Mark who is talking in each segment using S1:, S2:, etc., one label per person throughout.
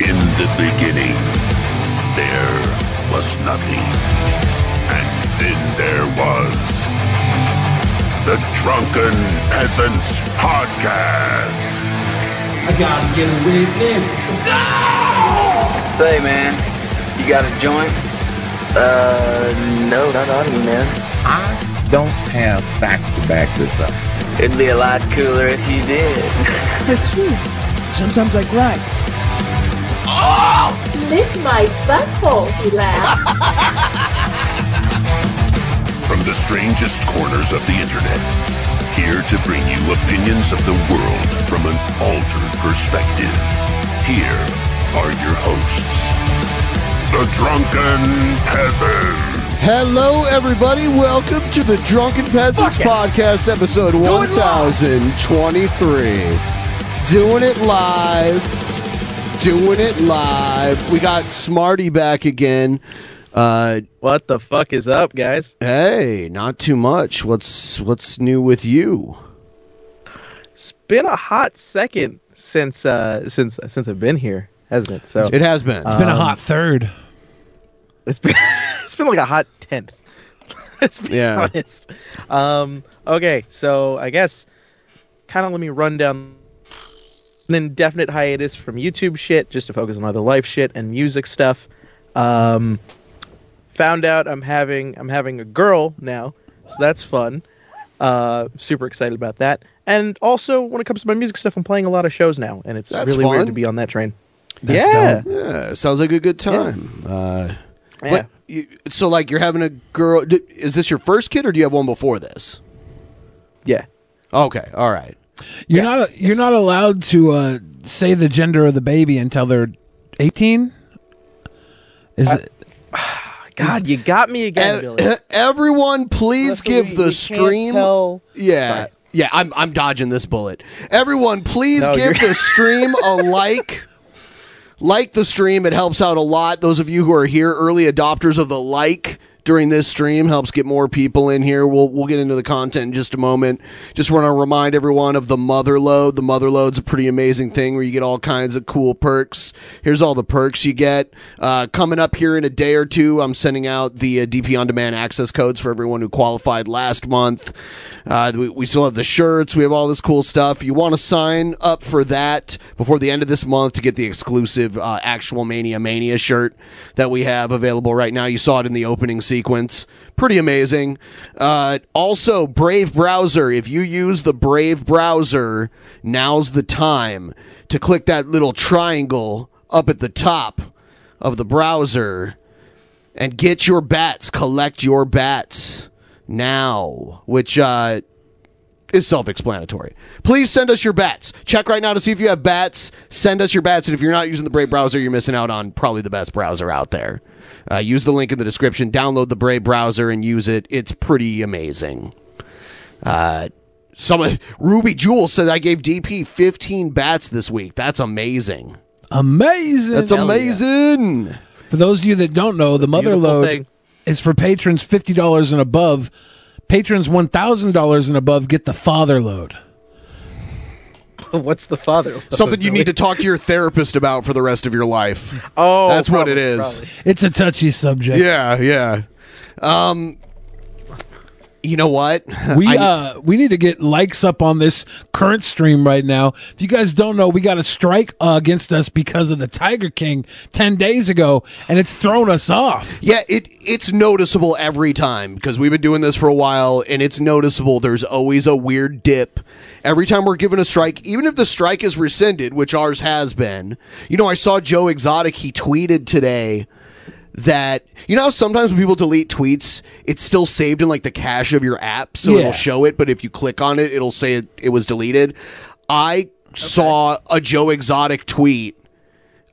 S1: In the beginning, there was nothing. And then there was the Drunken Peasants Podcast.
S2: I gotta get away with this.
S3: Say, man, you got a joint? Uh, no, not on me, man.
S4: I don't have facts to back this up.
S3: It'd be a lot cooler if you did.
S5: That's true. Sometimes I cry.
S6: Lick my butthole, he laughed.
S1: From the strangest corners of the internet, here to bring you opinions of the world from an altered perspective. Here are your hosts, the Drunken Peasant.
S7: Hello, everybody. Welcome to the Drunken Peasants Podcast, episode 1023. Doing it live. Doing it live. We got Smarty back again. Uh,
S8: What the fuck is up, guys?
S7: hey, not too much. What's what's new with you?
S8: It's been a hot second since uh since since I've been here, hasn't it? So um,
S7: It has been.
S5: It's been a hot third.
S8: it's been it's been like a hot tenth. Let's be
S7: Yeah.
S8: honest. Um okay, so I guess kinda let me run down an indefinite hiatus from YouTube shit just to focus on other life shit and music stuff. Um found out I'm having I'm having a girl now, so that's fun. Uh, super excited about that. And also, when it comes to my music stuff, I'm playing a lot of shows now, and it's
S7: That's
S8: really
S7: fun.
S8: weird to be on that train. yeah,
S7: Yeah, sounds like a good time. Uh,
S8: yeah.
S7: what- you, so, like, you're having a girl. d- Is this your first kid, or do you have one before this?
S8: yeah.
S7: Okay, all right.
S5: You're not you're not allowed to uh, say the gender of the baby until they're 18. Is it?
S8: God, you got me again,
S7: E-
S8: Billy.
S7: everyone, please
S8: Listen,
S7: give
S8: we-
S7: the
S8: we can't
S7: stream.
S8: tell-
S7: Yeah,
S8: Sorry.
S7: yeah. I'm I'm dodging this bullet. Everyone, please
S8: No,
S7: give the stream a like. Like the stream, it helps out a lot. Those of you who are here, early adopters of the like during this stream, helps get more people in here. We'll we'll get into the content in just a moment. Just want to remind everyone of the mother load. The mother load's a pretty amazing thing where you get all kinds of cool perks. Here's all the perks you get. Uh, coming up here in a day or two, I'm sending out the uh, DP on demand access codes for everyone who qualified last month. Uh, we, we still have the shirts. We have all this cool stuff. You want to sign up for that before the end of this month to get the exclusive uh, actual Mania Mania shirt that we have available right now. You saw it in the opening sequence. Pretty amazing. Uh, also, Brave Browser. If you use the Brave Browser, now's the time to click that little triangle up at the top of the browser and get your bats. Collect your bats now, which uh, is self explanatory. Please send us your bats. Check right now to see if you have bats. Send us your bats. And if you're not using the Brave browser, you're missing out on probably the best browser out there. Uh, use the link in the description. Download the Brave browser and use it. It's pretty amazing. Uh, some Ruby Jewel said I gave DP 15 bats this week. That's amazing.
S5: Amazing.
S7: That's amazing.
S5: For those of you that don't know, the mother
S8: Beautiful
S5: load
S8: thing.
S5: is for patrons fifty dollars and above. Patrons one thousand dollars and above get the father load.
S8: What's the father?
S7: Something you need to talk to your therapist about for the rest of your life.
S8: Oh,
S7: That's what it
S8: probably,
S7: is.
S8: probably.
S5: It's a touchy subject.
S7: Yeah, yeah. Um, You know what?
S5: We
S7: I-
S5: uh we need to get likes up on this current stream right now. If you guys don't know, we got a strike uh, against us because of the Tiger King 10 days ago and it's thrown us off.
S7: Yeah, it it's noticeable every time because we've been doing this for a while and it's noticeable there's always a weird dip. Every time we're given a strike, even if the strike is rescinded, which ours has been. You know, I saw Joe Exotic he tweeted today that you know how sometimes when people delete tweets, it's still saved in like the cache of your app, so
S6: Yeah.
S7: it'll show it, but if you click on it, it'll say it, it was deleted. I saw a Joe Exotic tweet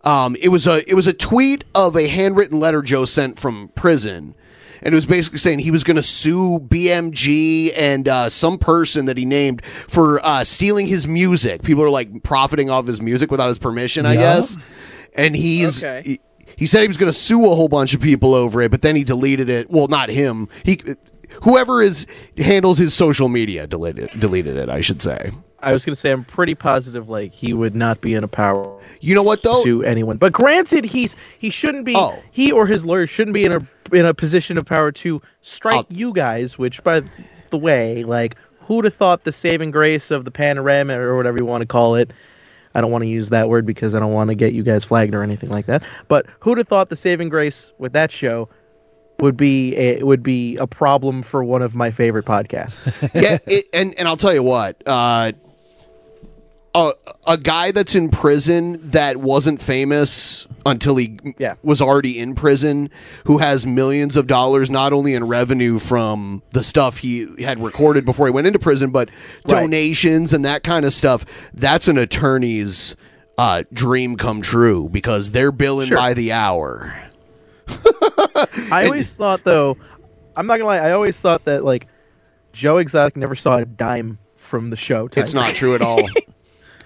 S7: um, it was a it was a tweet of a handwritten letter Joe sent from prison, and it was basically saying he was going to sue BMG and uh, some person that he named for uh, stealing his music. People are like profiting off his music without his permission, I
S6: Yeah.
S7: guess. And he's he, he said he was going to sue a whole bunch of people over it, but then he deleted it. Well, not him. He whoever is handles his social media deleted deleted it. I should say.
S8: I was going to say I'm pretty positive like he would not be in a power.
S7: You know what though? Oh.
S8: To anyone, but granted, he's he shouldn't be. He or his lawyer shouldn't be in a in a position of power to strike
S7: Uh.
S8: you guys. Which, by the way, like who'd have thought the saving grace of the panorama or whatever you want to call it. I don't want to use that word because I don't want to get you guys flagged or anything like that. But who'd have thought the saving grace with that show would be a, would be a problem for one of my favorite podcasts?
S7: yeah, it, and and I'll tell you what, uh, a a guy that's in prison that wasn't famous until he was already in prison, who has millions of dollars not only in revenue from the stuff he had recorded before he went into prison, but donations and that kind of stuff. That's an attorney's uh, dream come true because they're billing by the hour.
S8: I always thought though, I'm not gonna lie. I always thought that like Joe Exotic never saw a dime from the show.
S7: It's not true at all.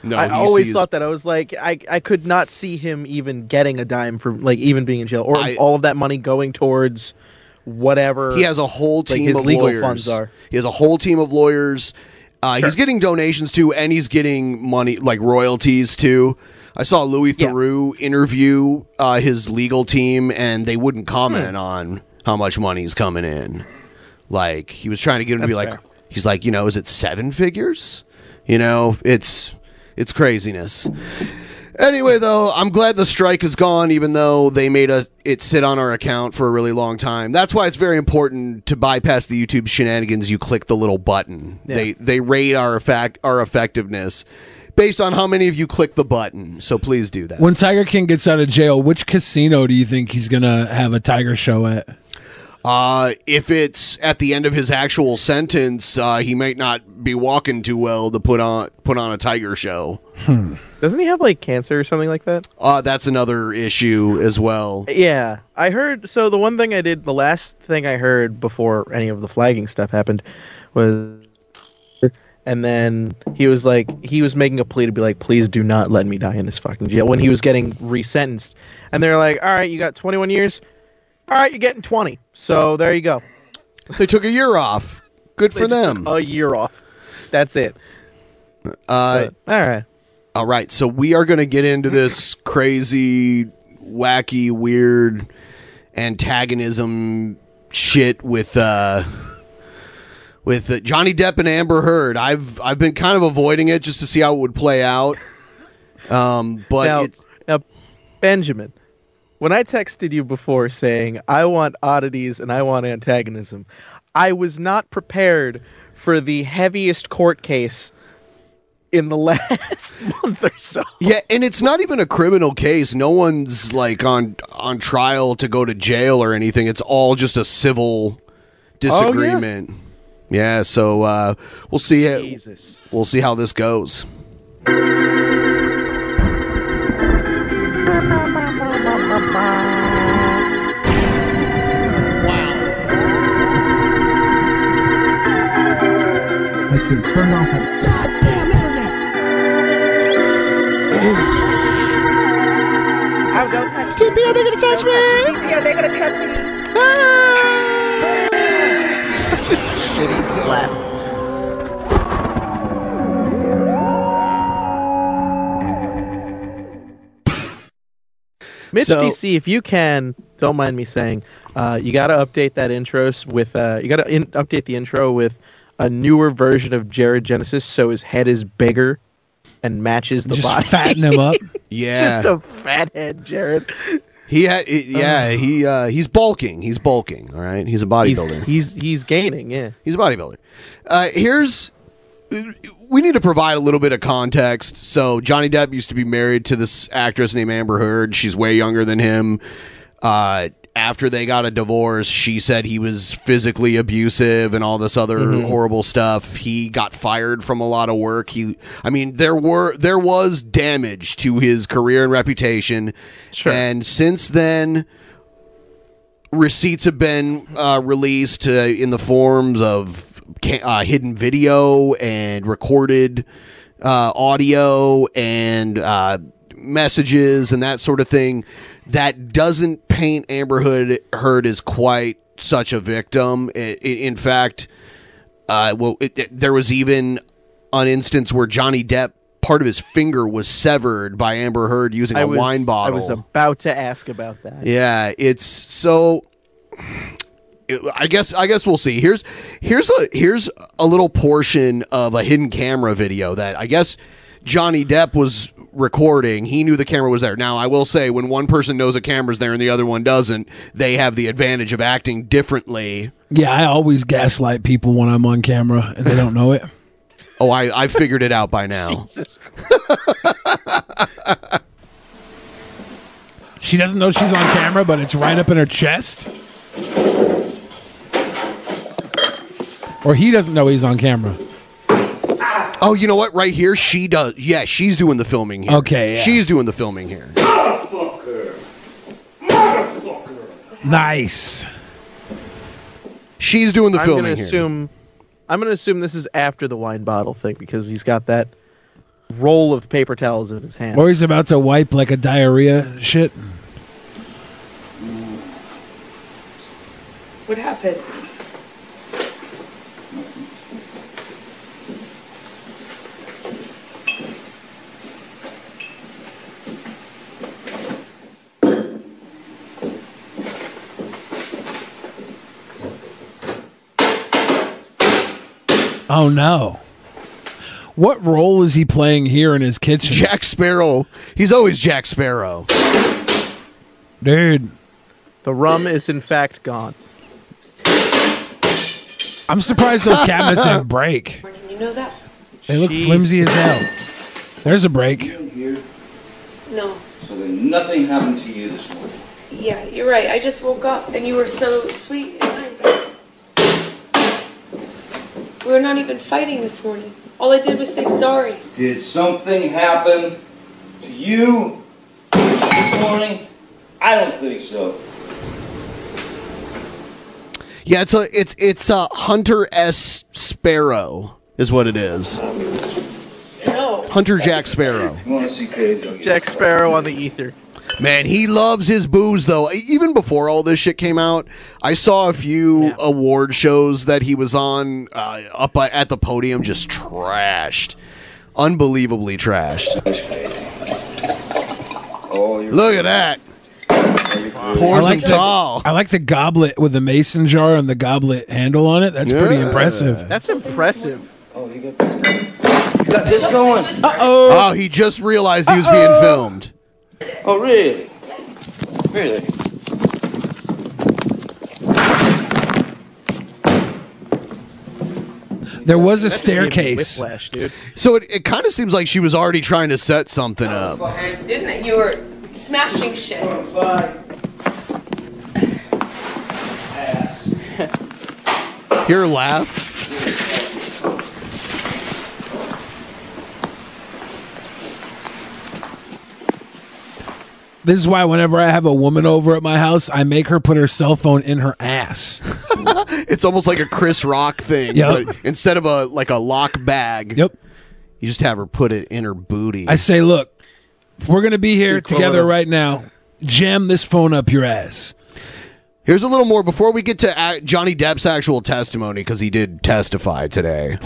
S7: No,
S8: I
S7: he
S8: always
S7: sees-
S8: thought that I was like I, I could not see him even getting a dime from like even being in jail or
S7: I-
S8: all of that money going towards whatever
S7: He has a whole
S8: like,
S7: team
S8: his
S7: of
S8: legal
S7: lawyers.
S8: funds are.
S7: He has a whole team of lawyers. Uh, He's getting donations too, and he's getting money like royalties too. I saw Louis Theroux interview uh, his legal team, and they
S8: Hmm.
S7: wouldn't comment on how much money's coming in. Like he was trying to get him to be
S6: That's
S7: like,
S6: fair.
S7: he's like, you know, is it seven figures? You know, it's it's craziness. Anyway, though, I'm glad the strike is gone, even though they made a, it sit on our account for a really long time. That's why it's very important to bypass the YouTube shenanigans. You click the little button. They they rate our effect our effectiveness based on how many of you click the button. So please do that.
S5: When Tiger King gets out of jail, which casino do you think he's going to have a tiger show at?
S7: Uh, if it's at the end of his actual sentence, uh, he might not be walking too well to put on put on a tiger show.
S8: Doesn't he have like cancer or something like that?
S7: Uh, that's another issue as well.
S8: Yeah, I heard. So the one thing I did, the last thing I heard before any of the flagging stuff happened, was, and then he was like, he was making a plea to be like, please do not let me die in this fucking jail when he was getting resentenced, and they're like, all right, you got 21 years, all right, you're getting 20, so there you go.
S7: They took a year off. Good for them.
S8: A year off. That's it.
S7: Uh,
S8: all right.
S7: All right. So we are going to get into this crazy, wacky, weird antagonism shit with uh, with uh, Johnny Depp and Amber Heard. I've I've been kind of avoiding it just to see how it would play out. Um, but
S8: now,
S7: it's,
S8: now, Benjamin, when I texted you before saying I want oddities and I want antagonism, I was not prepared for the heaviest court case in the last month or so.
S7: yeah, and it's not even a criminal case. No one's like on on trial to go to jail or anything. It's all just a civil
S8: Oh,
S7: disagreement. yeah. so uh, we'll see it.
S8: Jesus.
S7: We'll see how this goes.
S6: I should turn off the goddamn internet.
S9: Oh, don't touch me. TP, are they gonna touch me? TP, are they gonna touch me?
S8: Shitty slap. Mitch
S7: So-
S8: DC, if you can, don't mind me saying, uh, you got to update that intro s- with uh, you got to in- update the intro with a newer version of Jared Genesis, so his head is bigger and matches the
S5: Just
S8: body.
S5: fatten him up.
S7: Yeah.
S8: just a fathead, Jared.
S7: He had, it, yeah, he uh, he's bulking. He's bulking. All right, he's a bodybuilder.
S8: He's he's gaining, yeah.
S7: He's a bodybuilder. Uh, here's we need to provide a little bit of context. So Johnny Depp used to be married to this actress named Amber Heard. She's way younger than him. Uh, after they got a divorce, she said he was physically abusive and all this other
S8: Mhm.
S7: horrible stuff. He got fired from a lot of work. He, I mean, there were there was damage to his career and reputation. Sure. And since then, receipts have been uh, released uh, in the forms of ca- uh, hidden video and recorded uh, audio and uh, messages and that sort of thing that doesn't paint Amber Hood Heard as quite such a victim. I- I- in fact, uh, well, it, it- there was even an instance where Johnny Depp. Part of his finger was severed by Amber Heard using a
S8: I was-
S7: wine bottle.
S8: I was about to ask about that.
S7: Yeah, it's so. I guess I guess we'll see. Here's here's a here's a little portion of a hidden camera video that I guess Johnny Depp was recording. He knew the camera was there. Now I will say when one person knows a camera's there and the other one doesn't, they have the advantage of acting differently.
S5: Yeah, I always gaslight people when I'm on camera and they don't know it.
S7: Oh, I I figured it out by now.
S5: She doesn't know she's on camera, but it's right up in her chest. Or he doesn't know he's on camera.
S7: Oh, you know what? Right here, she does. Yeah, she's doing the filming here.
S5: Okay, yeah.
S7: she's doing the filming here.
S5: Nice.
S7: She's doing the
S8: I'm
S7: filming
S8: gonna
S7: here.
S8: Assume, I'm going to assume this is after the wine bottle thing because he's got that roll of paper towels in his hand.
S5: Or he's about to wipe like a diarrhea shit.
S9: What happened?
S5: Oh no. What role is he playing here in his kitchen?
S7: Jack Sparrow. He's always Jack Sparrow.
S5: Dude.
S8: The rum is in fact gone.
S5: I'm surprised those cabinets didn't break.
S9: You know that?
S5: They look flimsy as hell. There's a break.
S9: No.
S10: So then nothing happened to you this morning.
S9: Yeah, you're right. I just woke up and you were so sweet and nice. We were not even fighting this morning. All I did was say sorry.
S10: Did something happen to you this morning? I don't think so.
S7: Yeah, it's a it's it's a Hunter S. Sparrow is what it is. Hunter Jack Sparrow.
S10: You want to see crazy?
S8: Jack Sparrow on the ether.
S7: Man, he loves his booze though. E, Even before all this shit came out, I saw a few award shows that he was on uh, up at at the podium, just trashed, unbelievably trashed. Look at that.
S5: I
S7: Pours
S5: like,
S7: and
S5: the,
S7: tall.
S5: I like the goblet with the mason jar and the goblet handle on it. That's pretty impressive.
S8: That's impressive.
S10: Oh, you got this going. You got this going. Uh
S7: Oh, he just realized he was being filmed.
S10: Oh, really? Really?
S5: There was a
S7: gonna give me
S5: staircase.
S8: Whiplash, dude.
S7: So it, it kind of seems like she was already trying to set something up.
S9: And didn't it? You were smashing shit.
S11: Oh,
S7: Hear her laugh.
S5: This is why whenever I have a woman over at my house, I make her put her cell phone in her ass.
S7: it's almost like a Chris Rock thing,
S5: Yep.
S7: but instead of a like a lock bag,
S5: yep,
S7: you just have her put it in her booty.
S5: I say, look, if we're gonna be here
S7: Equivalent
S5: together
S7: of-
S5: right now, jam this phone up your ass.
S7: Here's a little more before we get to ac Johnny Depp's actual testimony because he did testify today.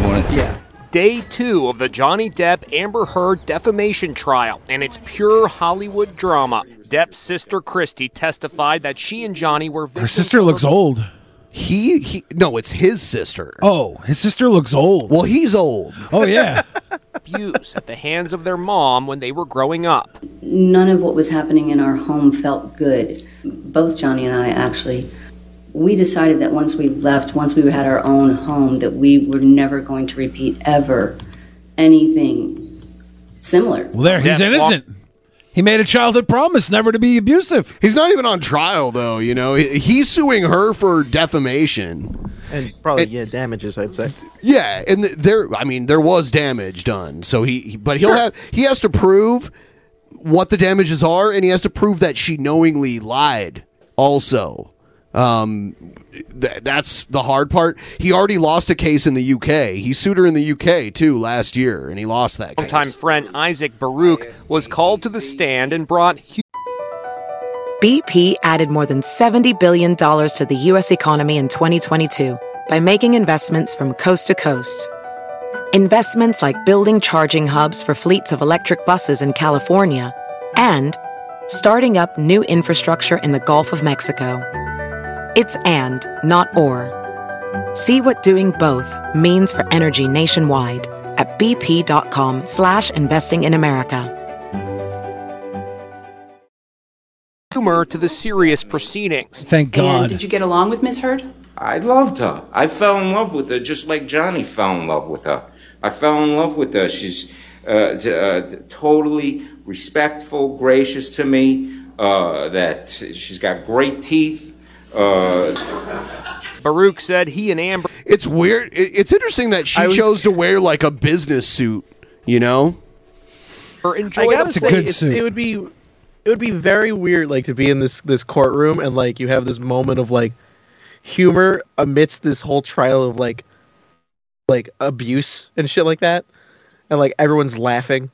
S10: Morning.
S8: Yeah.
S12: day two of the Johnny Depp Amber Heard defamation trial, and it's pure Hollywood drama. Depp's sister Christy testified that she and Johnny were
S5: Her sister looks old.
S7: He he no, it's his sister.
S5: Oh, his sister looks old.
S7: Well, he's old.
S5: Oh yeah.
S12: abused at the hands of their mom when they were growing up.
S13: None of what was happening in our home felt good. Both Johnny and I actually, we decided that once we left, once we had our own home, that we were never going to repeat ever anything similar.
S5: Well, there he's
S13: Depp's
S5: innocent. he made a childhood promise never to be abusive.
S7: He's not even on trial though. You know, He- he's suing her for defamation.
S8: And probably yeah, damages. I'd say.
S7: Yeah, and th- there, I mean, there was damage done. So he, he- but he'll have he has to prove what the damages are, and he has to prove that she knowingly lied. Also, um, th- that's the hard part. He already lost a case in the UK. He sued her in the UK too last year, and he lost that. Case.
S12: Longtime friend Isaac Baruch was called to the stand and brought huge
S14: BP added more than $70 billion to the U.S. economy in 2022 by making investments from coast to coast. Investments like building charging hubs for fleets of electric buses in California and starting up new infrastructure in the Gulf of Mexico. It's and, not or. See what doing both means for energy nationwide at bp.com slash investing in America.
S12: humor to the serious proceedings.
S5: Thank
S15: did you get along with Miss Heard?
S16: I loved her. I fell in love with her just like Johnny fell in love with her. I fell in love with her. She's uh, t- uh, t- totally respectful, gracious to me. Uh, that she's got great teeth. Uh,
S12: Baruch said he and Amber.
S7: It's weird. It- It's interesting that she chose to wear like a business suit. You know,
S12: enjoyed.
S8: I gotta
S7: That's a
S8: say,
S7: good
S8: it's-
S7: suit.
S8: it would be, it would be very weird, like to be in this this courtroom and like you have this moment of like humor amidst this whole trial of like, like abuse and shit like that, and like everyone's laughing.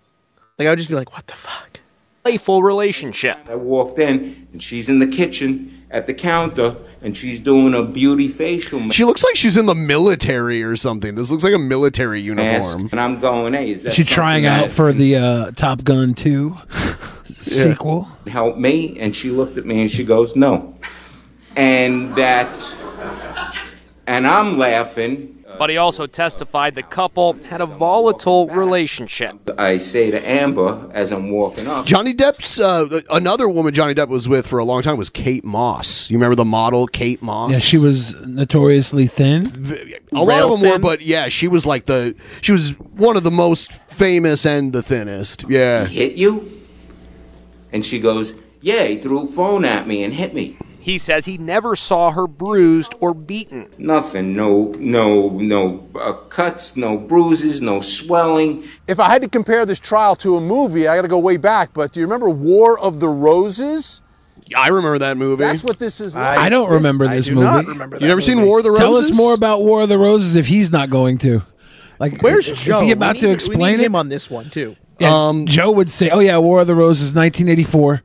S8: Like I would just be like, what the fuck?
S12: Playful relationship.
S16: I walked in and she's in the kitchen at the counter and she's doing a beauty facial mask.
S7: she looks like she's in the military or something. This looks like a military uniform.
S16: And I'm going, hey, is that
S5: She's trying
S16: something
S5: out for the uh, Top Gun 2 sequel.
S16: that help me? And she looked at me and she goes, no. And that, and I'm laughing.
S12: But he also testified the couple had a volatile relationship.
S16: I say to Amber as I'm walking up,
S7: Johnny Depp's uh, another woman Johnny Depp was with for a long time was Kate Moss. You remember the model Kate Moss?
S5: Yeah, she was notoriously thin.
S7: a lot
S5: rail
S7: of them were,
S5: thin.
S7: but yeah, she was like the she was one of the most famous and the thinnest. Yeah,
S16: hit you? And she goes, yeah, he threw a phone at me and hit me.
S12: He says he never saw her bruised or beaten.
S16: Nothing, no, no, no uh, cuts, no bruises, no swelling.
S1: If I had to compare this trial to a movie, I got to go way back. But do you remember War of the Roses?
S7: I remember that movie.
S1: That's what this is like.
S5: I don't remember this movie.
S7: you never seen War of the Roses?
S5: Tell us more about War of the Roses if he's not going to. Like,
S8: Where's
S5: is
S8: Joe?
S5: he about
S8: We
S5: to
S8: need- we
S5: explain
S8: need
S5: it?
S8: him on this one too.
S5: Yeah,
S7: Um,
S5: Joe would say, "Oh yeah, War of the Roses, 1984."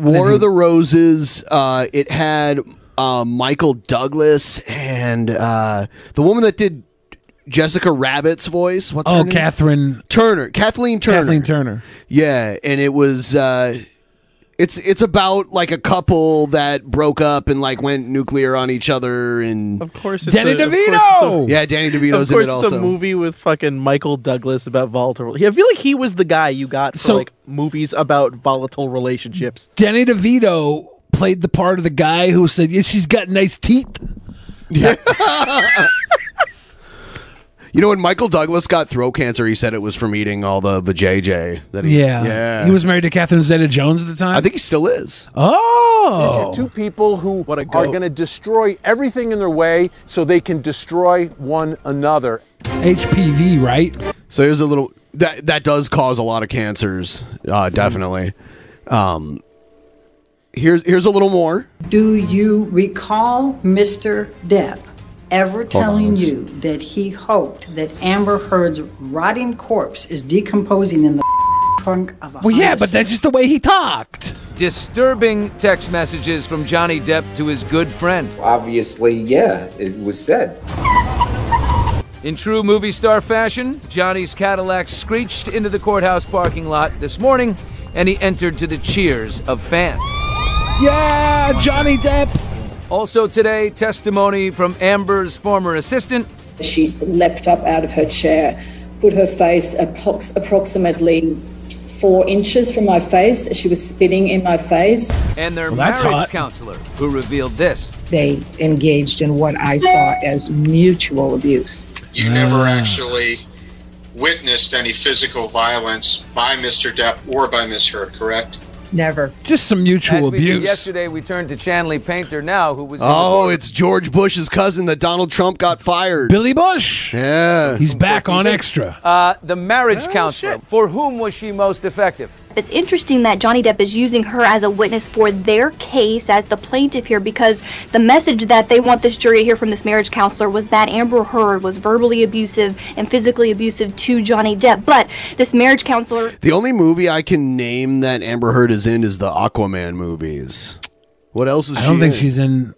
S7: War of the Roses. Uh, it had uh, Michael Douglas and uh, the woman that did Jessica Rabbit's voice. What's her
S5: Oh,
S7: name?
S5: Catherine
S7: Turner, Kathleen Turner,
S5: Kathleen Turner.
S7: Yeah, and it was uh it's it's about like a couple that broke up and like went nuclear on each other and Of
S8: course it's Danny a- of course DeVito! it's a-
S7: yeah, Danny DeVito's
S8: of course,
S7: in it
S8: it's
S7: also.
S8: a movie with fucking Michael Douglas about volatile. I feel like he was the guy you got for
S5: So-
S8: like movies about volatile relationships.
S5: Danny DeVito played the part of the guy who said, "Yeah, she's got nice teeth."
S7: You know when Michael Douglas got throat cancer, he said it was from eating all the vajayjay that he
S5: Yeah,
S7: yeah.
S5: He was married to Catherine Zeta-Jones at the time.
S7: I think he still is.
S1: These
S5: Oh,
S1: are two people who are going to destroy everything in their way so they can destroy one another.
S5: HPV, right?
S7: So here's a little that that does cause a lot of cancers, uh, definitely. Um, here's here's a little more.
S17: Do you recall Mr. Depp ever
S7: on,
S17: telling
S7: let's-
S17: you that he hoped that Amber Heard's rotting corpse is decomposing in the trunk of a
S5: Well, yeah,
S17: Honda
S5: but
S17: Civic?
S5: that's just the way he talked.
S4: Disturbing text messages from Johnny Depp to his good friend.
S16: Obviously, yeah, it was said.
S4: In true movie star fashion, Johnny's Cadillac screeched into the courthouse parking lot this morning, and he entered to the cheers of fans.
S5: Yeah, Johnny Depp!
S4: Also today, testimony from Amber's former assistant.
S18: She leapt up out of her chair, put her face approx- approximately four inches from my face. She was spitting in my face.
S4: And their
S18: Well,
S4: marriage
S18: that's hot.
S4: counselor, who revealed this.
S19: They engaged in what I saw as mutual abuse.
S20: You
S6: Ah.
S20: never actually witnessed any physical violence by Mr. Depp or by Ms. Heard, correct?
S19: Never.
S5: Just some
S4: As we
S5: mutual
S4: did
S5: abuse.
S4: yesterday, we turned to Chanley Painter now, who was. in the
S7: Oh,
S4: court-
S7: it's George Bush's cousin that Donald Trump got fired.
S5: Billy Bush.
S7: Yeah.
S5: He's back on extra.
S4: Uh, the marriage counselor. For whom was she most effective?
S21: It's interesting that Johnny Depp is using her as a witness for their case as the plaintiff here because the message that they want this jury to hear from this marriage counselor was that Amber Heard was verbally abusive and physically abusive to Johnny Depp. But this marriage counselor
S7: The only movie I can name that Amber Heard is in is the Aquaman movies. What else is
S5: I
S7: she
S5: don't think
S7: in?
S5: she's in.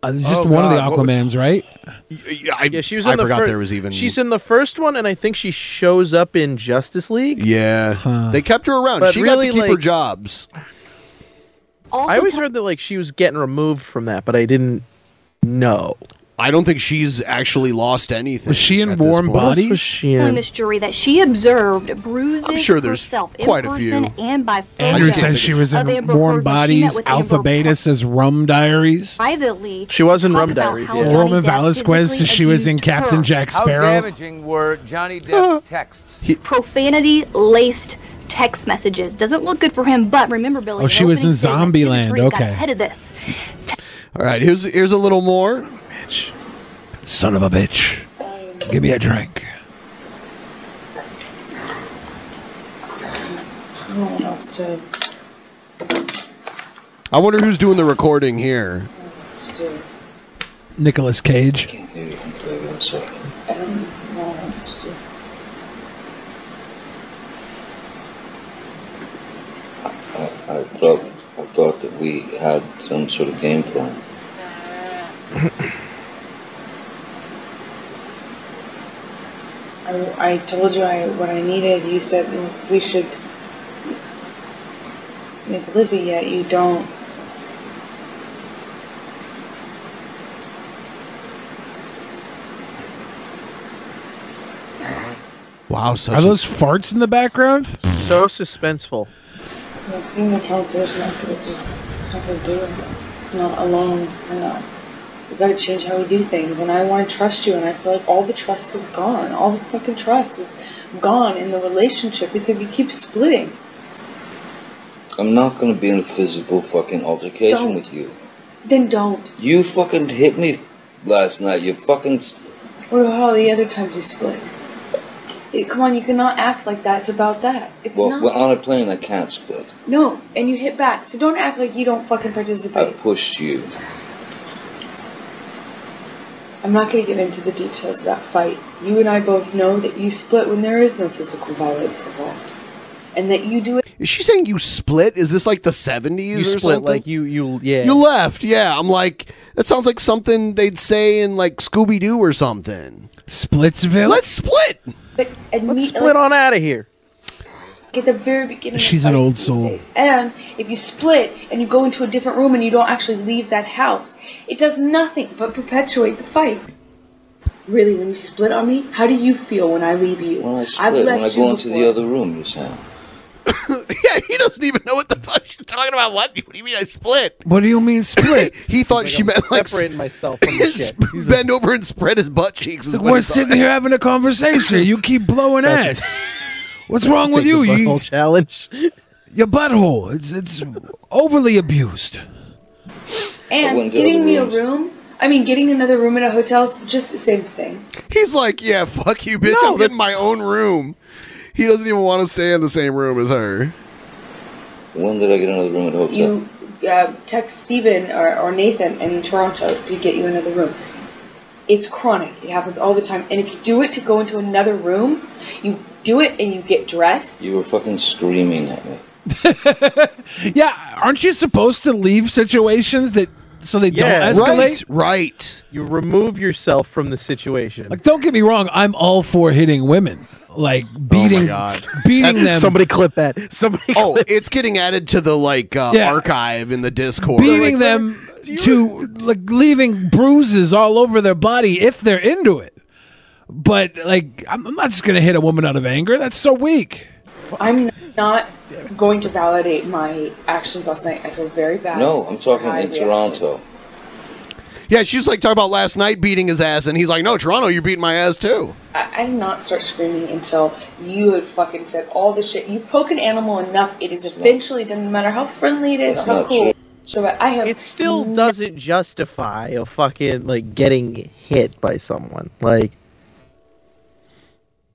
S5: Uh, just
S7: Oh,
S5: one
S7: God,
S5: of
S7: what
S5: the
S7: was-
S5: Aquamans, right?
S7: I,
S8: yeah, she was.
S7: I
S8: in the
S7: forgot
S8: fir-
S7: there was even-
S8: She's in the first one, and I think she shows up in Justice League.
S7: Yeah, they kept her around.
S8: But
S7: she
S8: really,
S7: got to keep her
S8: like-
S7: jobs.
S8: I always heard that like she was getting removed from that, but I didn't know.
S7: I don't think she's actually lost anything. Was she in
S5: Warm Bodies?
S7: Was
S8: she
S21: telling this jury that she observed bruises
S7: sure there's
S21: herself
S7: quite a
S21: in person
S7: few.
S21: and by
S5: Andrew
S21: photo
S5: says she was
S21: of
S5: in
S21: Amber
S5: Warm
S21: Heard when she met
S5: Bodies,
S21: with Amber
S5: Alpha Beta says Rum Diaries.
S21: privately.
S8: She was in
S21: talk
S8: Rum
S21: about
S8: Diaries,
S21: how
S8: yeah.
S21: Johnny
S5: Roman
S21: Depp
S5: Velasquez
S21: physically
S5: says she was in
S21: abused
S5: Captain
S21: her.
S5: Jack
S21: How
S5: Sparrow.
S4: damaging were Johnny Depp's texts?
S21: profanity laced text messages. Doesn't look good for him, but remember, Billy.
S5: Oh, she was in
S21: Zombieland.
S5: Zombieland.
S21: Got
S5: Okay.
S21: ahead of this.
S7: All right, here's here's a little more.
S5: Son of a bitch. Give me a drink.
S11: what else to,
S7: I wonder who's doing the recording here.
S11: else to
S5: Nicholas Cage.
S11: I don't know what else to do.
S22: I thought, I thought that we had some sort of game plan.
S11: I, I told you I, what I needed. You said "Mm, we should make a living, yet you don't.
S7: Wow, such
S5: Are those farts in the background?
S8: So suspenseful.
S11: You know, seeing the counselor's not gonna just, it's not gonna do it. It's not alone. I know. We gotta change how we do things. And I wanna trust you, and I feel like all the trust is gone. All the fucking trust is gone in the relationship because you keep splitting.
S22: I'm not gonna be in a physical fucking altercation
S11: Don't.
S22: with you.
S11: Then don't.
S22: You fucking hit me last night. You fucking. s-
S11: What about all the other times you split? Eh, come on, you cannot act like that. It's about that. It's
S22: Well,
S11: not.
S22: we're on a plane. I can't split.
S11: No, and you hit back. So don't act like you don't fucking
S22: I
S11: participate.
S22: pushed you.
S11: I'm not going to get into the details of that fight. You and I both know that you split when there is no physical violence involved. And that you do it.
S7: Is she saying you split? Is this like the seventies
S8: You
S7: or
S8: split
S7: something?
S8: like you, you, yeah.
S7: You left, yeah. I'm like, that sounds like something they'd say in like Scooby Doo or something.
S5: Splitsville.
S7: Let's split.
S11: But admit,
S8: Split on out of here.
S11: At the very beginning.
S5: She's an
S11: of fights
S5: old
S11: these
S5: soul.
S11: days. And if you split and you go into a different room and you don't actually leave that house, it does nothing but perpetuate the fight. Really, when you split on me, how do you feel when I leave you?
S22: When I split, when I go into the other room, you're saying.
S7: yeah, he doesn't even know what the fuck she's talking about. What? What do you mean I split?
S5: What do you mean split?
S7: he thought she meant like
S8: separating myself from the shit.
S7: bend over and spread his butt cheeks. is
S5: Like,
S7: what
S5: we're
S7: he thought.
S5: sitting here having a conversation. You keep blowing
S7: That's-
S5: ass. What's wrong with
S7: Take
S5: you?
S7: the
S5: you
S7: butthole
S8: challenge.
S5: Your butthole. It's it's overly abused.
S11: And
S5: wouldn't do
S11: getting
S5: other
S11: me a
S5: rooms.
S11: room, I mean, getting another room at a hotel's just the same thing.
S7: He's like, yeah, fuck you, bitch.
S11: No,
S7: I'm getting my own room. He doesn't even want to stay in the same room as her.
S22: When did I get another room at a hotel?
S11: You uh, text Steven or, or Nathan in Toronto to get you another room. It's chronic. It happens all the time. And if you do it to go into another room, you do it and you get dressed.
S22: You were fucking screaming at me.
S5: Yeah, aren't you supposed to leave situations that so they
S8: Yeah.
S5: don't escalate.
S7: right.
S8: You remove yourself from the situation.
S5: Like, don't get me wrong, I'm all for hitting women, like
S8: Oh
S5: beating, beating
S7: That's-
S5: them.
S7: somebody
S8: clip that. Somebody.
S7: Oh, it's getting added to the like uh,
S5: Yeah.
S7: archive in the Discord.
S5: beating them to like leaving bruises all over their body if they're into it. But like, I'm, I'm not just gonna hit a woman out of anger. That's so weak.
S11: I'm not going to validate my actions last night. I feel very bad.
S22: No, I'm talking
S11: I
S22: in
S11: react.
S22: Toronto.
S7: Yeah, she's like talking about last night beating his ass, and he's like, "No, Toronto, you're beating my ass too."
S11: I, I did not start screaming until you had fucking said all this shit. You poke an animal enough, it is eventually, doesn't matter how friendly it is
S8: That's
S11: or how
S8: not
S11: cool.
S8: true.
S11: So I have.
S8: It still doesn't justify a fucking like getting hit by someone. Like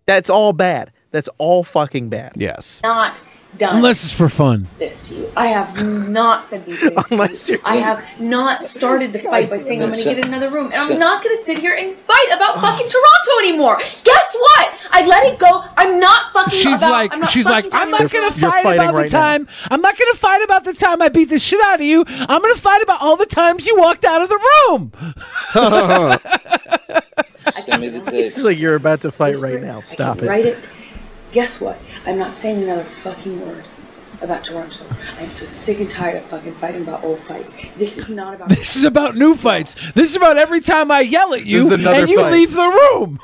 S8: that's all bad. That's all fucking bad.
S7: Yes.
S11: not done.
S5: Unless it's for fun.
S11: this to you. I have not said these things
S8: Unless
S11: to you.
S8: you're-
S11: I have not started the fight by saying I'm going to
S8: Shut-
S11: get another room, and
S8: shut-
S11: I'm not going to sit here and fight about fucking Toronto anymore. Guess what? I let it go. I'm not fucking.
S5: She's
S11: about,
S5: like,
S11: I'm not
S5: she's like,
S11: fucking talking
S5: I'm not gonna
S11: about-
S5: fight about the time. I'm not gonna fight about the time I beat the shit out of you. I'm gonna fight about all the times you walked out of the room.
S8: It's like you're about to fight right now. Stop it.
S11: Write it. Guess what? I'm not saying another fucking word about Toronto. I'm so sick and tired of fucking fighting about old fights. This is not about.
S5: This is about new fights. This is about every time I yell at
S7: This
S5: you
S7: is another
S5: and you
S7: fight.
S5: leave the room.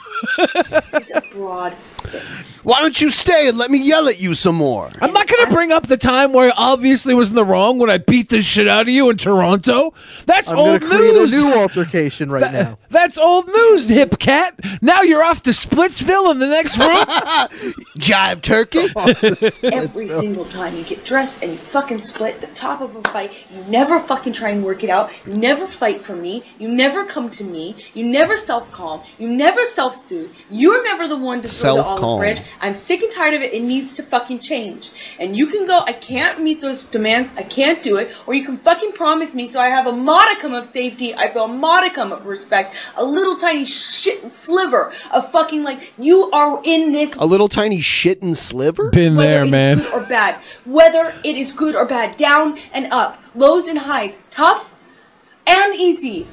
S11: broad.
S7: Why don't you stay and let me yell at you some more?
S5: I'm not going to bring up the time where I obviously was in the wrong when I beat the shit out of you in Toronto. That's
S8: I'm gonna
S5: old
S8: create
S5: news.
S8: a new altercation right now.
S5: That's old news, hip cat. Now you're off to Splitsville in the next room.
S7: Jive turkey.
S11: Every single time you get dressed and you fucking split the top of a fight, you never fucking try and work it out. You never fight for me. You never come to me. You never self calm. You never self soothe. You're never the one to throw the olive
S7: Self-calm.
S11: branch. I'm sick and tired of it. It needs to fucking change. And you can go, I can't meet those demands. I can't do it. Or you can fucking promise me so I have a modicum of safety. I feel a modicum of respect. A little tiny shit sliver of fucking like, you are in this
S7: A little tiny shit and sliver.
S5: Been
S11: whether it is good or bad, whether it is good or bad, down and up, lows and highs, tough and easy.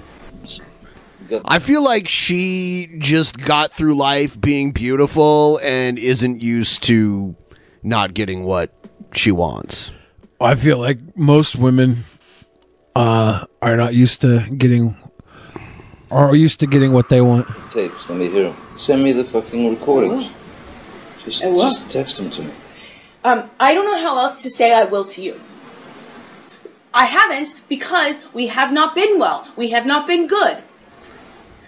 S7: I feel like she just got through life being beautiful and isn't used to not getting what she wants.
S5: I feel like most women uh, are not used to getting, are used to getting what they want.
S22: Tapes. Let me hear them. Send me the fucking recordings. Just,
S11: I will.
S22: just text them to me.
S11: Um, I don't know how else to say I will to you. I haven't because we have not been well. We have not been good.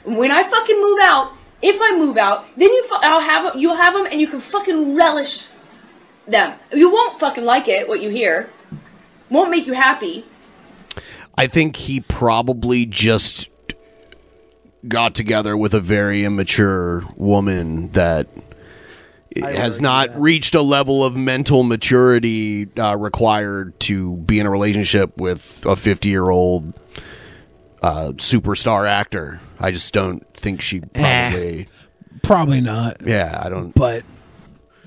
S11: When I fucking move out, if I move out, then you fu- I'll have you'll have them and you can fucking relish them. You won't fucking like it what you hear. Won't make you happy.
S7: I think he probably just got together with a very immature woman that has not reached a level of mental maturity uh, required to be in a relationship with a 50 year old uh, superstar actor. I just don't think she probably.
S5: Probably not.
S7: Yeah, I don't.
S5: But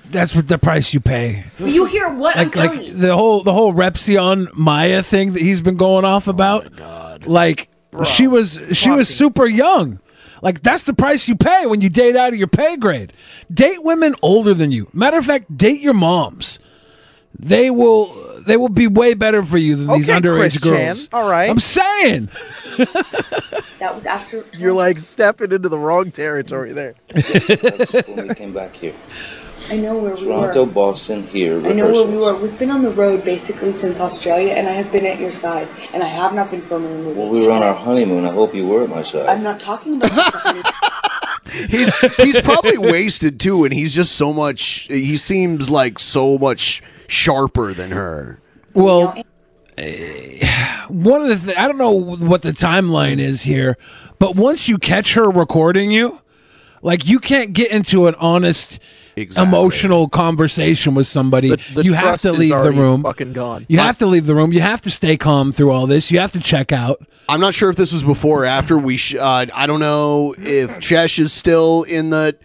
S5: that's what the price you pay.
S11: You hear what I'm
S5: like
S11: telling
S5: like the whole the whole Repsion Maya thing that he's been going off about. Like she was she was super young. Like that's the price you pay when you date out of your pay grade. Date women older than you. Matter of fact, date your moms. They will they will be way better for you than these
S8: Okay,
S5: underage
S8: Chris Chan.
S5: girls.
S8: All right.
S5: I'm saying.
S11: That was after.
S8: You're like stepping into the wrong territory there.
S22: When we came back here,
S11: I know where we were.
S22: Toronto, Boston, here.
S11: I know where
S22: Rehearsal.
S11: we were. We've been on the road basically since Australia, and I have been at your side, and I have not been filming a movie.
S22: Well, we were on our honeymoon. I hope you were at my side.
S11: I'm not talking about this. honey.
S7: He's he's probably wasted too, and he's just so much. He seems like so much sharper than her.
S5: Well, eh, one of the th- I don't know what the timeline is here, but once you catch her recording you, like you can't get into an honest, emotional conversation with somebody.
S8: The
S5: you have
S8: trust
S5: to
S8: is
S5: leave the
S8: already
S5: room.
S8: Fucking gone.
S5: You have to leave the room. You have to stay calm through all this. You have to check out.
S7: I'm not sure if this was before or after we. Sh- uh, I don't know if Chesh is still in the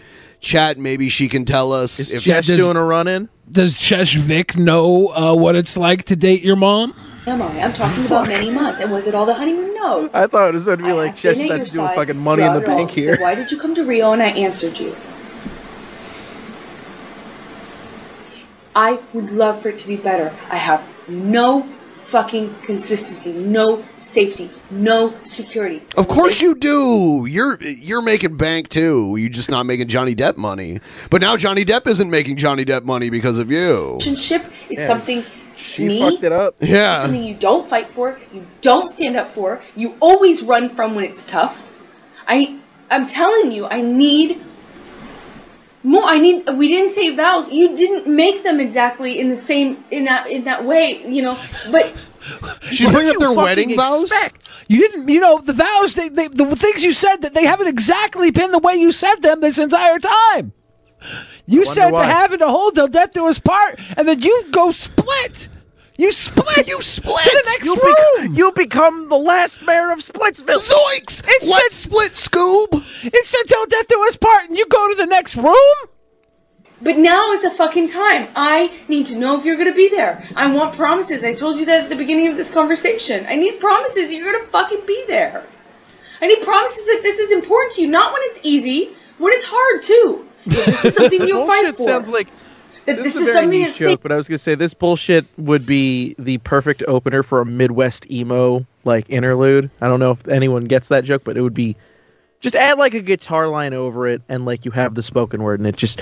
S7: chat. Maybe she can tell us if
S5: Chesh Yeah, does- doing a
S8: run in.
S5: Does Chesh Vic know uh, what it's like to date your mom?
S11: am I? I'm talking about many months. And was it all the honeymoon? No.
S8: I thought it was going to be like, she
S11: Been
S8: has
S11: at
S8: nothing
S11: your
S8: to do with
S11: side
S8: fucking money in the
S11: throughout it all.
S8: bank
S11: You
S8: here.
S11: Said, Why did you come to Rio? And I answered you. I would love for it to be better. I have no fucking consistency, no safety, no security.
S7: Of course you do. You're you're making bank too. You're just not making Johnny Depp money. But now Johnny Depp isn't making Johnny Depp money because of you.
S11: Relationship is
S7: Yeah,
S11: something.
S7: she
S11: me,
S7: fucked it up. Yeah.
S11: It's something you don't fight for, you don't stand up for, you always run from when it's tough. I, I'm telling you, I need more. I need. We didn't say vows. You didn't make them exactly in the same in that in that way. You know, but
S7: She's bringing up their wedding vows.
S5: You didn't, you know, the vows, they, they, the things you said that they haven't exactly been the way you said them this entire time. You
S8: wonder
S5: said to
S8: why.
S5: have and to hold till death do us part, and then you go split. You split. You
S7: split
S5: to the next
S8: You
S5: room.
S8: you become the last mayor of Splitsville.
S7: Zoinks! Let's split, Scoob.
S5: It said till death do us part, and you go to the next room.
S11: But now is the fucking time. I need to know if you're gonna be there. I want promises. I told you that at the beginning of this conversation. I need promises that you're gonna fucking be there. I need promises that this is important to you, not when it's easy, when it's hard too. That This is something you'll fight
S8: Bullshit
S11: for.
S8: sounds like
S11: that
S8: This,
S11: this,
S8: is,
S11: is,
S8: a very
S11: something
S8: niche
S11: that's safe.
S8: joke, but I was gonna say this bullshit would be the perfect opener for a Midwest emo like interlude. I don't know if anyone gets that joke, but it would be just add like a guitar line over it, and like you have the spoken word, and it just.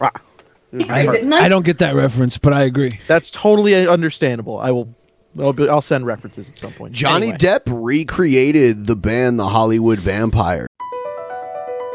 S8: Ah, it would be
S5: I,
S8: perfect.
S5: I don't get that reference, but I agree.
S8: That's totally understandable. I will. I'll, be, I'll send references at some point.
S7: Johnny
S8: Anyway.
S7: Depp recreated the band The Hollywood Vampire.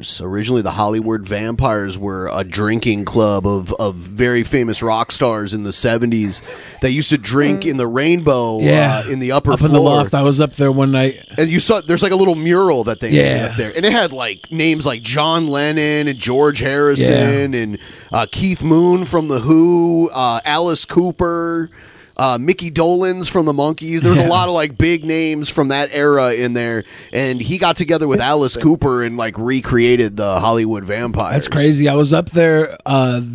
S7: So originally, the Hollywood Vampires were a drinking club of, of very famous rock stars in the 70s that used to drink in the rainbow
S5: Yeah.
S7: uh, in the upper
S5: Up
S7: floor.
S5: in the loft. I was up there one night.
S7: And you saw there's like a little mural that they
S5: Yeah.
S7: made up there, and it had like names like John Lennon and George Harrison and uh, Keith Moon from the Who, uh, Alice Cooper, uh, Mickey Dolans from the Monkees. There's was a lot of like big names from that era in there, and he got together with Alice Cooper and like recreated the Hollywood Vampire.
S5: That's crazy. I was up there uh, th-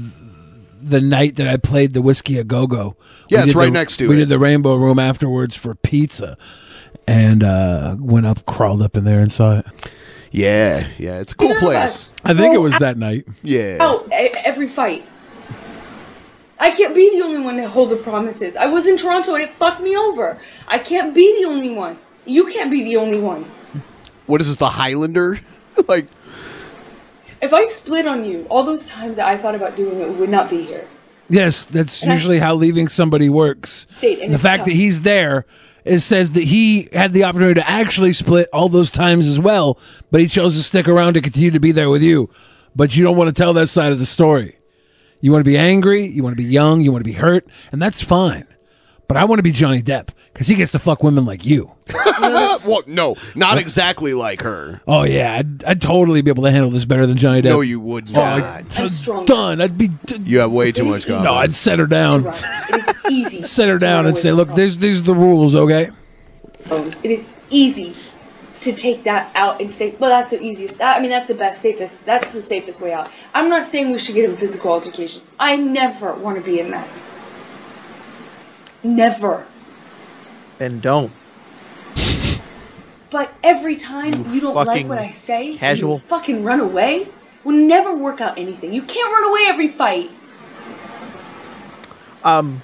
S5: the night that I played the Whiskey a Go Go.
S7: Yeah, it's right next to
S5: We
S7: it.
S5: did the Rainbow Room afterwards for pizza, and uh, went up, crawled up in there, and saw it.
S7: Yeah, yeah, it's a cool
S11: Either of
S7: place.
S11: us.
S5: I think it was that night.
S7: Yeah.
S11: Oh, e- every fight. I can't be the only one to hold the promises. I was in Toronto and it fucked me over. I can't be the only one. You can't be the only one.
S7: What is this? The Highlander? like
S11: If I split on you, all those times that I thought about doing it we would not be here.
S5: Yes, that's
S11: And I-
S5: usually how leaving somebody works.
S11: State, and
S5: the
S11: it's
S5: fact
S11: tough.
S5: that he's there it says that he had the opportunity to actually split all those times as well, but he chose to stick around to continue to be there with you. But you don't want to tell that side of the story. You want to be angry, you want to be young, you want to be hurt, and that's fine. But I want to be Johnny Depp because he gets to fuck women like you.
S7: well, no, not exactly like her.
S5: Uh, Oh yeah, I'd, I'd totally be able to handle this better than Johnny Depp.
S7: No, you would
S5: Oh, I'd-
S7: not.
S11: I'm strong.
S5: done. I'd be. d-
S7: You have way too much confidence.
S5: No, I'd set her down.
S11: It is easy.
S5: Set her
S11: to
S5: down
S11: run
S5: and
S11: away
S5: say,
S11: from
S5: "Look, these these are the rules, okay?"
S11: problems. It is easy to take that out and say, well, that's the easiest. That, I mean, that's the best, safest. That's the safest way out. I'm not saying we should get into physical altercations. I never want to be in that. Never.
S8: Then don't.
S11: But every time you don't like
S8: fucking
S11: what I say, and
S8: casual.
S11: you fucking run away. We'll never work out anything. You can't run away every fight.
S8: Um.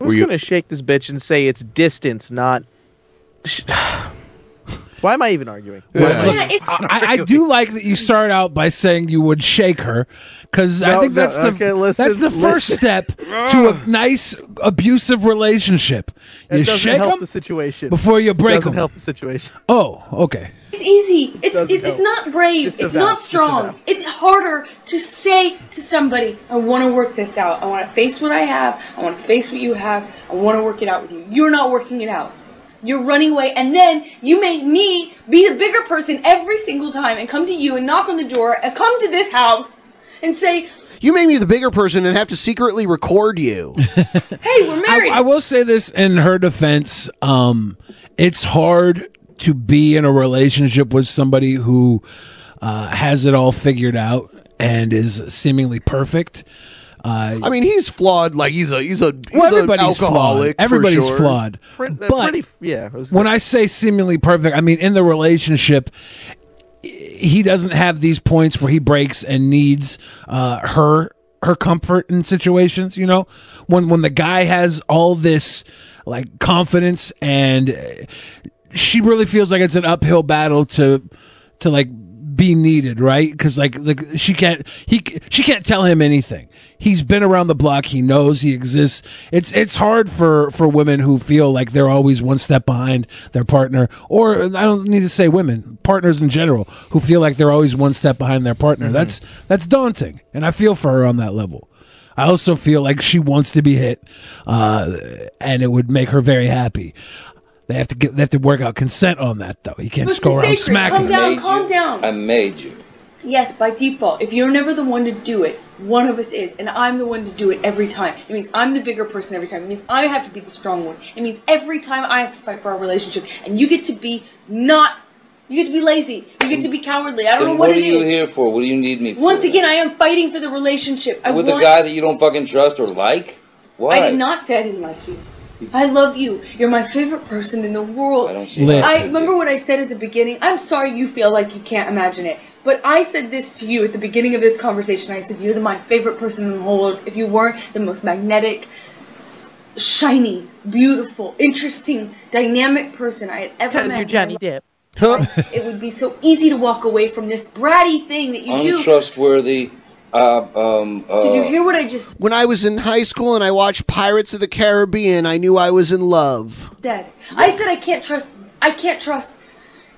S8: I'm just gonna shake this bitch and say it's distance, not. Why am I even arguing?
S5: Look, I, I do like that you start out by saying you would shake her because I
S8: No,
S5: think
S8: no,
S5: that's the
S8: okay, listen,
S5: that's the first
S8: listen.
S5: step to a nice abusive relationship.
S8: It
S5: you
S8: doesn't
S5: shake
S8: help
S5: them
S8: the situation
S5: before you
S8: It
S5: break
S8: doesn't
S5: them.
S8: Help the situation.
S5: Oh, okay.
S11: It's easy. It's
S8: doesn't
S11: it's, it's
S8: help.
S11: not brave.
S8: Disavow.
S11: It's not strong. It's harder to say to somebody, "I want to work this out. I want to face what I have. I want to face what you have. I want to work it out with you." You're not working it out. You're running away, and then you make me be the bigger person every single time, and come to you and knock on the door, and come to this house, and say,
S7: You made me the bigger person and have to secretly record you.
S11: "Hey, we're married."
S5: I will say this in her defense. Um, it's hard to be in a relationship with somebody who uh, has it all figured out and is seemingly perfect. Uh,
S7: I mean, he's flawed. Like he's a he's a he's
S5: Well,
S7: an
S5: everybody's flawed.
S7: alcoholic. for
S5: Everybody's
S7: sure.
S5: flawed.
S8: Pretty,
S5: But-
S8: pretty, yeah. I was-
S5: when I say seemingly perfect, I mean in the relationship, he doesn't have these points where he breaks and needs uh, her her comfort in situations. You know, when when the guy has all this like confidence and uh, she really feels like it's an uphill battle to to like be needed right because like like she can't he c- she can't tell him anything he's been around the block he knows he exists it's it's hard for for women who feel like they're always one step behind their partner or i don't need to say women partners in general who feel like they're always one step behind their partner that's that's daunting and i feel for her on that level I also feel like she wants to be hit, uh, and it would make her very happy. They have to get, they have to work out consent on that though. You can't
S11: It's
S5: just go
S11: supposed to be
S5: around
S11: sacred. Calm
S5: smacking.
S11: down.
S5: her.
S11: Calm down.
S3: I made you.
S11: Yes, by default. If you're never the one to do it, one of us is, and I'm the one to do it every time. It means I'm the bigger person every time. It means I have to be the strong one. It means every time I have to fight for our relationship, and you get to be not, you get to be lazy, you get to be cowardly. I don't
S3: Then
S11: know what,
S3: are
S11: it
S3: you
S11: is.
S3: here for? What do you need me for?
S11: Once again, I am fighting for the relationship. I
S3: With
S11: want.
S3: a guy that you don't fucking trust or like? Why?
S11: I did not say I didn't like you. I love you. You're my favorite person in the world. I don't
S3: see how Lit. that could
S11: remember what I said at the beginning. I'm sorry you feel like you can't imagine it, but I said this to you at the beginning of this conversation. I said you're the my favorite person in the whole world. If you weren't the most magnetic, s- shiny, beautiful, interesting, dynamic person I had ever
S8: Because
S11: met,
S8: you're Johnny Depp.
S11: it would be so easy to walk away from this bratty thing that you do.
S3: Untrustworthy. Uh, um, uh,
S11: Did you hear what I just
S7: When I was in high school and I watched Pirates of the Caribbean, I knew I was in love.
S11: dead. I said I can't trust. I can't trust.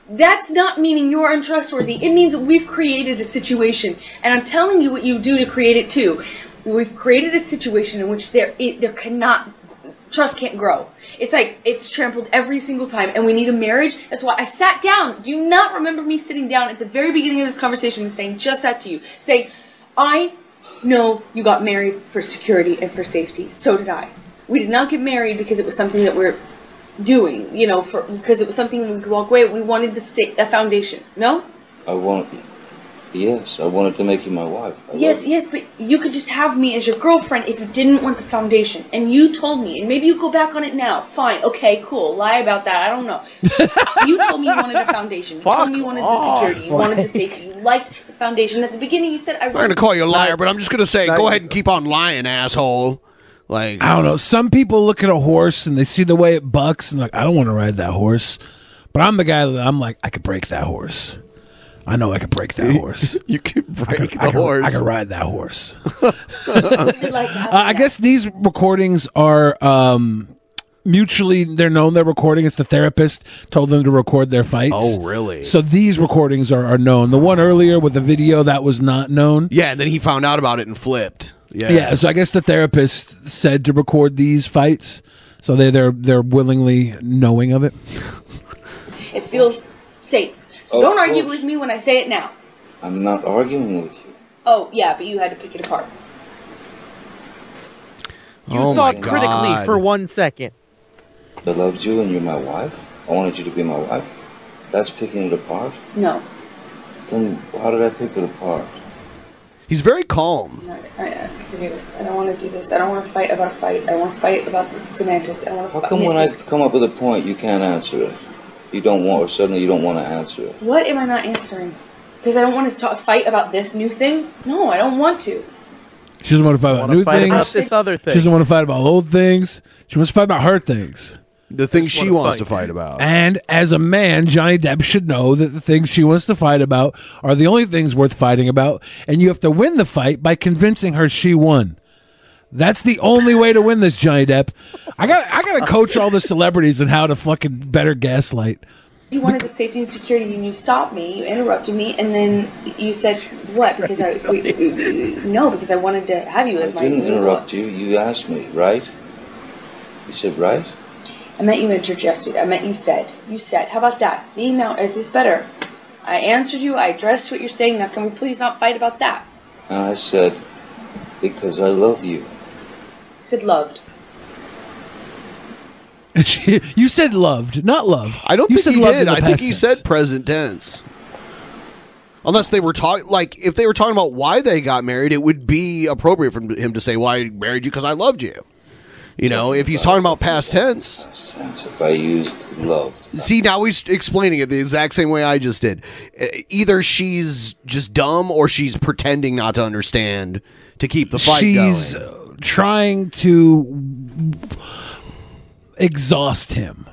S11: That's not meaning you're untrustworthy. It means that we've created a situation, and I'm telling you what you do to create it too. We've created a situation in which there it, there cannot trust can't grow. It's like it's trampled every single time, and we need a marriage. That's why I sat down. Do you not remember me sitting down at the very beginning of this conversation and saying just that to you? Saying, I know you got married for security and for safety. So did I. We did not get married because it was something that we're doing, you know, for because it was something we could walk away. We wanted the state, a foundation. No.
S22: uh,
S3: I want. Yes, I wanted to make you my wife. I
S11: Yes, yes, but you could just have me as your girlfriend if you didn't want the foundation. And you told me, and maybe you go back on it now. Fine, okay, cool. Lie about that. I don't know. you told me you wanted a foundation. You told me you wanted
S7: off,
S11: the security. You wanted the safety. You liked the foundation. At the beginning, you said, I
S7: I'm not gonna call you a liar, but I'm just gonna say, go ahead and keep on lying, asshole. Like
S5: I don't know. Some people look at a horse and they see the way it bucks and like, I don't want to ride that horse. But I'm the guy that I'm like, I could break that horse. I know I could break that horse.
S7: you could break
S5: the horse. I could ride that horse. Uh, I guess these recordings are um, mutually. They're known they're recording. It's the therapist told them to record their fights.
S7: Oh, really?
S5: So these recordings are, are known. The one earlier with the video that was not known.
S7: Yeah, and then he found out about it and flipped. Yeah.
S5: Yeah. so I guess the therapist said to record these fights, so they they're they're willingly knowing of it.
S11: It feels safe. So
S3: Of
S11: don't argue
S3: course.
S11: with me when I say it now.
S3: I'm not arguing with you.
S11: Oh, yeah, but you had to pick it apart.
S8: You
S3: Oh my
S8: thought critically
S3: God.
S8: for one second.
S3: I loved you and you're my wife. I wanted you to be my wife. That's picking it apart.
S11: No.
S3: Then how did I pick it apart?
S7: He's very calm.
S11: I, I, forget it. I don't want to do this. I don't want to fight about a fight. I want to fight about the semantics. I want to
S3: How come when I come up with a point, you can't answer it? You don't want, or suddenly you don't want to answer it.
S11: What am I not answering? Because I don't want to ta- fight about this new thing. No, I don't want to.
S5: She doesn't want to fight about new
S8: fight
S5: things.
S8: about this other
S5: She doesn't want to fight about old things. She wants to fight about her things.
S7: The thing she wants to fight about.
S5: And as a man, Johnny Depp should know that the things she wants to fight about are the only things worth fighting about, and you have to win the fight by convincing her she won. That's the only way to win this, Johnny Depp. I got I got to coach all the celebrities on how to fucking better gaslight.
S11: You wanted the safety and security, and you stopped me. You interrupted me, and then you said, "What?" Because I we, we- we- no, because I wanted to have you as
S3: I
S11: my.
S3: didn't
S11: legal-
S3: interrupt you. You asked me, right? You said, right?
S11: I meant you interjected. I meant you said. You said. How about that? See now, is this better? I answered you. I addressed what you're saying. Now, can we please not fight about that?
S3: And I said, because I love you.
S11: You said loved.
S5: She- you said loved, not loved.
S7: I don't
S5: you
S7: think
S5: said
S7: he
S5: loved in
S7: did.
S5: the
S7: I think
S5: past
S7: he
S5: tense.
S7: said present tense. Unless they were talking, like if they were talking about why they got married, it would be appropriate for him to say, "Why I married you? Because I loved you." You know, if he's talking about past tense.
S3: Sense if I used loved.
S7: See, now he's explaining it the exact same way I just did. E- Either she's just dumb or she's pretending not to understand to keep the fight
S5: She's
S7: going.
S5: uh, trying to exhaust him.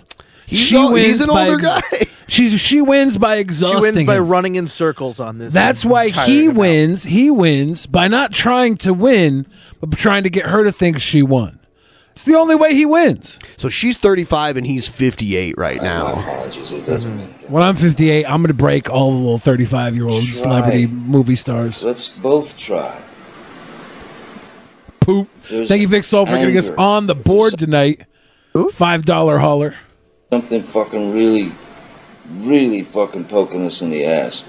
S7: He's al- he's an older
S5: by, guy. She's she wins by exhausting.
S8: She wins by
S5: him.
S8: running in circles on this.
S5: That's why
S8: entire
S5: he wins. He wins by not trying to win, but trying to get her to think she won. It's the only way he wins.
S7: So she's 35 and he's 58 right now.
S3: It doesn't mean.
S5: When I'm 58, I'm going to break all the little 35 year old celebrity movie stars.
S3: Let's both try.
S5: Poop.
S3: There's
S5: Thank you, Vic Soul, for getting us
S3: anger.
S5: on the board tonight. Five dollar hauler.
S3: Something fucking really, really fucking poking us in the ass.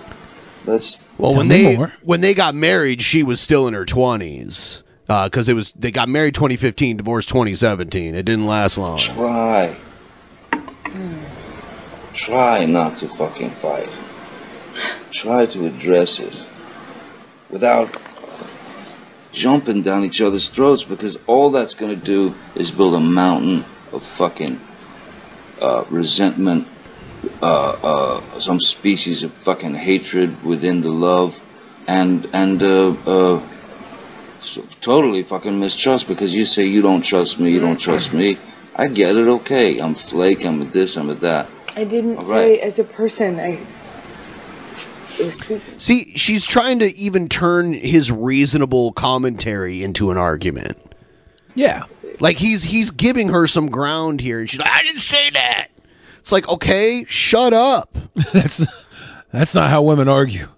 S3: Let's.
S7: Well, when they when they got married, she was still in her twenties because it was they got married 2015, divorced 2017. It didn't last long.
S3: Try. Try not to fucking fight. Try to address it without jumping down each other's throats because all that's going to do is build a mountain of fucking uh, resentment, uh, uh, some species of fucking hatred within the love, and and uh, uh, so- totally fucking mistrust because you say you don't trust me, you don't trust me. I get it, okay. I'm flake, I'm a this, I'm a that.
S11: I didn't
S3: All
S11: say
S3: right.
S11: as a person. I. It was speaking.
S7: See, she's trying to even turn his reasonable commentary into an argument.
S5: Yeah,
S7: like he's he's giving her some ground here, and she's like, "I didn't say that." It's like, okay, shut up.
S5: that's that's not how women argue.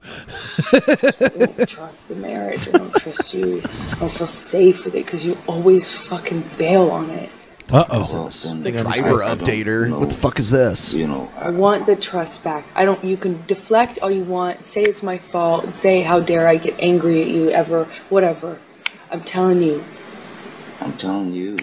S11: trust the marriage. I don't trust you. I don't feel safe with it because you always fucking bail on it.
S5: Uh
S7: The driver updater. What the fuck is this?
S3: You know,
S11: I want the trust back. I don't. You can deflect all you want. Say it's my fault. Say how dare I get angry at you ever. Whatever. I'm telling you.
S3: I'm telling you.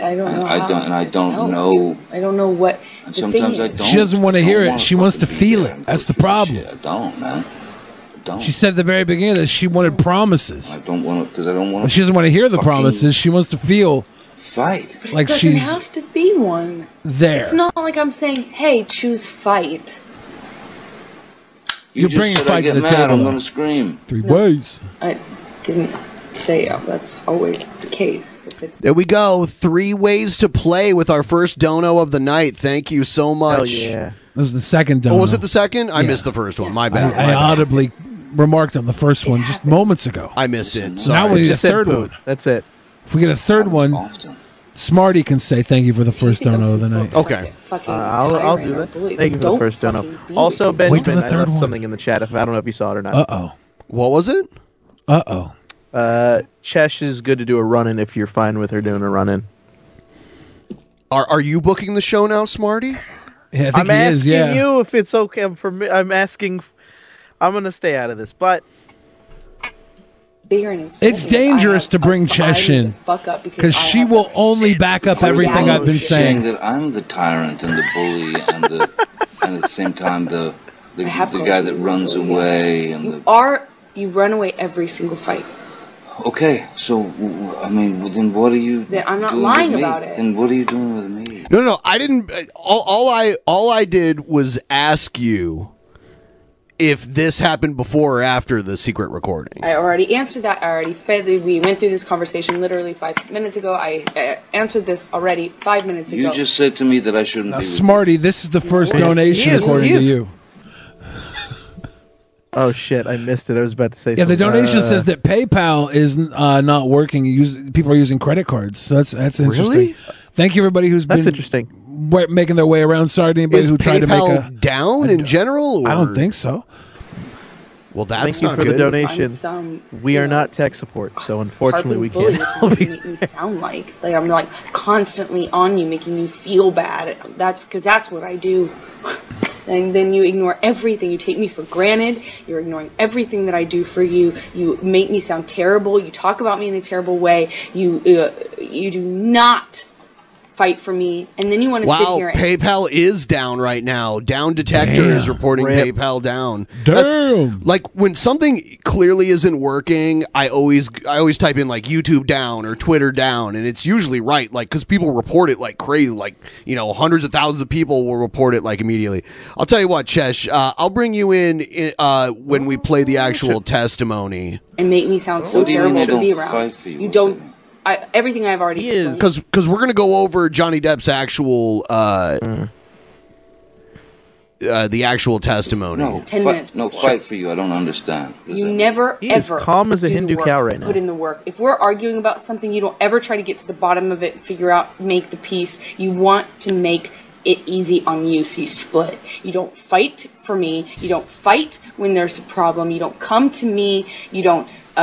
S11: I don't
S3: And
S11: know.
S3: I
S11: how
S3: don't- and I
S11: to
S3: don't
S11: help
S3: know-
S11: you. I don't know what. the
S3: sometimes
S11: thing
S3: I
S11: is.
S3: don't.
S5: She doesn't want to
S3: don't
S5: hear it.
S3: wanna
S5: She wants to
S3: fucking be
S5: feel
S3: there
S5: it. That's the problem.
S3: I don't, man. I don't.
S5: She said at the very beginning that she wanted promises.
S3: I don't want to because I don't want
S5: But she doesn't want to hear the promises. She wants to feel
S3: fight.
S11: But it
S5: Like
S11: doesn't
S5: she's
S11: have to be one.
S5: there.
S11: It's not like I'm saying, "Hey, choose fight."
S3: You
S5: You're
S3: just
S5: bringing
S3: said
S5: fight
S3: I
S5: to
S3: get
S5: the
S3: mad,
S5: table.
S3: I'm gonna scream.
S5: Three ways.
S11: I didn't say oh, that's always the case. I said
S7: There we go. Three ways to play with our first dono of the night. Thank you so much.
S5: That was the second
S7: Oh,
S5: dono.
S7: was it the second? I
S5: Yeah.
S7: missed the first one. My bad.
S5: I, I audibly remarked on the first one just moments ago.
S7: I missed it.
S5: Now we need a
S8: Just said
S5: third one.
S8: poop. That's it.
S5: If we get a third one, Smarty can say thank you for the first
S8: think I'm
S5: dono of the night.
S7: Okay.
S8: Uh, I'll, I'll do that.
S11: believe
S8: Thank you
S11: it.
S8: for the
S11: Don't
S8: first dono.
S11: fucking beat
S8: Also,
S11: it. Wait till
S8: Benjamin,
S11: the
S8: I
S11: third
S8: left
S11: one.
S8: something in the chat. If I don't know if you saw it or not.
S5: Uh-oh.
S7: What was it?
S5: Uh oh.
S8: Uh, Chesh is good to do a run in if you're fine with her doing a run in.
S7: Are are you booking the show now, Smarty?
S5: Yeah,
S8: I'm asking you if it's okay for me. I'm asking. I'm gonna stay out of this, but
S11: they are an insult.
S5: It's dangerous to bring Chesh
S11: need to
S5: in
S11: fuck up because
S5: because
S11: I
S5: she
S11: have
S5: will only back up everything I've been
S3: She's saying
S5: saying.
S3: that I'm the tyrant and the bully and the and at the same time the the, the guy that runs away and the
S11: You are you run away every single fight.
S3: okay. So w- w- I mean, well, then what are you?
S11: Then I'm not
S3: doing
S11: lying
S3: with me?
S11: about it.
S3: Then what are you doing with me?
S7: No, no, no. I didn't. All, all I all I did was ask you if this happened before or after the secret recording.
S11: I already answered that. I already sped. We went through this conversation literally five minutes ago. I uh, answered this already five minutes ago.
S3: You just said to me that I shouldn't
S5: Now,
S3: be.
S5: Smarty, this is the first
S3: Yes,
S5: donation
S3: he is,
S5: according to
S3: he is.
S5: you.
S8: Oh shit! I missed it. I was about to say.
S5: Yeah, the
S8: something.
S5: donation
S8: Uh,
S5: says that PayPal is uh, not working. Use, people are using credit cards. So that's that's interesting.
S7: Really?
S5: Thank you, everybody who's
S7: That's
S5: been interesting. making their way around. Sorry to anybody
S7: Is
S5: who tried to
S7: PayPal
S5: make a
S7: down in general?
S5: I don't
S7: or-
S5: think so.
S7: Well, that's
S8: Thank you
S7: not
S8: for
S7: good.
S8: the donation.
S11: some,
S8: we are not tech support, so unfortunately
S11: Harvey
S8: we
S11: Bully,
S8: can't.
S11: which is what you make me sound like. Like I'm like constantly on you, making you feel bad. That's because that's what I do. And then you ignore everything. You take me for granted. You're ignoring everything that I do for you. You make me sound terrible. You talk about me in a terrible way. You uh, you do not fight for me. And then you want to sit
S7: Wow,
S11: here. and
S7: PayPal is down right now. Down Detector is reporting
S5: Rip.
S7: PayPal down. Damn. like when something clearly isn't working, I always I always type in like YouTube down or Twitter down, and it's usually right. Like because people report it like crazy. Like you know, hundreds of thousands of people will report it like immediately. I'll tell you what, Chesh, uh, I'll bring you in i- uh, when we play
S11: Oh,
S7: the actual testimony.
S11: and make me sound so
S7: What do you mean they
S11: terrible to be
S7: don't
S11: around.
S7: fight for you?
S11: You don't. I, everything I've already explained.
S7: because because we're gonna go over Johnny Depp's actual uh, uh the actual testimony.
S3: No,
S11: Ten
S3: fight,
S11: minutes
S3: no
S11: before.
S3: fight for you. I don't understand. What does
S11: You
S3: that mean?
S11: never
S3: He is
S11: ever
S3: calm as a
S11: do the
S3: Hindu
S11: work,
S3: cow right now.
S11: Put in the work. If we're arguing about something, you don't ever try to get to the bottom of it, figure out, make the peace. You want to make it easy on you, so you split. You don't fight for me. You don't fight when there's a problem. You don't come to me. You don't uh,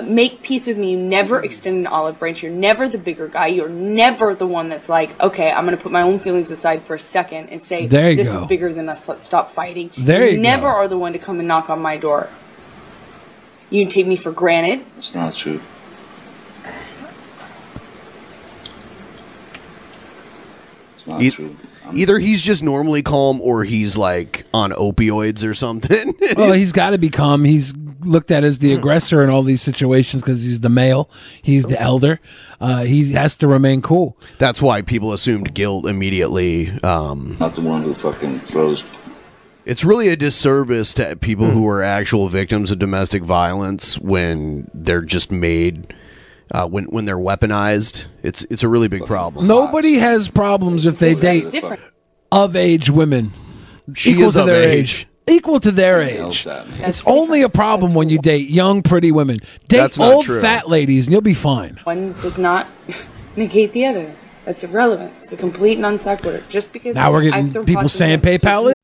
S11: uh, make peace with me. You never extend an olive branch. You're never the bigger guy. You're never the one that's like, okay, I'm going to put my own feelings aside for a second and say,
S5: There you
S11: this
S5: go.
S11: is bigger than us. Let's stop fighting.
S5: There you go.
S11: never are the one to come and knock on my door. You take me for granted.
S3: It's not true. It's not
S7: E-
S3: true.
S7: Either he's just normally calm or he's like on opioids or something.
S5: well, he's got to be calm. He's looked at as the aggressor in all these situations because he's the male, he's the elder. Uh, he has to remain cool.
S7: That's why people assumed guilt immediately. Um,
S3: Not the one who fucking throws. Hmm.
S7: It's really a disservice to people who are actual victims of domestic violence when they're just made uh, when when they're weaponized. It's it's a really big problem.
S5: Nobody has problems if they
S7: That's
S5: date
S7: different.
S5: of age women.
S7: She is of age.
S5: Equal to their age. It's only a problem when you date young, pretty women. Date
S7: That's not
S5: old,
S7: true.
S5: fat ladies, and you'll be fine.
S11: One does not negate the other. That's irrelevant. It's a complete non sequitur. Just because
S14: Now we're getting
S11: I've thrown
S14: people
S11: pots in
S14: saying
S11: the pan
S14: PayPal
S11: doesn't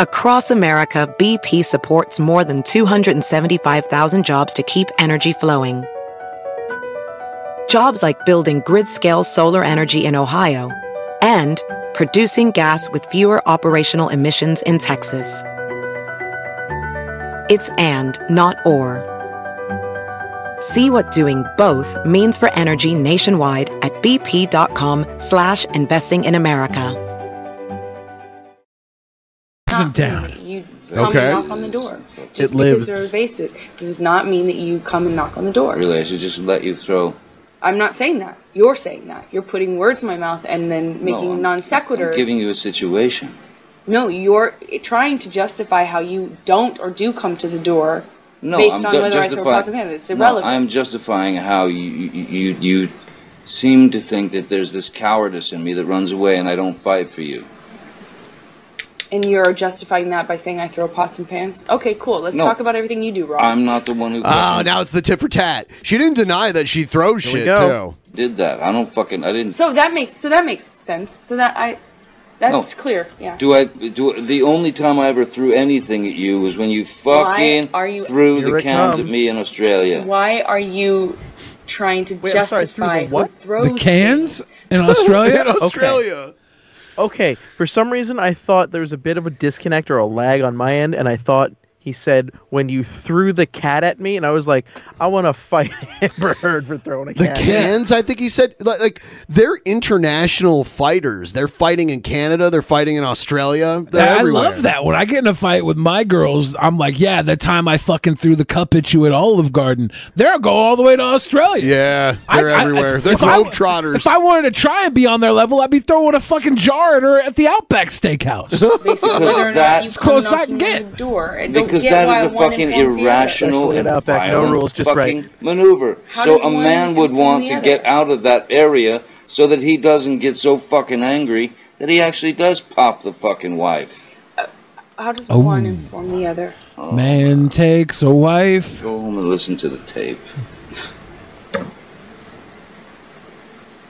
S14: Across America, BP supports more than 275,000 jobs to keep energy flowing. Jobs like building grid scale solar energy in Ohio and producing gas with fewer operational emissions in Texas. It's and, not or. See what doing both means for energy nationwide at bp.com slash investing in America.
S5: Isn't down.
S11: You come
S5: Okay.
S11: and knock on the door. Just because
S3: lives.
S11: there are vases does not mean that you come and knock on the door.
S3: Really, I should just let you throw.
S11: I'm not saying that. You're saying that. You're putting words in my mouth and then making
S3: I'm-
S11: non
S3: I'm
S11: sequiturs.
S3: giving you a situation.
S11: No, you're trying to justify how you don't or do come to the door
S3: No,
S11: based
S3: I'm
S11: on
S3: ju-
S11: whether I throw
S3: justifying.
S11: pots of hand. It's irrelevant.
S3: No, I'm justifying how you, you you you seem to think that there's this cowardice in me that runs away and I don't fight for you.
S11: and you're justifying that by saying I throw pots and pans. Okay, cool. Let's
S3: No.
S11: talk about everything you do wrong.
S3: I'm not the one who.
S7: Oh, now it's the tit for tat. She didn't deny that she throws
S3: Here we
S7: shit
S3: go.
S7: too.
S3: Did that? I don't fucking. I didn't.
S11: so that makes so that makes sense. So that I that's
S3: No.
S11: clear. Yeah.
S3: Do I do the only time I ever threw anything at you was when you
S11: Why
S3: fucking
S11: are you-
S3: threw
S11: Here
S3: the
S11: it
S3: cans
S11: comes.
S3: at me in Australia?
S11: Why are you trying to
S3: Wait, I'm sorry, through
S11: justify
S3: the what?
S11: who throws
S5: cans in
S7: In Australia.
S8: Okay. For some reason, I thought there was a bit of a disconnect or a lag on my end, and I thought He said, "When you threw the cat at me," and I was like, "I want to fight Amber Heard for throwing a
S7: The
S8: cat."
S7: cans, I think he said, like, like they're international fighters. They're fighting in Canada. They're fighting in Australia. They're
S5: I
S7: everywhere.
S5: love that. When I get in a fight with my girls, I'm like, yeah, that time I fucking threw the cup at you at Olive Garden. There I go all the way to Australia.
S7: Yeah, they're everywhere. They're
S5: if I-
S7: globetrotters.
S5: If I wanted to try and be on their level, I'd be throwing a fucking jar at her at the Outback Steakhouse.
S11: Basically, whether or not you
S5: That's
S11: come
S5: close I can
S11: knocking
S5: get.
S11: on the door. I don't
S3: Because
S11: get why
S3: that is a
S11: one
S3: fucking
S11: informs the other.
S3: irrational and
S8: Outback, no
S3: violent
S8: rules, just
S3: fucking
S8: right.
S3: maneuver.
S11: How
S3: so
S11: does
S3: a
S11: one
S3: man would
S11: inform
S3: want
S11: the
S3: to
S11: other?
S3: get out of that area so that he doesn't get so fucking angry that he actually does pop the fucking wife.
S11: How does
S5: Oh.
S11: one inform the other?
S7: Oh,
S5: Man takes a wife.
S3: Go home and listen to the tape.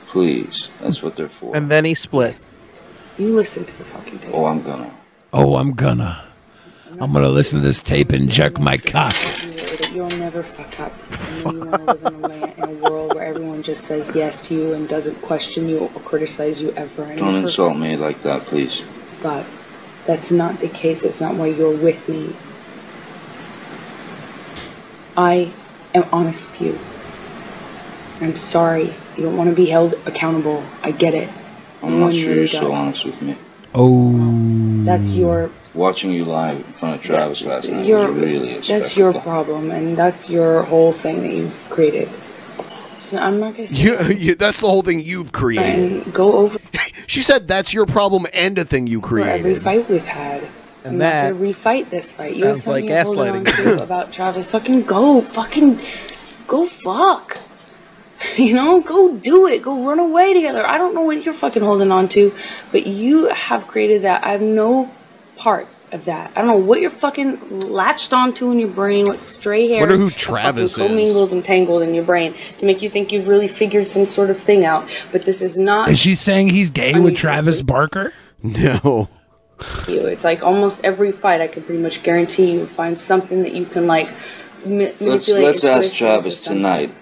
S3: Please, that's what they're for.
S8: And then he splits.
S11: You listen to the fucking tape.
S3: Oh, I'm gonna.
S5: Oh, I'm gonna. I'm gonna listen to this tape and jerk my cock.
S11: That you'll never fuck up. And you want to live in a, land, in a world where everyone just says yes to you and doesn't question you or criticize you ever. And
S3: Don't
S11: ever.
S3: insult me like that, please.
S11: But that's not the case. That's not why you're with me. I am honest with you. I'm sorry. You don't want to be held accountable. I get it. Mm,
S3: I'm
S11: No
S3: not
S11: one
S3: sure
S11: really
S3: you're so
S11: does.
S3: honest with me.
S5: Oh.
S11: That's your
S3: Watching you live in front of Travis last night
S11: your
S3: was really
S11: that's your problem, and that's your whole thing that you've created. So I'm not gonna say
S7: You, you, that's the whole thing you've created.
S11: And go over.
S7: she said that's your problem and a thing you
S11: for every
S7: created.
S11: fight we've had.
S7: And
S11: I'm
S7: that
S11: not gonna refight this fight. You have
S7: sounds like
S11: something you're holding on
S7: gaslighting.
S11: to about Travis. Fucking go, fucking go, fuck. You know, go do it. Go run away together. I don't know what you're fucking holding on to, but you have created that. I have no part of that. I don't know what you're fucking latched onto in your brain. What stray hairs?
S7: Wonder who
S11: are fucking
S7: Travis is.
S11: Commingled and tangled in your brain to make you think you've really figured some sort of thing out. But this is not.
S5: Is she saying he's gay with Travis Barker?
S7: No.
S11: you. It's like almost every fight, I can pretty much guarantee you find something that you can like ma- manipulate.
S3: Let's
S11: and
S3: let's ask
S11: twist into
S3: Travis
S11: something.
S3: tonight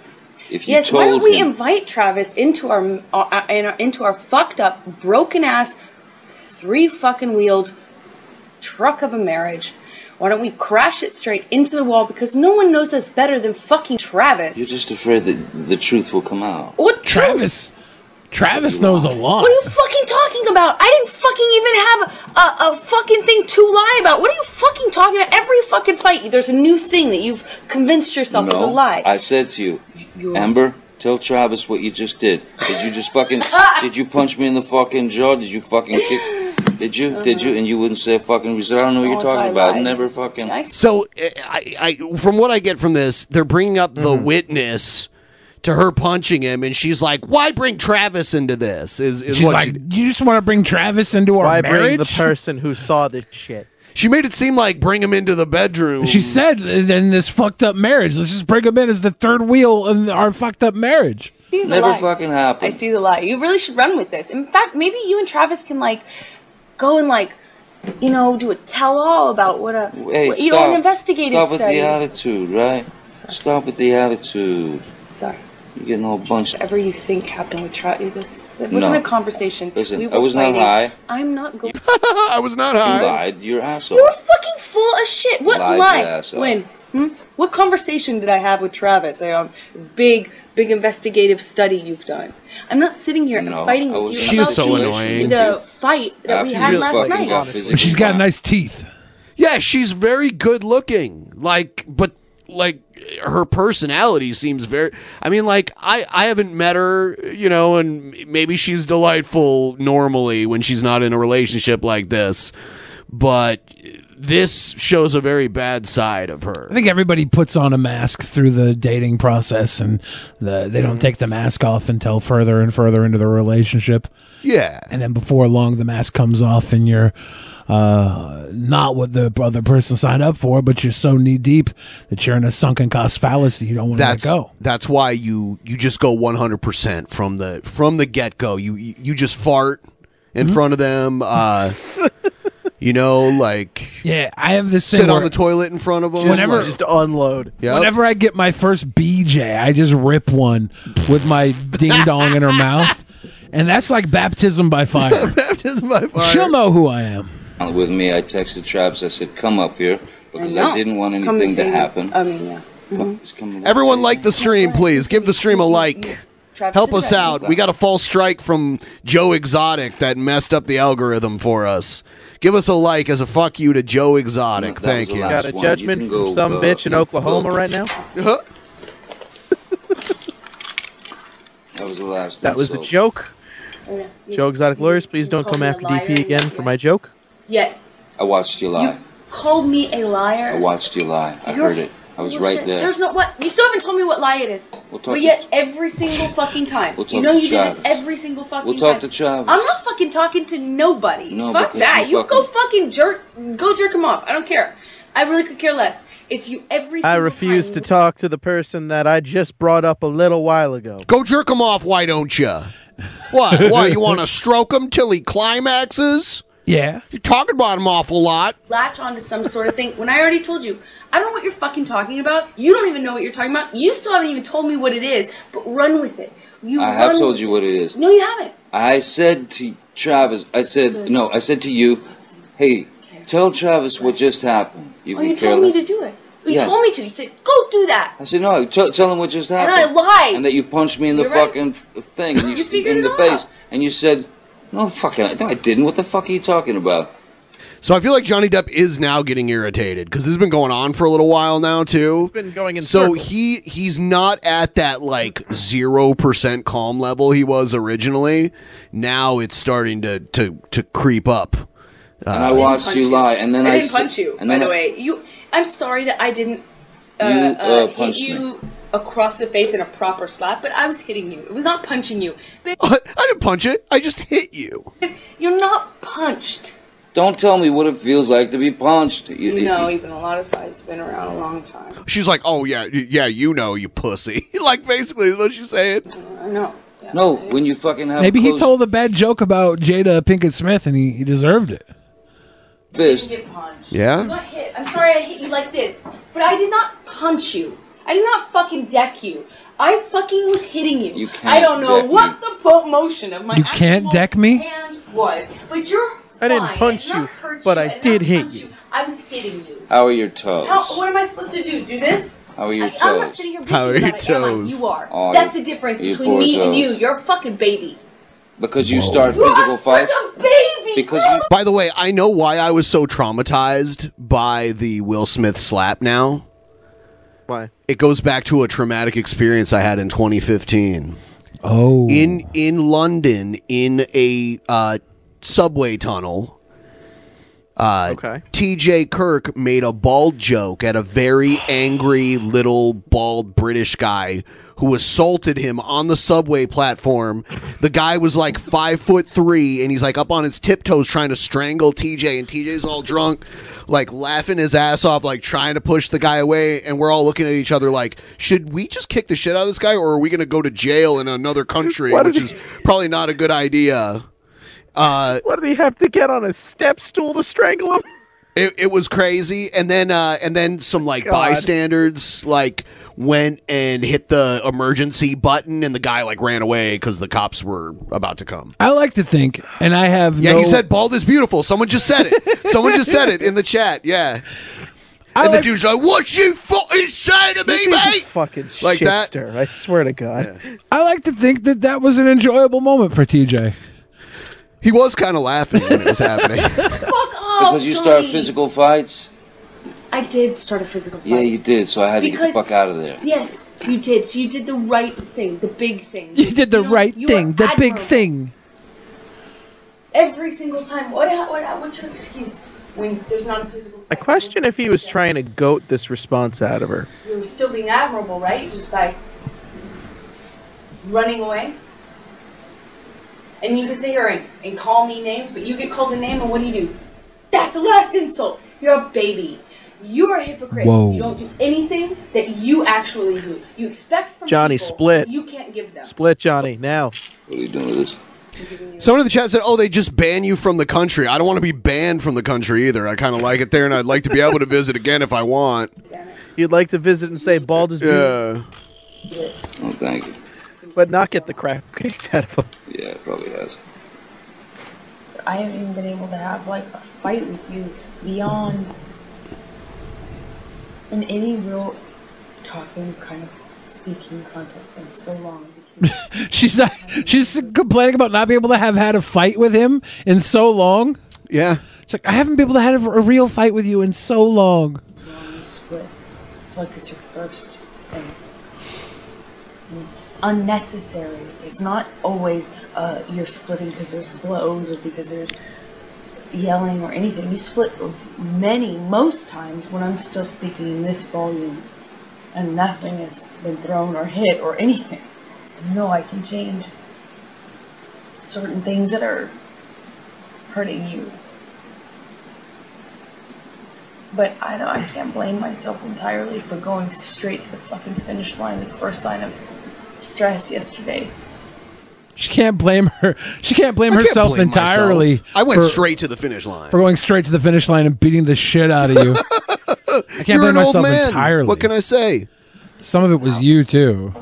S3: if you
S11: Yes,
S3: told
S11: why don't we
S3: him
S11: invite Travis into our, uh, uh, in our into our fucked up, broken ass, three fucking wheeled truck of a marriage? Why don't we crash it straight into the wall? Because no one knows us better than fucking Travis.
S3: you're just afraid that the truth will come out.
S11: What
S5: Travis? Travis knows a lot.
S11: What are you fucking talking about? I didn't fucking even have a, a, a fucking thing to lie about. What are you fucking talking about? Every fucking fight, there's a new thing that you've convinced yourself is a
S3: No,
S11: lie.
S3: I said to you,
S11: You're-
S3: Amber, tell Travis what you just did. Did you just fucking? did you punch me in the fucking jaw? Did you fucking kick? Did you? Did
S11: Uh-huh.
S3: you? And you wouldn't say a fucking. You said, I don't know what
S11: Oh,
S3: you're
S7: Also,
S3: talking
S7: I
S3: about.
S7: lied.
S3: Never fucking.
S7: So, eh, I, I, from what I get from this, they're bringing up the witness to her punching him, and she's like, "Why bring Travis into this?" Is, is
S5: She's
S7: what
S5: like,
S7: she,
S5: you just want to bring Travis into our
S7: Why bring
S5: marriage?
S7: the
S8: person who saw this shit?
S7: she made it seem like bring him into the bedroom.
S5: She said in this fucked up marriage, let's just bring him in as the third wheel in our fucked up marriage.
S11: See the Never lie.
S3: fucking
S11: I see the lie. You really should run with this. In fact, maybe you and Travis can like go and like, you know, do a tell-all about what a
S3: Hey,
S11: what-
S3: stop.
S11: you know an investigative
S3: Stop with
S11: study.
S3: the attitude, right? Stop with the attitude.
S11: Sorry.
S3: You're getting all bunched.
S11: Whatever you think happened with Travis, this that
S3: No.
S11: wasn't a conversation.
S3: Listen,
S11: we were
S3: I was not
S11: fighting.
S3: high.
S11: I'm not going.
S7: I was not high.
S3: You lied. You're an asshole.
S11: You're fucking full of shit. What
S3: Lies
S11: lie?
S3: your ass off.
S11: When? Hmm? What conversation did I have with Travis? I, um, big, big investigative study you've done. I'm not sitting here
S3: No,
S11: and fighting
S3: I
S11: with you
S3: was-
S7: She
S11: about
S7: is so
S11: the,
S7: annoying.
S11: the fight that we
S3: After
S11: had
S3: you
S11: last
S3: fucking
S11: night.
S3: got physically
S5: She's got nice teeth.
S7: Yeah, she's very good looking. Like, but like her personality seems very. I mean, like I I haven't met her, you know, and maybe she's delightful normally when she's not in a relationship like this, but this shows a very bad side of her.
S5: I think everybody puts on a mask through the dating process, and the, they
S7: Mm-hmm.
S5: don't take the mask off until further and further into the relationship.
S7: Yeah.
S5: and then before long, the mask comes off, and you're uh, not what the other person signed up for, but you're so knee deep that you're in a sunken cost fallacy. You don't want to let
S7: That's
S5: go.
S7: that's why you you just go 100% from the from the get-go. You you you just fart
S5: Mm-hmm.
S7: in front of them uh you know like
S5: Yeah, I have this thing
S7: sit on
S5: where-
S7: the toilet in front of them
S5: Whenever-
S7: like-
S8: Just unload.
S7: Yep.
S5: Whenever I get my first BJ, I just rip one with my ding dong in her mouth, and that's like baptism by fire.
S7: baptism by fire.
S5: She'll know who I am.
S3: with me. I texted Travis. I said, "Come up here." because I,
S6: know.
S3: didn't want
S6: Come
S3: anything to
S6: save-
S3: happen.
S6: I mean, yeah. Mhm.
S7: Everyone like the stream, please. Give the stream a like.
S6: Travis
S7: Help
S6: is
S7: us
S6: right.
S7: out. We got a false strike from Joe Exotic that messed up the algorithm for us. Give us a like as a fuck you to Joe Exotic. Thank you.
S8: Got a judgment from some bitch in Oklahoma right now.
S7: Uh-huh.
S3: That was the last.
S8: That was a
S3: insult.
S8: joke.
S11: Oh, yeah. You-
S8: Joe Exotic Lawyers, please
S11: you
S8: don't
S11: called
S8: come
S11: me a
S8: after
S11: liar
S8: DP
S11: and
S8: again
S11: you-
S8: for my joke.
S11: Yet
S3: I watched you lie.
S11: called me a liar.
S3: I watched you lie. I
S11: You're
S3: heard it. I was
S11: Bullshit.
S3: right there.
S11: There's no what you still haven't told me what lie it is.
S3: We'll talk
S11: but yet every single fucking time,
S3: We'll talk
S11: you know
S3: to
S11: you do this
S3: Travis.
S11: every single fucking
S3: We'll talk
S11: time.
S3: to Travis.
S11: I'm not fucking talking to nobody.
S3: Um, No,
S11: Fuck
S3: because
S11: that.
S3: you
S11: You go fucking jerk, go jerk him off. I don't care. I really could care less. It's you every.
S8: I
S11: single
S8: refuse to talk to the person that I just brought up a little while ago.
S7: Go jerk him off, why don't you? What? Why you want to stroke him till he climaxes?
S5: Yeah.
S7: You're talking about him awful lot.
S11: latch onto some sort of thing when I already told you. I don't know what you're fucking talking about. You don't even know what you're talking about. You still haven't even told me what it is. But run with it. You
S3: I
S11: run
S3: have told
S11: with
S3: you what it is.
S11: it. No, you haven't.
S3: I said to Travis, I said, no, I said to you, hey, tell Travis what just happened. You
S11: Oh,
S3: were
S11: you told me
S3: careless.
S11: to do it. You
S3: Yeah.
S11: told me to. You said, go do that.
S3: I said, no, tell, tell him what just
S11: And
S3: happened.
S11: I lied.
S3: And that you punched me in the
S11: You're right.
S3: fucking f thing. And you,
S11: figured
S3: in
S11: it
S3: the face. And you said, no, fucking, no, I didn't. What the fuck are you talking about?
S7: So I feel like Johnny Depp is now getting irritated because this has been going on for a little while now too. It's
S8: been going in
S7: So
S8: circles.
S7: he he's not at that like zero percent calm level he was originally. Now it's starting to to to creep up.
S11: Uh,
S7: Uh,
S3: And I watched you lie. And then I,
S11: I didn't
S3: said-
S11: punch you,
S3: and
S11: by
S3: then
S11: the
S3: I-
S11: way. You, I'm sorry that I didn't uh,
S3: You,
S11: uh,
S3: uh,
S11: hit
S3: punched
S11: you across the face in a proper slap, but I was hitting you. It was not punching you. But
S7: I didn't punch it. I just hit you.
S11: You're not punched.
S3: Don't tell me what it feels like to be punched. You-
S11: You
S3: you-
S11: know, even a lot of fights been around a long time.
S7: She's like, oh yeah, y- yeah, you know, you pussy. like basically is what she's saying.
S11: I know.
S3: No, when you fucking have
S5: Maybe
S3: a
S5: he
S3: closed
S5: told a bad joke about Jada Pinkett Smith and he, he deserved it.
S3: fist.
S11: I got hit. I'm sorry I hit you like this, but I did not punch you. I did not fucking deck you. I fucking was hitting you.
S5: You can't
S11: I don't know
S5: deck
S11: what the po- motion of my
S5: You can't deck me?
S11: hand was, but you're.
S8: I didn't
S11: fine.
S8: punch
S11: I did
S8: you,
S11: not hurt
S3: but
S11: you.
S3: I
S11: did
S3: did
S11: not
S3: hit
S11: punch you. I was hitting you.
S3: How are your toes?
S11: How, what am I supposed to do? Do this?
S3: Oh, How are your
S11: I, am not
S3: toes?
S11: sitting here bitching
S3: How are
S11: about
S3: your
S11: it, am I?
S3: toes?
S11: You are.
S3: Oh,
S11: That's the
S3: your-
S11: difference
S3: your
S11: between
S3: poor
S11: me and
S3: toes.
S11: you. You're a fucking baby.
S3: Because you start
S11: You
S3: physical
S11: are such
S3: fights.
S11: a baby.
S3: Because
S11: bro.
S3: you
S7: By the way, I know why I was so traumatized by the Will Smith slap now.
S8: Why?
S7: It goes back to a traumatic experience I had in 2015.
S5: Oh.
S7: In in London in a uh, subway tunnel. Uh, TJ Kirk made a bald joke at a very angry little bald British guy who assaulted him on the subway platform. The guy was like five foot three and he's like up on his tiptoes trying to strangle TJ. And TJ's all drunk, like laughing his ass off, like trying to push the guy away. And we're all looking at each other like, should we just kick the shit out of this guy or are we going to go to jail in another country, which is probably not a good idea? Uh,
S8: what did he have to get on a step stool to strangle him?
S7: It, it was crazy, and then uh, and then some like
S8: God.
S7: bystanders like went and hit the emergency button, and the guy like ran away because the cops were about to come.
S5: I like to think, and I have
S7: Yeah,
S5: no.
S7: he said bald is beautiful. Someone just said it. Someone just said it in the chat. Yeah. and the dude's like, "What you fucking say to me, mate?"
S8: Fucking
S7: Like that.
S8: shitster, I swear to God.
S5: I like to think that that was an enjoyable moment for TJ.
S7: He was kind of laughing when it was happening.
S11: Oh,
S3: because you start
S11: Johnny.
S3: physical fights.
S11: I did start a physical fight.
S3: Yeah, you did. So I had to get
S11: Because-
S3: the fuck out of there.
S11: Yes, you did. So you did the right thing, the big thing.
S5: You did the
S11: know,
S5: right
S11: you
S5: thing,
S11: are
S5: the big
S11: admirable.
S5: thing.
S11: Every single time. What, what? What's your excuse when there's not a physical?
S8: I question if he was trying to goat this response out of her.
S11: You're still being admirable, right? Just by running away. And you can sit here and, and call me names, but you get called a name, and what do you do? That's the last insult. You're a baby. You're a hypocrite.
S8: Whoa.
S11: You don't do anything that you actually do. You expect from
S8: Johnny,
S11: people
S8: split.
S11: You can't give them.
S8: Split Johnny now.
S3: What are you doing with this?
S7: Someone in the chat said, "Oh, they just ban you from the country." I don't want to be banned from the country either. I kind of like it there, and I'd like to be able to visit again if I want.
S8: You'd like to visit and say bald is
S7: beautiful.
S3: Oh, thank you.
S8: But not get the crap kicked out of him.
S3: Yeah, it probably has.
S6: I haven't even been able to have like a fight with you beyond
S11: in any real talking kind of speaking context in so long.
S5: She's not, she's complaining about not being able to have had a fight with him in so long.
S7: Yeah.
S5: It's like I haven't been able to have a real fight with you in so long.
S11: You split. I feel like it's your first thing. And it's unnecessary. It's not always uh, you're splitting because there's blows or because there's yelling or anything. You split of many, most times when I'm still speaking in this volume and nothing has been thrown or hit or anything. I know I can change certain things that are hurting you. But I know I can't blame myself entirely for going straight to the fucking finish line, the first sign of stress yesterday.
S5: She can't blame her. She can't blame herself
S7: blame
S5: entirely.
S7: myself. I went
S5: for-
S7: straight to the finish line.
S5: for going straight to the finish line and beating the shit out of you. I can't
S7: You're
S5: blame
S7: an old
S5: myself
S7: man.
S5: entirely.
S7: What can I say?
S5: Some of it was you too.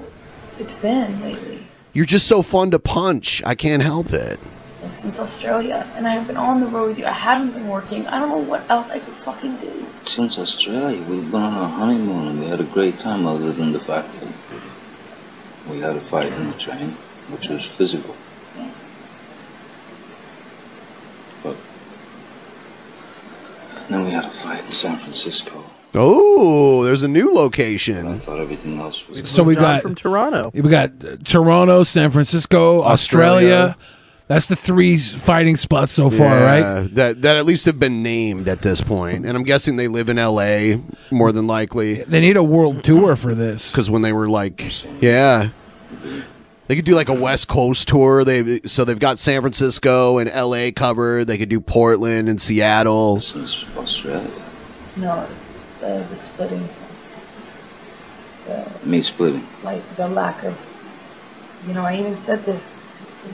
S11: It's been lately,
S7: You're just so fun to punch. I can't help it.
S11: like, since Australia, and I've been on the road with you. I haven't been working. I don't know what else I could fucking do.
S22: Since Australia, we've been on our honeymoon and we had a great time other than the fact that we had a fight in the train, which was physical. But then we had a fight in San Francisco.
S7: Oh, there's a new location. I
S22: thought everything else was.
S5: So we got
S8: Toronto.
S5: We got uh, Toronto, San Francisco, Australia.
S7: Australia.
S5: That's the three s- fighting spots so far, right?
S7: That that at least have been named at this point, and I'm guessing they live in L.A. more than likely.
S5: They need a world tour for this
S7: because when they were like, yeah, they could do like a West Coast tour. They so they've got San Francisco and L.A. covered. They could do Portland and Seattle.
S22: Australia.
S11: No, the, the splitting, the,
S22: Me splitting.
S11: like the lack of, you know, I even said this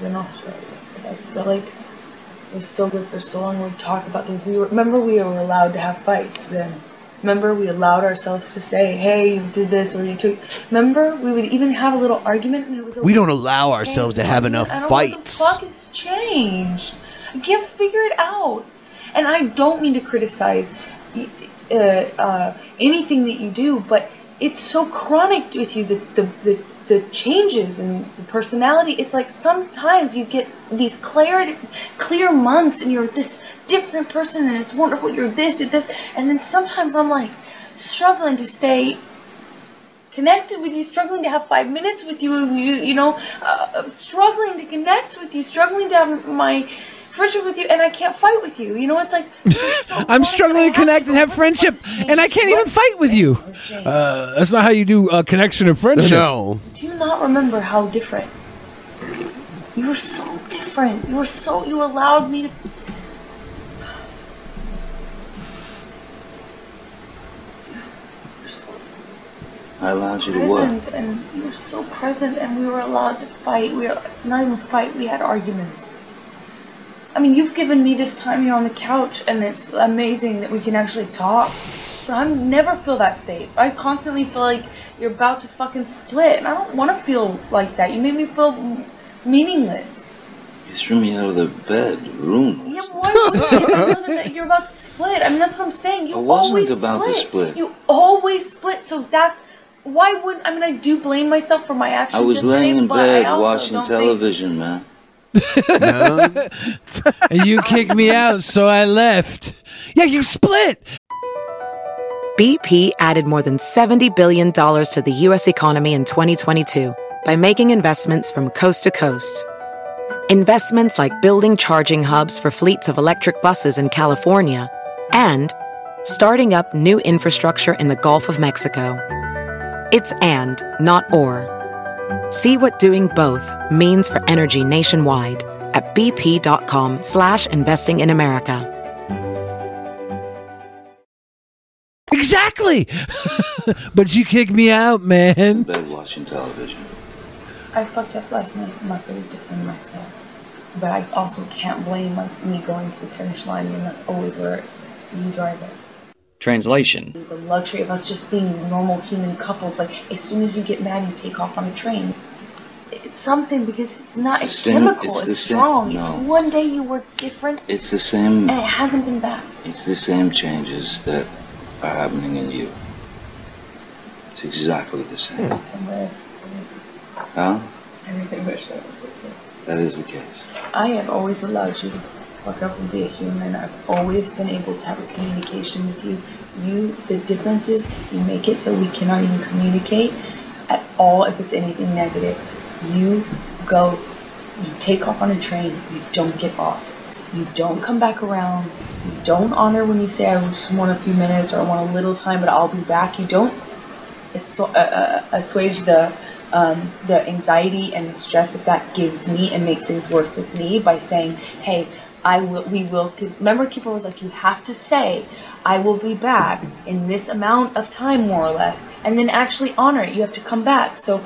S11: in Australia. I said I feel like it was so good for so long. We talk about things. We were, remember we were allowed to have fights then. Remember we allowed ourselves to say, "Hey, you did this or you took." Remember we would even have a little argument, and it was. A
S7: We don't allow ourselves to have enough
S11: I don't know what the
S7: fights.
S11: fuck has changed. I can't figure it out. And I don't mean to criticize y- uh, uh, anything that you do, but it's so chronic with you that the, the, the changes in the personality. It's like sometimes you get these clear, clear months and you're this different person and it's wonderful, you're this, you're this. And then sometimes I'm like struggling to stay connected with you, struggling to have five minutes with you, you, you know, uh, struggling to connect with you, struggling to have my friendship with you, and I can't fight with you. You know, it's like
S5: I'm struggling to connect and have friendship, and I can't even fight with you. Uh, that's not how you do uh, connection and friendship.
S7: No.
S11: Do you not remember how different? You were so different. You were so. You allowed me to.
S22: I allowed you to work.
S11: Present and you were so present, and we were allowed to fight. We were not even fight. We had arguments. I mean, you've given me this time here on the couch, and it's amazing that we can actually talk. But I never feel that safe. I constantly feel like you're about to fucking split, and I don't want to feel like that. You made me feel m- meaningless.
S22: You threw me out of the bed, room.
S11: Yeah, why would you know that you're about to split? I mean, that's what I'm saying. You
S22: I wasn't
S11: always
S22: about to
S11: split.
S22: split.
S11: You always split. So that's why wouldn't I mean? I do blame myself for my actions.
S22: I was
S11: yesterday,
S22: laying in
S11: but I
S22: bed
S11: also
S22: watching
S11: don't
S22: television, man.
S5: and you kicked me out, so I left. Yeah, you split.
S14: BP added more than $70 billion to the U.S. economy in 2022 by making investments from coast to coast. Investments like building charging hubs for fleets of electric buses in California and starting up new infrastructure in the Gulf of Mexico. It's and, not or. See what doing both means for energy nationwide at bp.com slash investing in America.
S5: Exactly. but you kicked me out, man.
S22: Bed watching television.
S11: think- I fucked up last night. I'm not going to defend myself, but I also can't blame like me going to the finish line, and that's always where you drive it.
S23: Translation
S11: The luxury of us just being normal human couples. Like as soon as you get mad, you take off on a train. It's something because it's not. It's
S22: Same-
S11: chemical.
S22: it's
S11: It's,
S22: the same-
S11: strong. It's
S22: no.
S11: one day you were different,
S22: It's the
S3: Mm.
S22: same.
S11: and it hasn't been back.
S22: It's the same changes that are happening in you. It's exactly the same.
S11: Hmm.
S22: Huh?
S11: Everything much that was the case.
S22: That is the case.
S11: I have always allowed you to fuck up and be a human. I've always been able to have a communication with you. You, the difference is you make it so we cannot even communicate at all if it's anything negative. You go, you take off on a train, you don't get off. You don't come back around. You don't honor when you say, I just want a few minutes or I want a little time, but I'll be back. You don't assu- uh, uh, assuage the um, the anxiety and the stress that that gives me and makes things worse with me by saying, "Hey, I will. We will." Remember, Keeper was like, "You have to say, I will be back in this amount of time, more or less, and then actually honor it. You have to come back." So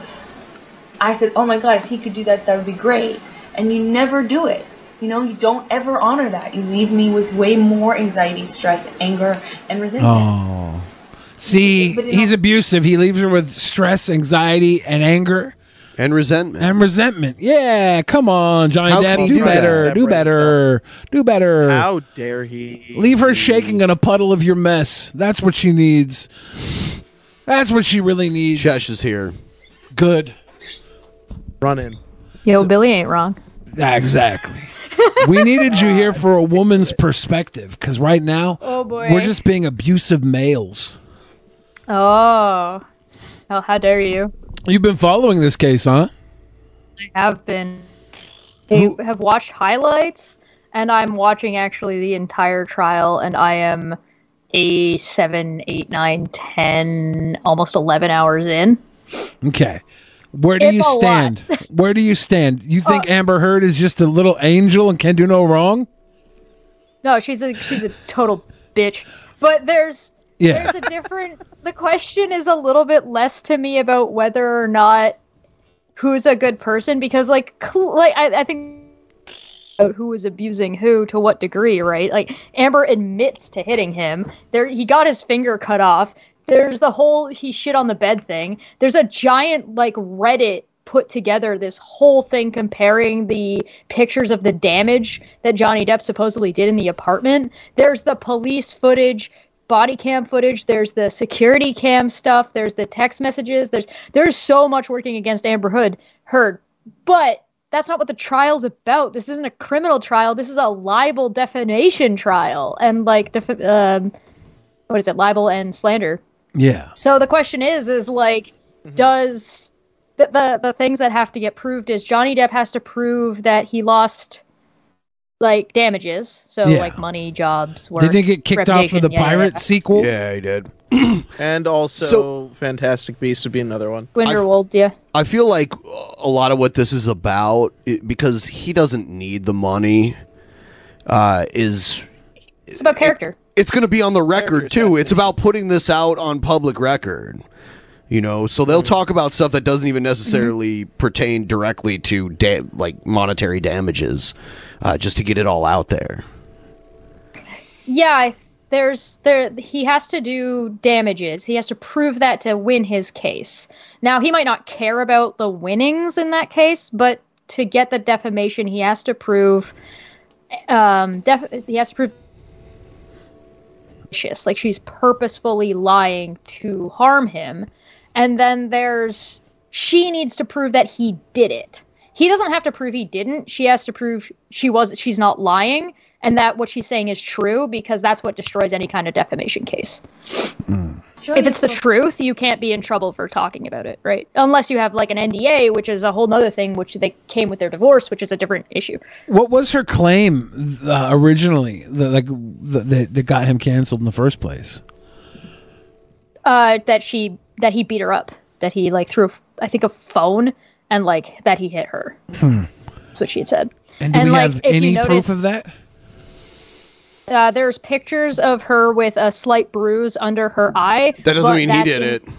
S11: I said, "Oh my God, if he could do that, that would be great." And you never do it. You know, you don't ever honor that. You leave me with way more anxiety, stress, anger, and resentment.
S5: Oh. See,
S11: But it
S5: he's abusive. He leaves her with stress, anxiety, and anger.
S7: And resentment.
S5: And resentment. Yeah, come on, Johnny
S8: How
S5: Depp.
S8: can he
S5: Do
S8: do that?
S5: better. Do
S8: Separate
S5: better. Do better.
S8: How dare he?
S5: Leave her shaking in a puddle of your mess. That's what she needs. That's what she really needs. Chesh
S7: is here.
S5: Good.
S8: Run in.
S23: Yo, Billy ain't wrong.
S5: Exactly. we needed you here for a woman's perspective because right now
S23: Oh, boy.
S5: we're just being abusive males.
S23: Oh. Oh, how dare you?
S5: You've been following this case, huh?
S23: I have been. I have watched highlights, and I'm watching actually the entire trial, and I am a seven, eight, nine, ten, almost 11 hours in.
S5: Okay. Where do
S23: It's
S5: you
S23: a lot. Uh,
S5: stand? Where do you stand? You think Amber Heard is just a little angel and can do no wrong?
S23: No, she's a she's a total bitch. But there's
S5: Yeah.
S23: there's a different the question is a little bit less to me about whether or not who's a good person because like cl- like I, I think about who was abusing who to what degree, right? Like Amber admits to hitting him. There he got his finger cut off. There's the whole he shit on the bed thing. There's a giant like Reddit put together this whole thing comparing the pictures of the damage that Johnny Depp supposedly did in the apartment. There's the police footage body cam footage there's the security cam stuff there's the text messages there's there's so much working against amber hood heard but that's not what the trial's about. This isn't a criminal trial. This is a libel defamation trial, and like, def- um, what is it? Libel and slander.
S5: Yeah.
S23: So the question is, is like, does the, the the things that have to get proved is Johnny Depp has to prove that he lost like damages, so
S8: Yeah.
S23: like money, jobs, work.
S5: Didn't he get kicked off
S23: reputation,
S5: for the
S23: yada, yada,
S5: pirate
S23: yada.
S5: sequel?
S7: Yeah, he did.
S8: And also,
S7: So-
S8: Fantastic Beasts would be another one.
S23: Grindelwald, yeah.
S7: I feel like a lot of what this is about, it, because he doesn't need the money, uh, is
S23: It's about character.
S7: it's going to be on the record too. It's about putting this out on public record. You know, so they'll talk about stuff that doesn't even necessarily pertain directly to da- like monetary damages, uh, just to get it all out there.
S23: Yeah, I th- there's there he has to do damages. He has to prove that to win his case. Now he might not care about the winnings in that case, but to get the defamation, he has to prove um def- he has to prove malicious, like she's purposefully lying to harm him. And then there's she needs to prove that he did it. He doesn't have to prove he didn't. She has to prove she was she's not lying and that what she's saying is true because that's what destroys any kind of defamation case. if it's the truth, you can't be in trouble for talking about it, right? Unless you have like an NDA, which is a whole nother thing, which they came with their divorce, which is a different issue.
S5: What was her claim uh, originally that like th- that, that got him canceled in the first place?
S23: Uh, that she that he beat her up, that he like threw a f- I think a phone and like that he hit her.
S5: Hmm.
S23: That's what she had said.
S5: And do
S23: And,
S5: we
S23: like,
S5: have
S23: if you
S5: any
S23: noticed-
S5: proof of that?
S23: Uh, there's pictures of her with a slight bruise under her eye.
S7: That doesn't
S23: but
S7: mean he
S23: that's
S7: did
S23: in-
S7: it.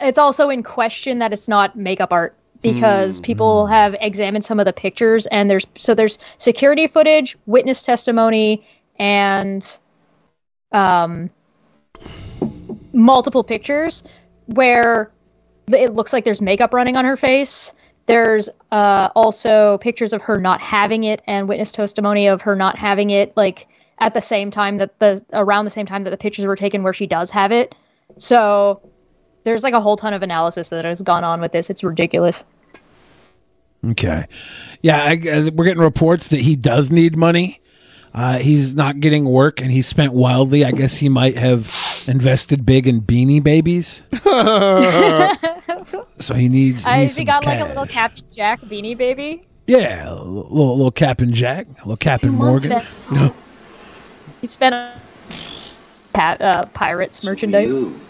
S23: it's also in question that it's not makeup art
S7: Mm.
S23: because people have examined some of the pictures and there's so there's security footage, witness testimony, and um, multiple pictures where th- it looks like there's makeup running on her face. There's uh, also pictures of her not having it and witness testimony of her not having it, like at the same time that the around the same time that the pictures were taken where she does have it. So There's like a whole ton of analysis that has gone on with this. It's ridiculous.
S5: Okay. Yeah, I, I- we're getting reports that he does need money. Uh, he's not getting work and he spent wildly. I guess he might have invested big in beanie babies.
S7: Uh,
S5: so he needs.
S23: I,
S5: needs
S23: he
S5: some
S23: got like a
S5: cash.
S23: little Captain Jack beanie baby.
S5: Yeah, a little, little Cap and Jack, a little Cap and
S23: wants
S5: Morgan.
S23: that. He spent on pat, uh, pirates merchandise.
S22: You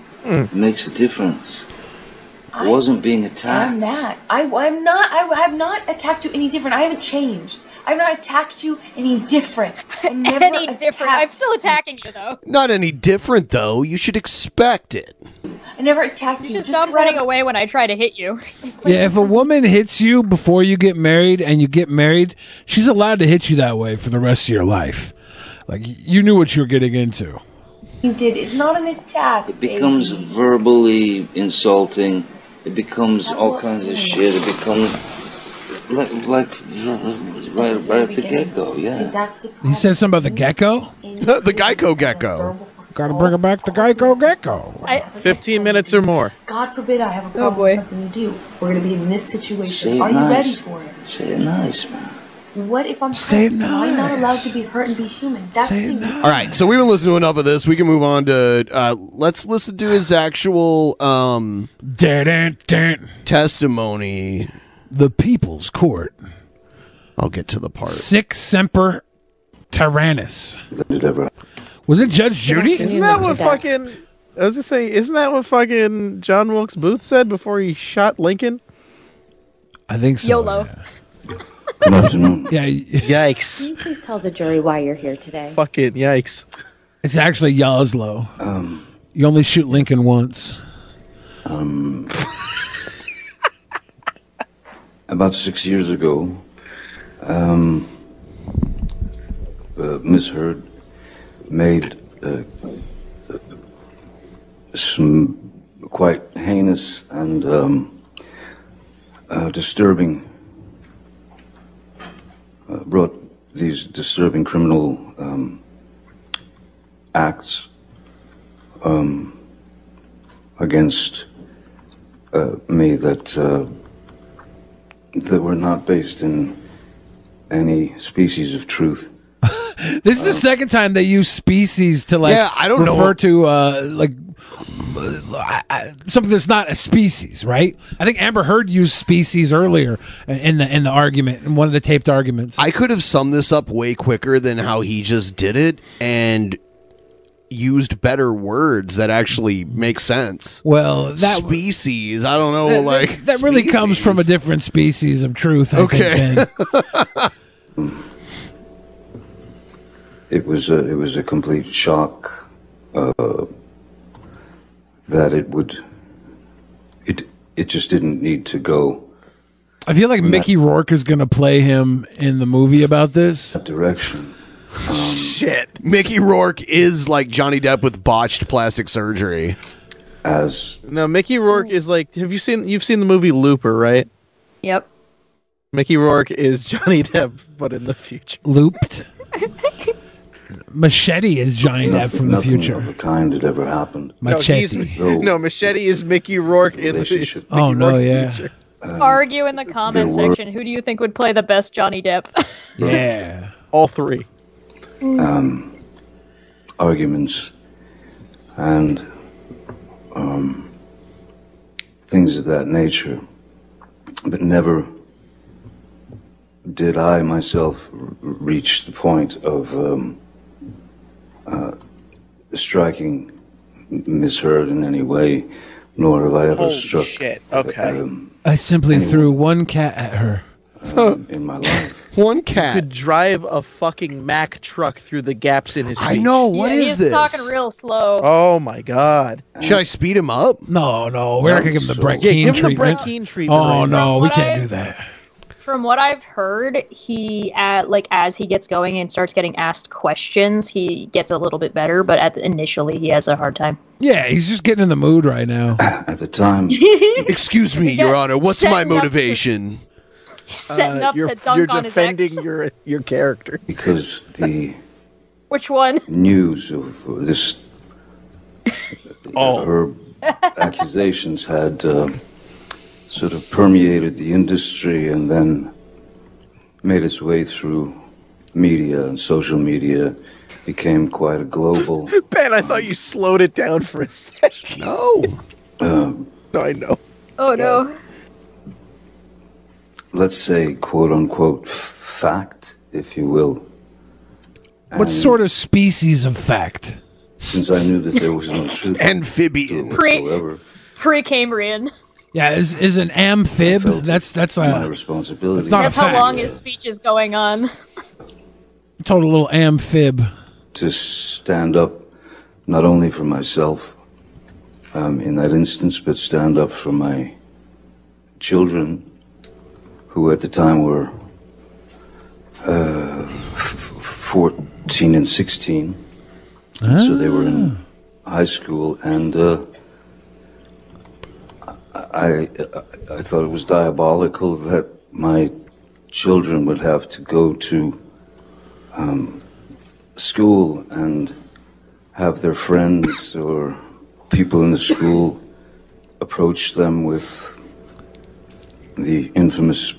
S22: makes a difference. I wasn't being attacked.
S3: I'm not. I, I'm not. I have not attacked you any different. I haven't changed. I've not attacked you any different. I never
S23: Any different? I'm still attacking you though.
S7: Not any different though. You should expect it.
S3: I never attacked you.
S23: You should
S3: just
S23: stop
S3: 'cause
S23: running
S3: I'm-
S23: away when I try to hit you.
S5: Yeah, if a woman hits you before you get married and you get married, she's allowed to hit you that way for the rest of your life. Like you knew what you were getting into.
S3: You did. It's not an attack.
S22: It becomes verbally insulting. It becomes all kinds of shit. It becomes like like right right at the get go.
S3: See,
S22: Yeah.
S3: that's the
S5: He said something about the gecko.
S7: the Geico gecko.
S5: Gotta bring him back the Geico gecko.
S23: I,
S8: 15 minutes or more.
S3: God forbid I have a problem with something you do. We're gonna be in this situation.
S22: Say it
S3: Are you
S22: nice.
S3: ready for it?
S22: Say it nice, man.
S3: What if I'm hurt?
S22: Say it
S3: Am I not
S22: nice.
S3: allowed to be hurt and be human? That's the thing.
S7: All right, so we've been listening to enough of this. We can move on to uh, let's listen to his actual um testimony.
S5: The People's Court.
S7: I'll get to the part.
S5: Six Semper Tyrannis.
S22: Whatever.
S5: Was it Judge Judy?
S8: Isn't that what fucking? I was just saying, isn't that what fucking John Wilkes Booth said before he shot Lincoln?
S5: I think so.
S23: YOLO.
S22: Good afternoon.
S5: Yeah.
S8: Yikes.
S24: Can you please tell the jury why you're here today?
S8: Fucking yikes.
S5: It's actually Yoslo.
S22: Um,
S5: you only shoot Lincoln once.
S22: Um, about six years ago, um, uh, Miss Heard made uh, some quite heinous and um, uh, disturbing, uh, brought these disturbing criminal um, acts um, against uh, me that uh, that were not based in any species of truth.
S5: This is the second time they use species to like
S22: Yeah, I don't know.
S5: refer to uh like uh, I- I- something that's not a species, right? I think Amber Heard used species earlier in the in the argument in one of the taped arguments.
S7: I could have summed this up way quicker than how he just did it and used better words that actually make sense.
S5: Well, that-
S7: species, I don't know,
S5: That- that-
S7: like
S5: that, really comes from a different species of truth. I
S7: Okay.
S5: Think, than-
S22: It was a, it was a complete shock uh, that it would it it just didn't need to go
S5: I feel like Mickey Rourke is going to play him in the movie about this.
S22: that direction.
S8: Shit.
S7: Mickey Rourke is like Johnny Depp with botched plastic surgery.
S22: As
S8: No, Mickey Rourke is like. Have you seen? You've seen the movie Looper, right?
S23: Yep.
S8: Mickey Rourke is Johnny Depp, but in the future.
S5: Looped. Machete is Johnny Depp from the
S22: nothing of
S5: future.
S22: the kind had ever happened.
S8: No,
S5: Machete.
S8: he's, no, Machete is Mickey Rourke in the future.
S5: Oh no, yeah.
S23: Argue in the comment
S22: Uh, there were-
S23: section. Who do you think would play the best Johnny Depp?
S5: Yeah.
S8: All three.
S3: Mm.
S22: um, arguments and um, things of that nature, but never did I myself r- reach the point of um, uh, striking Miss Heard in any way, nor have I ever
S8: Holy
S22: struck
S8: shit! Okay.
S5: I simply threw one cat at her.
S22: um, in my life.
S7: One
S8: You could drive a fucking Mack truck through the gaps in his.
S7: I know, what
S8: What
S7: Yeah,
S8: is
S7: is he's this? talking
S23: real slow.
S8: Oh my god!
S7: Should I speed him up?
S5: No, no, we're not gonna give him the Brett
S8: Yeah,
S5: Keane
S8: give him the
S5: treatment.
S8: Brett Keane treatment.
S5: Oh
S8: right
S5: no,
S8: now.
S5: we
S23: What
S5: can't
S23: I-
S5: do that.
S23: From what I've heard, he at like as he gets going and starts getting asked questions, he gets a little bit better. But at initially, he has a hard time.
S5: Yeah, he's just getting in the mood right now.
S22: At the time,
S7: Excuse me, Your Honor. What's
S23: setting
S7: my
S23: up the-
S7: motivation?
S23: setting up
S8: Uh, you're,
S23: to dunk
S8: you're
S23: on his ex.
S8: defending your your character.
S22: because the
S23: Which one?
S22: news of this her accusations had uh, sort of permeated the industry and then made its way through media and social media, became quite a global.
S8: Ben, I thought you slowed it down for a second.
S7: No.
S22: Um,
S8: I know.
S23: Oh no.
S22: let's say, quote unquote, f- fact, if you will.
S5: What sort of species of fact?
S22: Since I knew that there was no truth,
S7: amphibian
S23: Pre-
S22: whatsoever,
S23: Pre-Cambrian.
S5: Yeah, is is an amphib? That's that's
S22: my
S5: a
S22: responsibility.
S5: It's not
S23: That's
S5: a
S23: how
S5: fact.
S23: long his speech is going on.
S5: total little amphib.
S22: to stand up not only for myself um, in that instance, but stand up for my children, who at the time were uh, f- 14 and 16. And So they were in high school, and uh, I, I, I thought it was diabolical that my children would have to go to um, school and have their friends or people in the school approach them with the infamous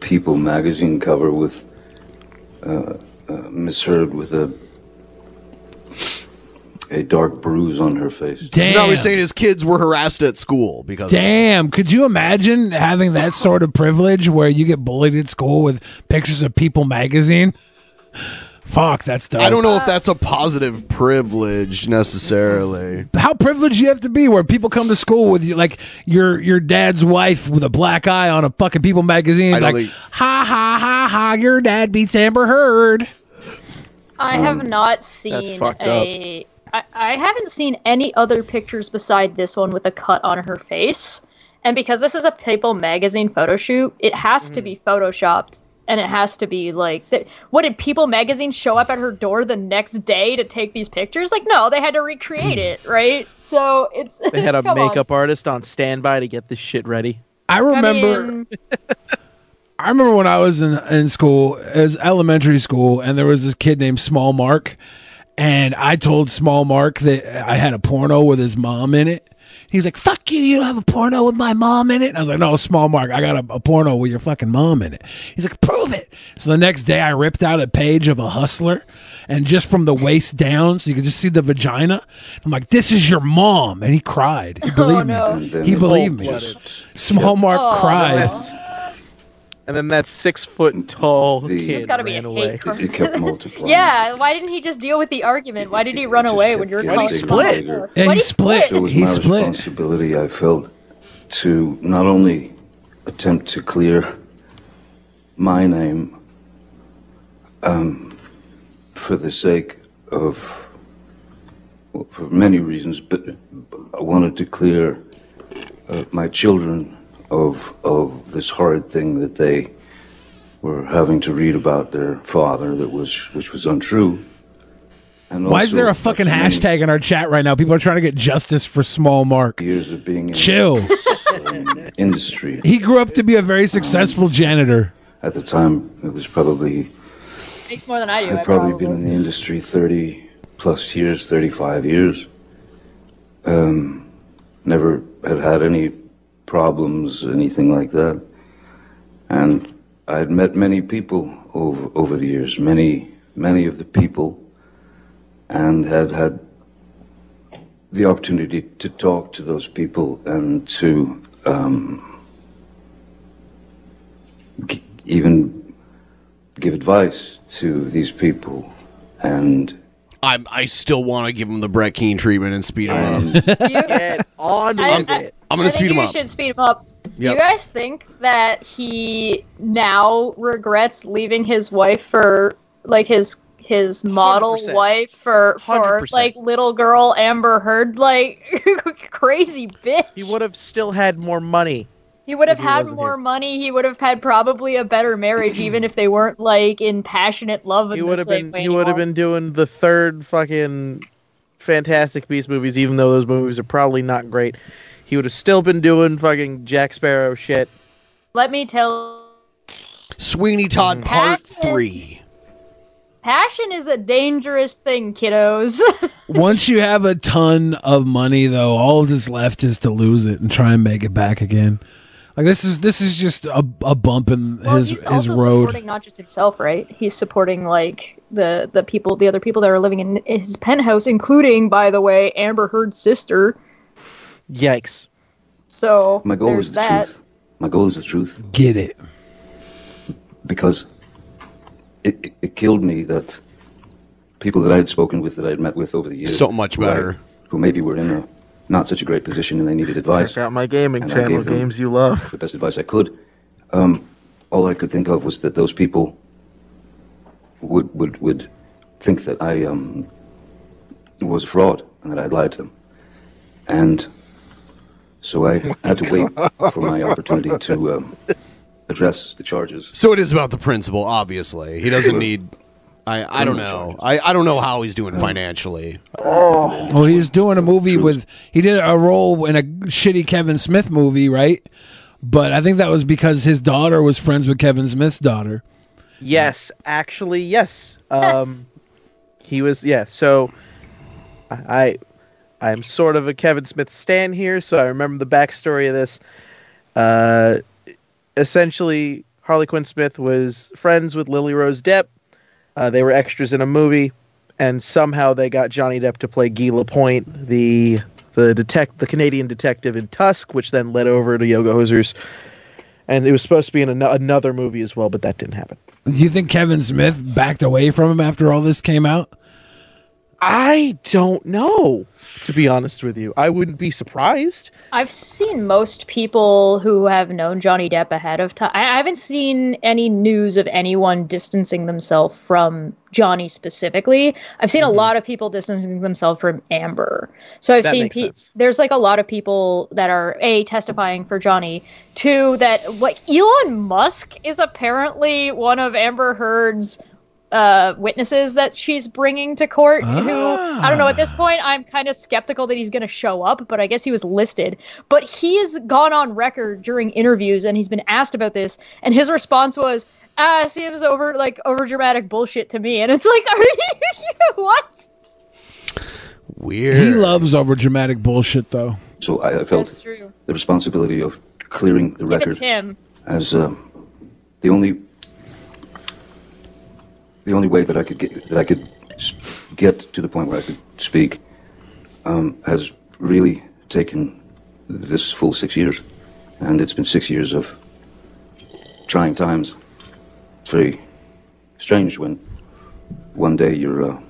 S22: People magazine cover with uh, uh, Miss Heard with a a dark bruise on her face.
S7: So now he's saying his kids were harassed at school because of it.
S5: Damn, could you imagine having that sort of privilege where you get bullied at school with pictures of People magazine? Fuck, that's dope.
S7: I don't know if that's a positive privilege necessarily.
S5: how privileged you have to be where people come to school with you like your your dad's wife with a black eye on a fucking People magazine
S7: I don't
S5: like
S7: think-
S5: ha ha ha ha your dad beats Amber Heard.
S23: I
S8: Mm.
S23: have not seen
S5: fucked
S23: a. I, I haven't seen any other pictures beside this one with a cut on her face. And because this is a People magazine photo shoot, it has
S8: Mm.
S23: to be photoshopped. And it has to be like, th- what did People magazine show up at her door the next day to take these pictures? Like, no, they had to recreate it, right? So it's
S8: Mm. They had a
S23: come on.
S8: makeup artist on standby to get this shit ready.
S5: I remember I,
S23: mean,
S5: remember when I was in in school, it was elementary school and there was this kid named Small Mark and I told Small Mark that I had a porno with his mom in it. He's like, "Fuck you! You don't have a porno with my mom in it." And I was like, "No, Small Mark, I got a, a porno with your fucking mom in it." He's like, "Prove it." So the next day, I ripped out a page of a hustler, and just from the waist down, so you could just see the vagina. I'm like, "This is your mom," and he cried. He believed me. He believed me. Small Mark
S23: Oh,
S8: Oh,
S5: cried.
S8: And then that six foot tall
S23: There's
S8: kid
S23: gotta be
S8: ran
S23: a hate
S8: away.
S23: crime.
S22: It kept multiplying.
S23: yeah, why didn't he just deal with the argument? Why did he run away when you were
S22: Getting
S23: calling
S22: bigger
S23: him out?
S22: and bigger.
S23: Why'd he split?
S22: So it was my responsibility, I felt, to not only attempt to clear my name um, for the sake of, well, for many reasons, but I wanted to clear uh, my children of of this horrid thing that they were having to read about their father that was which was untrue. And
S5: Why is
S22: also
S5: there a
S22: affected
S5: fucking
S22: many
S5: hashtag in our chat right now? People are trying to get justice for Small Mark.
S22: Years of being in
S5: Chill.
S22: um, industry.
S5: he grew up to be a very successful janitor.
S22: At the time, it was probably
S23: Makes more than I do. I
S22: I'd probably been in the industry thirty plus years, thirty five years. Um, never had had any problems, anything like that, and I had met many people over over the years, many many of the people, and had had the opportunity to talk to those people and to um, g- even give advice to these people. And
S7: I'm I still want to give him the Brett Keen treatment and speed him up.
S23: Get
S8: on
S7: with it. I'm
S23: I
S7: gonna speed
S23: think
S7: him
S23: you
S7: up.
S23: should speed him up. Do
S7: Yep.
S23: you guys think that he now regrets leaving his wife for like his his model
S25: 100%.
S23: wife for for
S8: 100%.
S23: like little girl Amber Heard like crazy bitch?
S8: He would have still had more money.
S23: He would have
S8: If he
S23: had
S8: wasn't
S23: more money. He would have had probably a better marriage, even if they weren't like in passionate love. In
S8: He
S23: the
S8: would have
S23: same
S8: been.
S23: way
S8: He would have
S23: anymore.
S8: been doing the third fucking Fantastic Beast movies, even though those movies are probably not great. He would have still been doing fucking Jack Sparrow shit.
S23: Let me tell
S8: Mm.
S7: Sweeney Todd Part Three.
S23: Passion is a dangerous thing, kiddos.
S5: Once you have a ton of money, though, all that's left is to lose it and try and make it back again. Like this is this is just a, a bump in his
S23: he's
S5: his
S23: also
S5: road.
S23: supporting not just himself, right? He's supporting like the the people, the other people that are living in his penthouse, including, by the way, Amber Heard's sister.
S8: Yikes.
S23: So
S22: My goal
S23: there's
S22: is the
S23: that.
S22: truth. My goal is the truth.
S5: Get it.
S22: Because it, it, it killed me that people that I had spoken with, that I had met with over the years,
S7: So much
S22: who I-
S7: better.
S22: who maybe were in a not such a great position and they needed advice.
S8: Check out my gaming
S22: And I
S8: channel,
S22: gave them-
S8: games you love.
S22: the best advice I could. Um, all I could think of was that those people would would would think that I um, was a fraud and that I lied to them, and so I had to wait for my opportunity to um, address the charges.
S7: So it is about the principle, obviously. He doesn't need. I, I don't know. I, I don't know how he's doing financially.
S5: Oh, he's doing a movie with he did a role in a shitty Kevin Smith movie, right? But I think that was because his daughter was friends with Kevin Smith's daughter.
S8: Yes, actually, yes. Um, he was, yeah. So, I, I am sort of a Kevin Smith stan here, so I remember the backstory of this. Uh, essentially, Harley Quinn Smith was friends with Lily Rose Depp. Uh, they were extras in a movie, and somehow they got Johnny Depp to play Guy Lapointe, the the detect the Canadian detective in Tusk, which then led over to Yoga Hosers. And it was supposed to be in an- another movie as well, but that didn't happen.
S5: Do you think Kevin Smith backed away from him after all this came out?
S8: I don't know, Oh, to be honest with you. I wouldn't be surprised.
S23: I've seen most people who have known Johnny Depp ahead of time. I I haven't seen any news of anyone distancing themselves from Johnny specifically. I've seen a lot of people distancing themselves from Amber. So
S25: Mm-hmm.
S23: I've
S25: That
S23: seen
S25: makes
S23: pe-
S25: sense.
S23: there's like a lot of people that are a testifying for Johnny. Two that what Elon Musk is apparently one of Amber Heard's uh, witnesses that she's bringing to court. Who I don't know. At
S5: Ah.
S23: this point, I'm kind of skeptical that he's going to show up, but I guess he was listed. But he has gone on record during interviews, and he's been asked about this, and his response was, "Ah, seems over like over dramatic bullshit to me." And it's like, are you what?
S7: Weird.
S5: He loves overdramatic bullshit, though.
S22: So I, I felt
S23: That's true.
S22: the responsibility of clearing the
S23: If it's
S22: record
S23: him,
S22: as um, the only the only way that I could get that I could s- get to the point where I could speak um, has really taken this full six years, and it's been six years of trying times. It's very strange when one day you're uh,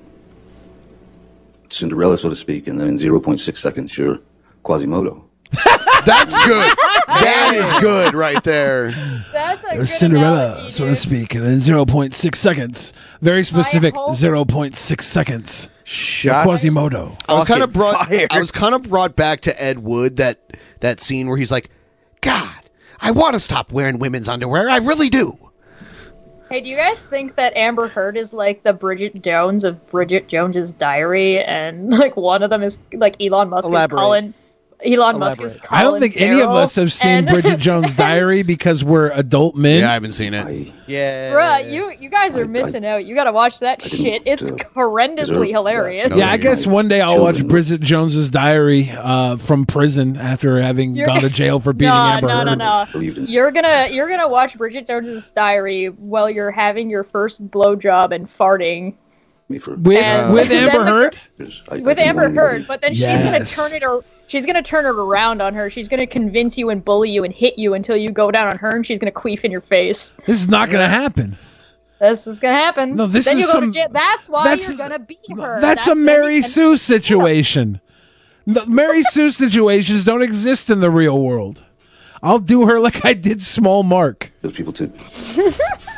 S22: Cinderella, so to speak, and then in 0.6 seconds you're Quasimodo.
S7: That's good. that is good right there.
S23: That's a
S5: There's Cinderella, so to speak, and in 0.6 seconds. Very specific, 0.6 seconds.
S8: Shots
S5: Quasimodo.
S7: I was kind of
S5: Fucking
S7: brought. I was kind of brought back to Ed Wood that that scene where he's like, "God, I want to stop wearing women's underwear. I really do."
S23: hey, do you guys think that Amber Heard is like the Bridget Jones of Bridget Jones's Diary, and like one of them is like Elon Musk
S5: Elaborate.
S23: is Colin. Elon Musk is
S5: I don't think any of us have seen Bridget Jones' diary because we're adult men. Yeah, I
S7: haven't seen it.
S8: Yeah.
S23: Bruh, you you guys are missing out. You gotta watch that shit. It's horrendously hilarious.
S5: yeah, I guess one day I'll watch Bridget Jones's diary uh, from prison after having
S23: You're-
S5: gone to jail for beating
S23: no,
S5: Amber
S23: no,
S5: Heard.
S23: no, no. You're gonna you're gonna watch Bridget Jones's Diary while you're having your first blowjob and farting
S5: With,
S23: And
S5: with
S23: then
S5: Amber
S23: the-
S5: Heard?
S23: with Amber Heard, but then
S5: Yes.
S23: she's gonna turn it ar- she's gonna turn it around on her. She's gonna convince you and bully you and hit you until you go down on her, and she's gonna queef in your face.
S5: This is not going to happen.
S23: This is gonna happen.
S5: No, this
S23: then
S5: is
S23: you go to
S5: some-
S23: jail. That's why
S5: that's-
S23: you're gonna beat her.
S5: That's a Mary Sue situation. The Mary Sue situations don't exist in the real world. I'll do her like I did Small Mark.
S22: those people to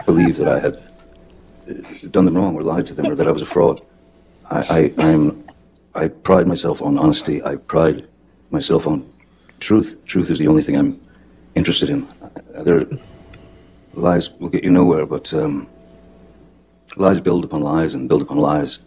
S22: believe that I had uh, done them wrong or lied to them or that I was a fraud. I, I, I'm, I pride myself on honesty. I pride myself on truth. Truth is the only thing I'm interested in. Other lies will get you nowhere, but um, lies build upon lies and build upon lies.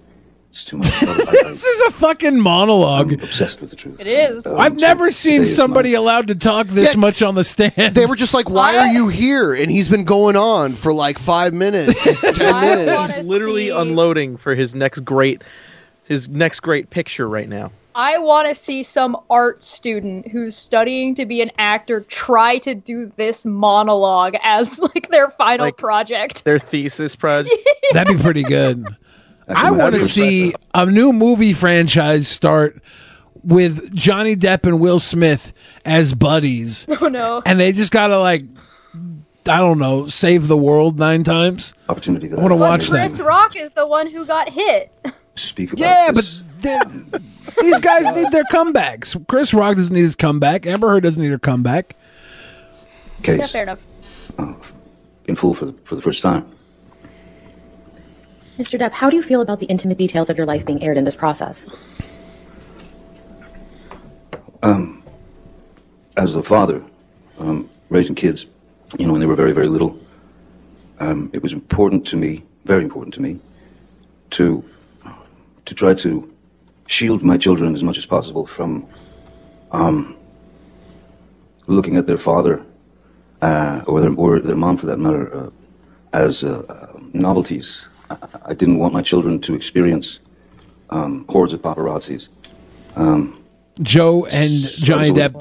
S22: It's too much. trouble. I,
S5: This is a fucking monologue.
S22: I'm obsessed with the truth.
S23: It is.
S5: I've never seen somebody allowed to talk this much on the stand.
S7: They were just like, "Why are you here?" And he's been going on for like five minutes, ten minutes.
S8: He's literally unloading for his next great his next great picture right now.
S23: I want to see some art student who's studying to be an actor try to do this monologue as like their final project.
S8: Their thesis project.
S5: That'd be pretty good. I
S8: can
S5: want to
S8: respect
S5: see a new movie franchise start with Johnny Depp and Will Smith as buddies.
S23: Oh no.
S5: And they just gotta like, I don't know, save the world nine times.
S22: Opportunity.
S5: I want to
S23: But
S5: watch
S23: Chris
S5: that.
S23: Rock is the one who got hit.
S22: Speak about
S5: Yeah, but they- these guys need their comebacks. Chris Rock doesn't need his comeback. Amber Heard doesn't need her comeback.
S23: Yeah,
S22: case Oh,
S23: fair enough.
S22: in full for the, for the first time.
S24: Mr. Depp, how do you feel about the intimate details of your life being aired in this process?
S22: Um, as a father, um, raising kids, you know, when they were very, very little, um, it was important to me, very important to me, to to try to shield my children as much as possible from um, looking at their father uh, or their or their mom, for that matter, uh, as uh, uh, novelties. I, I didn't want my children to experience um, hordes of paparazzis. Um,
S5: Joe and Johnny Depp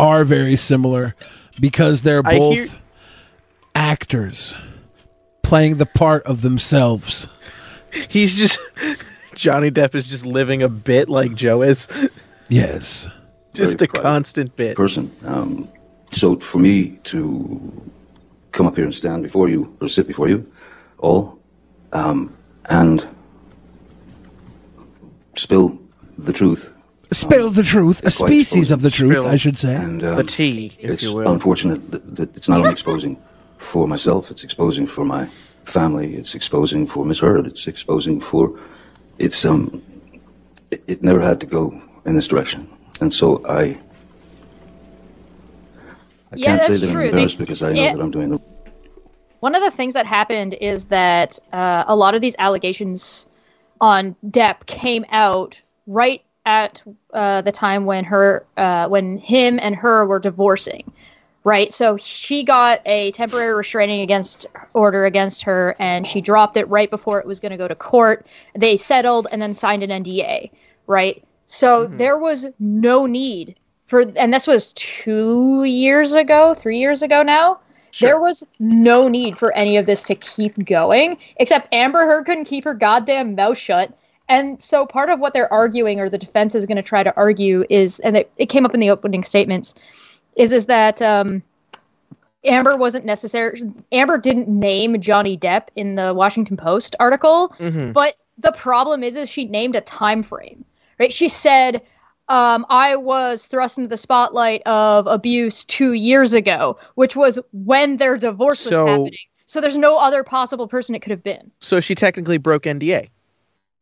S5: are very similar because they're
S8: I
S5: both
S8: hear-
S5: actors playing the part of themselves.
S8: He's just Johnny Depp is just living a bit like Joe is.
S5: Yes.
S8: Just
S22: Very
S8: a constant bit.
S22: person. Um, so for me to come up here and stand before you, or sit before you all, um, and spill the truth.
S5: Spill the truth, a
S22: quite
S5: species of the truth,
S22: Spill.
S5: I should say.
S22: And, um,
S8: the tea, if
S22: it's
S8: you will.
S22: unfortunate that, that it's not only exposing for myself, it's exposing for my family, it's exposing for Miss Heard, it's exposing for, it's um, it, it never had to go in this direction, and so I. I
S23: Yeah,
S22: can't say
S23: that's
S22: that
S23: true.
S22: I'm
S23: They-
S22: embarrassed because I know
S23: yeah.
S22: that I'm doing the
S23: One of the things that happened is that uh, a lot of these allegations on Depp came out right at uh, the time when her, uh, when him and her were divorcing, right? So she got a temporary restraining against order against her, and she dropped it right before it was going to go to court. They settled and then signed an NDA, right? So there was no need for, and this was two years ago, three years ago now. There was no need for any of this to keep going, except Amber Heard couldn't keep her goddamn mouth shut. And so part of what they're arguing, or the defense is going to try to argue, is, and it, it came up in the opening statements, is is that um, Amber wasn't necessary. Amber didn't name Johnny Depp in the Washington Post article,
S6: Hmm.
S25: Mhm.
S23: but the problem is, is she named a time frame, right? She said, um, "I was thrust into the spotlight of abuse two years ago, which was when their divorce
S8: So-
S23: was happening." So there's no other possible person it could have been.
S8: So she technically broke NDA.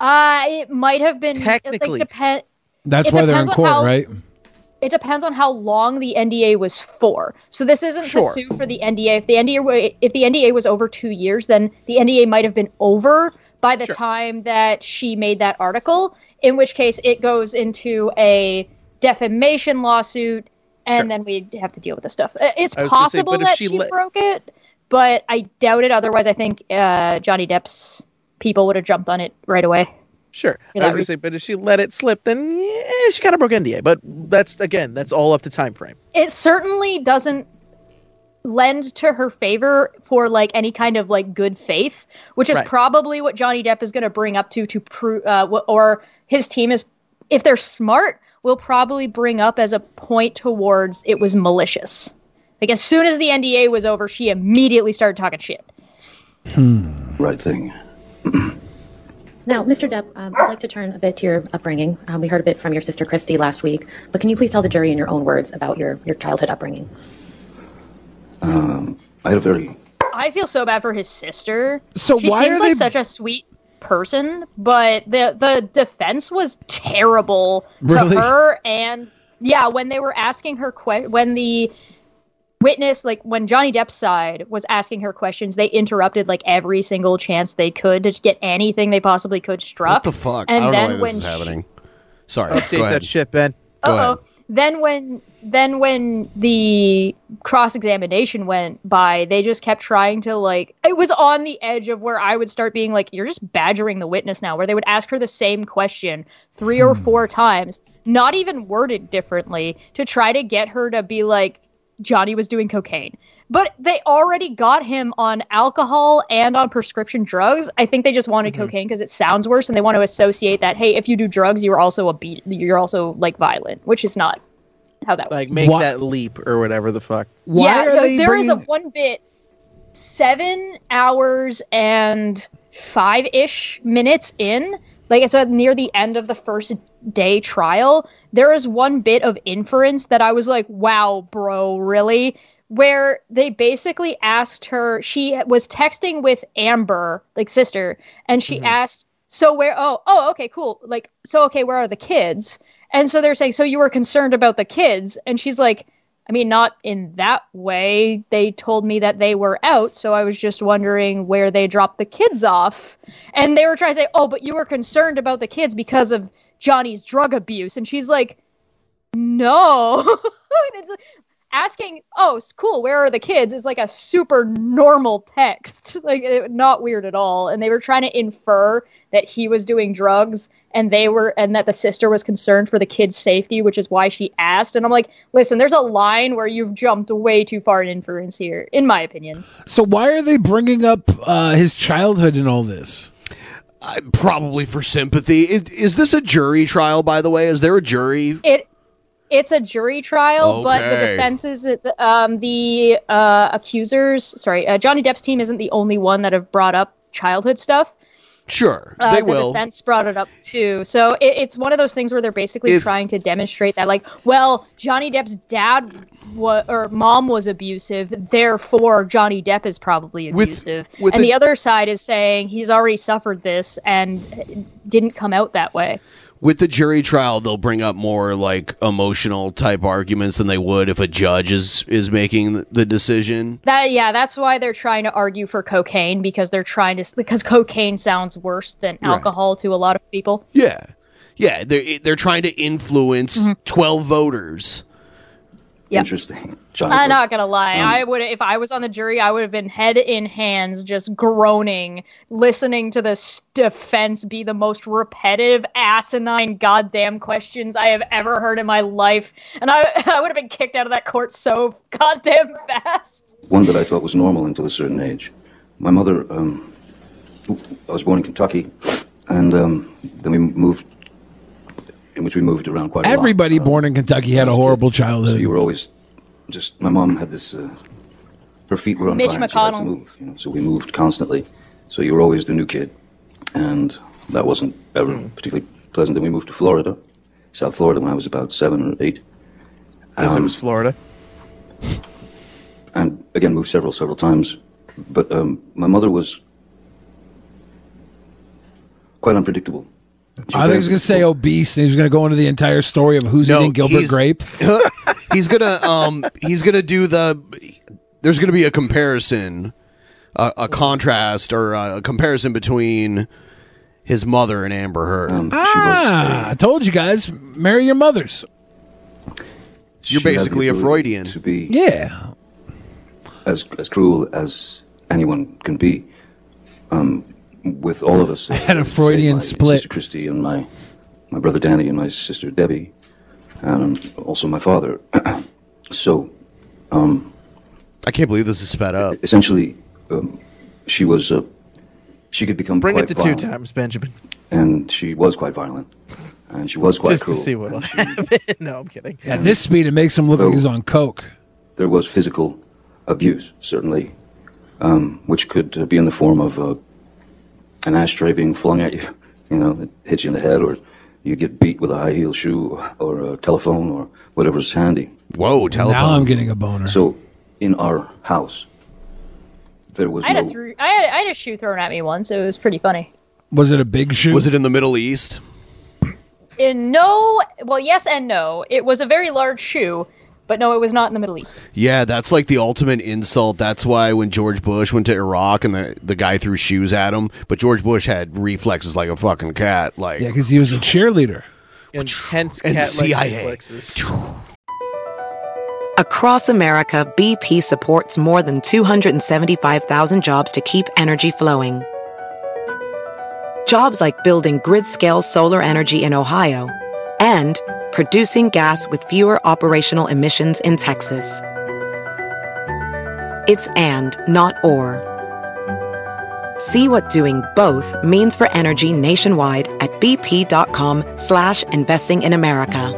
S23: Uh, it might have been technically. Like, depen-
S5: That's
S23: it
S5: why they're in
S23: depends on
S5: court,
S23: how-
S5: right?
S23: It depends on how long the NDA was for. So this isn't
S5: Sure.
S23: to sue for the NDA. If the NDA wa- if the NDA was over two years, then the NDA might have been over by the time that she made that article. In which case, it goes into a defamation lawsuit, and then we have to deal with the stuff. Uh, It's
S25: I was gonna say,
S23: possible
S25: but if
S23: that
S25: she
S23: she,
S25: let-
S23: broke it, but I doubt it. Otherwise, I think uh, Johnny Depp's people would have jumped on it right away.
S8: Sure.
S23: For
S8: I
S23: that
S8: was gonna say, but if she let it slip, then yeah, she kind of broke NDA. But that's again, that's all up to time frame.
S23: it certainly doesn't lend to her favor for like any kind of like good faith which is
S25: Right.
S23: probably what johnny depp is going to bring up to to prove uh, wh- or his team is if they're smart will probably bring up as a point towards it was malicious like as soon as the nda was over she immediately started talking shit
S8: Hmm.
S22: right thing.
S24: Now, Mr. Depp, um, I'd like to turn a bit to your upbringing. Um, we heard a bit from your sister Christy last week, but can you please tell the jury in your own words about your, your childhood upbringing?
S22: Um, I had a very
S23: i feel so bad for his sister
S5: So
S23: she
S5: why
S23: seems
S5: are
S23: like
S5: they-
S23: such a sweet person but the the defense was terrible
S25: Really?
S23: to her and yeah when they were asking her que- when the witness like when Johnny Depp's side was asking her questions, they interrupted like every single chance they could to get anything they possibly could struck.
S7: What the fuck?
S23: And
S7: I don't
S23: then
S7: know why
S23: when
S7: this is
S23: she-
S7: happening. Sorry.
S8: Update
S7: go ahead.
S8: that shit, Ben.
S7: Go
S23: Uh-oh. Then when then when the cross examination went by, they just kept trying to like it was on the edge of where I would start being like, You're just badgering the witness now, where they would ask her the same question three or four times, not even worded differently, to try to get her to be like Johnny was doing cocaine. But they already got him on alcohol and on prescription drugs. I think they just wanted cocaine because it sounds worse, and they want to associate that. Hey, if you do drugs, you're also a beat. You're also like violent, which is not how that
S8: Like
S23: works.
S8: make that leap or whatever the fuck.
S23: yeah, no, there is a one bit seven hours and five ish minutes in. Like it's uh, near the end of the first day trial. There is one bit of inference that I was like, "Wow, bro, really?" Where they basically asked her. She was texting with Amber, like sister, and she asked, "So where? Oh, oh, okay, cool. Like, so okay, where are the kids?" And so they're saying, "So you were concerned about the kids?" And she's like, I mean, not in that way. They told me that they were out, so I was just wondering where they dropped the kids off. And they were trying to say, oh, but you were concerned about the kids because of Johnny's drug abuse. And she's like, no. And it's like, Asking, oh, s- cool, where are the kids? is like a super normal text. Like, it, not weird at all. And they were trying to infer that he was doing drugs and they were and that the sister was concerned for the kid's safety which is why she asked and i'm like listen there's a line where you've jumped way too far in inference here in my opinion
S5: So why are they bringing up uh, his childhood and all this?
S7: I, probably for sympathy. It, is this a jury trial, by the way? Is there a jury?
S23: it it's a jury trial but the
S7: Okay.
S23: defense is that, um, the uh, accusers sorry uh, johnny depp's team isn't the only one that have brought up childhood stuff
S7: Sure,
S23: uh,
S7: they
S23: the
S7: will.
S23: defense brought it up too. So it, it's one of those things where they're basically
S7: If-
S23: trying to demonstrate that, like, well, Johnny Depp's dad wa- or mom was abusive, therefore Johnny Depp is probably
S7: With-
S23: abusive.
S7: with
S23: and
S7: a-
S23: the other side is saying he's already suffered this and didn't come out that way.
S7: With the jury trial, they'll bring up more like emotional type arguments than they would if a judge is is making the decision.
S23: That yeah, that's why they're trying to argue for cocaine because they're trying to because cocaine sounds worse than
S7: Right.
S23: alcohol to a lot of people.
S7: Yeah, yeah, they're they're trying to influence twelve voters.
S23: Yeah.
S7: Interesting,
S23: I'm not gonna lie.
S7: Um,
S23: I would if I was on the jury, I would have been head in hands, just groaning, listening to this defense be the most repetitive, asinine, goddamn questions I have ever heard in my life, and I I would have been kicked out of that court so goddamn fast.
S22: one that I felt was normal until a certain age. My mother, um, I was born in Kentucky, and um, then we moved, in which we moved around quite a lot.
S5: Everybody born in Kentucky had a horrible childhood.
S22: You were always just, my mom had this, uh, her feet were on
S23: Mitch
S22: fire. and she liked to
S23: McConnell.
S22: move, you know, so we moved constantly. So you were always the new kid, and that wasn't ever particularly pleasant. Then we moved to Florida, South Florida, when I was about seven or eight.
S8: Because it
S22: Um,
S8: was Florida.
S22: and again moved several several times but um, my mother was quite unpredictable
S5: I think he was going to say obese, and he was going to go into the entire story of who's eating Gilbert
S7: he's-
S5: Grape.
S7: he's gonna um he's gonna do the there's gonna be a comparison a, a contrast or a comparison between his mother and amber heard
S5: ah, I told you guys, marry your mothers.
S22: you're
S7: basically a Freudian
S22: to be
S5: Yeah.
S22: as as cruel as anyone can be um, with all of us I
S5: had a Freudian split
S22: sister Christy and my my brother Danny and my sister Debbie and um, also my father so um,
S7: I can't believe this is sped up
S22: essentially um, she was uh, she could become
S8: Bring
S22: quite
S8: it to
S22: violent.
S8: two times, Benjamin.
S22: and she was quite violent, and she was quite
S8: Just
S22: cruel.
S8: to see what will happen. no, I'm kidding.
S5: At this speed, it makes him look like he's on coke.
S22: There was physical abuse, certainly, um, which could uh, be in the form of uh, an ashtray being flung at you. You know, it hits you in the head, or you get beat with a high heel shoe, or, or a telephone, or whatever's handy.
S7: Whoa,
S5: Now I'm getting a boner.
S22: So, in our house, there was
S23: I had
S22: no
S23: a thr- I had, I had a shoe thrown at me once. It was pretty funny.
S5: Was it a big shoe?
S7: Was it in the Middle East?
S23: In no, well, yes and no. It was a very large shoe, But no, it was not in the Middle East.
S7: Yeah, that's like the ultimate insult. That's why when George Bush went to Iraq and the, the guy threw shoes at him, but George Bush had reflexes like a fucking cat. Like
S5: Yeah, because he was a cheerleader.
S8: Intense
S7: And
S8: cat-like
S7: CIA.
S8: reflexes.
S14: Across America, BP supports more than 275,000 jobs to keep energy flowing. Jobs like building grid scale solar energy in Ohio and producing gas with fewer operational emissions in Texas. It's and, not or. See what doing both means for energy nationwide at bp.com slash investing in America.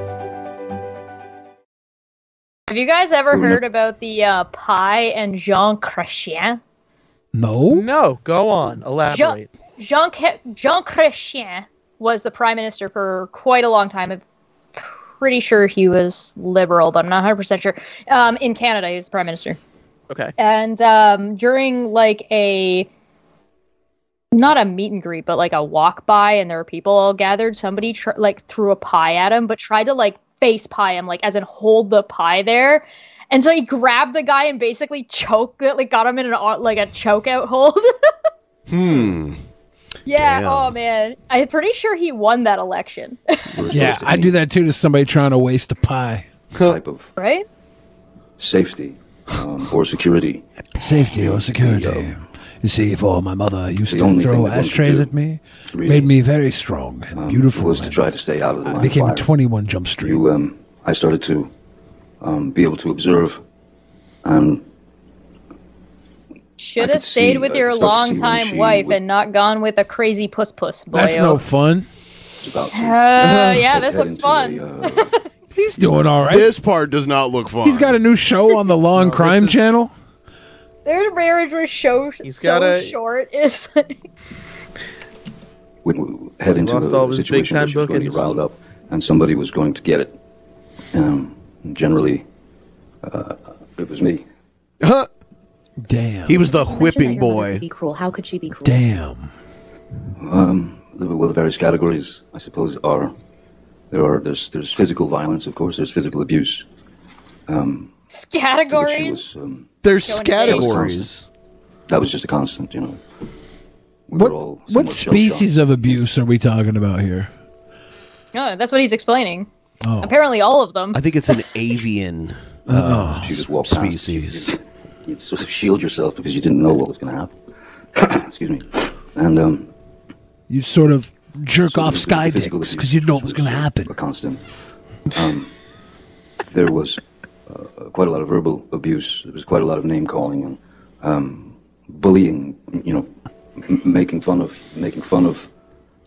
S23: Have you guys ever
S14: Ooh, no.
S23: heard about the uh, pie and Jean Chrétien?
S5: No.
S8: No. Go on.
S23: Jean
S8: Elaborate.
S23: Jean, Ch- Jean Chrétien was the prime minister for quite a long time. I'm pretty sure he was liberal, but I'm not 100 percent sure. Um, in Canada, he was prime minister.
S8: Okay.
S23: And um, during like a not a meet and greet, but like a walk by, and there were people all gathered. Somebody tr- like threw a pie at him, but tried to like face pie him, like as in hold the pie there. And so he grabbed the guy and basically choked, like got him in an au- like a choke out hold.
S7: Hmm.
S23: yeah.
S5: Damn.
S23: Oh man, I'm pretty sure he won that election,
S5: Yeah, I do that too to somebody trying to waste a pie.
S22: Type of
S23: right?
S22: safety um, or security.
S5: Safety or security. You see, for my mother used
S22: The
S5: to
S22: only thing
S5: throw
S22: that one could
S5: ashtrays
S22: do,
S5: at me,
S22: really,
S5: made me very strong and
S22: um,
S5: beautiful.
S22: was to
S5: and
S22: try to stay out of the
S5: I
S22: line
S5: became
S22: of
S5: a
S22: fire.
S5: 21 jump street.
S22: You, um, I started to um, be able to observe and
S23: Should
S22: I
S23: have
S22: could
S23: stayed
S22: see-
S23: with
S22: I
S23: your
S22: could start to see
S23: long
S22: when
S23: time
S22: she
S23: wife and not gone with a crazy puss puss boy. oh.
S5: That's no fun.
S22: about to.
S23: Uh, yeah, this
S22: head
S23: looks
S22: into
S23: fun.
S5: He's doing all right.
S7: This part does not look fun.
S5: He's got a new show on the Law and Crime Channel.
S23: Their marriage was so so
S8: gotta-
S23: short. It's
S22: head into
S8: lost all
S22: a
S8: his
S22: situation where
S8: big-time
S22: she was going to get
S8: bookings.
S22: riled up and somebody was going to get it. Um, generally, uh, it was me.
S5: Damn.
S22: He was the
S24: You mentioned that your mother could Be cruel. How could she be cruel?
S5: Damn.
S22: Um, the- well, the various categories, I suppose, are there are there's there's physical violence, of course. There's physical abuse. Um,
S23: categories.
S7: There's
S22: categories. That was just a constant, you know. We were all
S5: What
S22: somewhat
S5: species of abuse are we talking about here?
S23: No, that's what he's explaining.
S5: Oh.
S23: Apparently, all of them.
S7: I think it's an avian uh,
S22: She just walked species. You'd sort of shield yourself because you didn't know what was going to happen. Excuse me. And um,
S5: You sort of jerk
S22: So
S5: off
S22: there's
S5: sky
S22: physical
S5: dicks
S22: abuse,
S5: because you didn't know what was going to happen.
S22: a constant. Um, there was uh, quite a lot of verbal abuse. There was quite a lot of name calling and um, bullying. You know, m- making fun of making fun of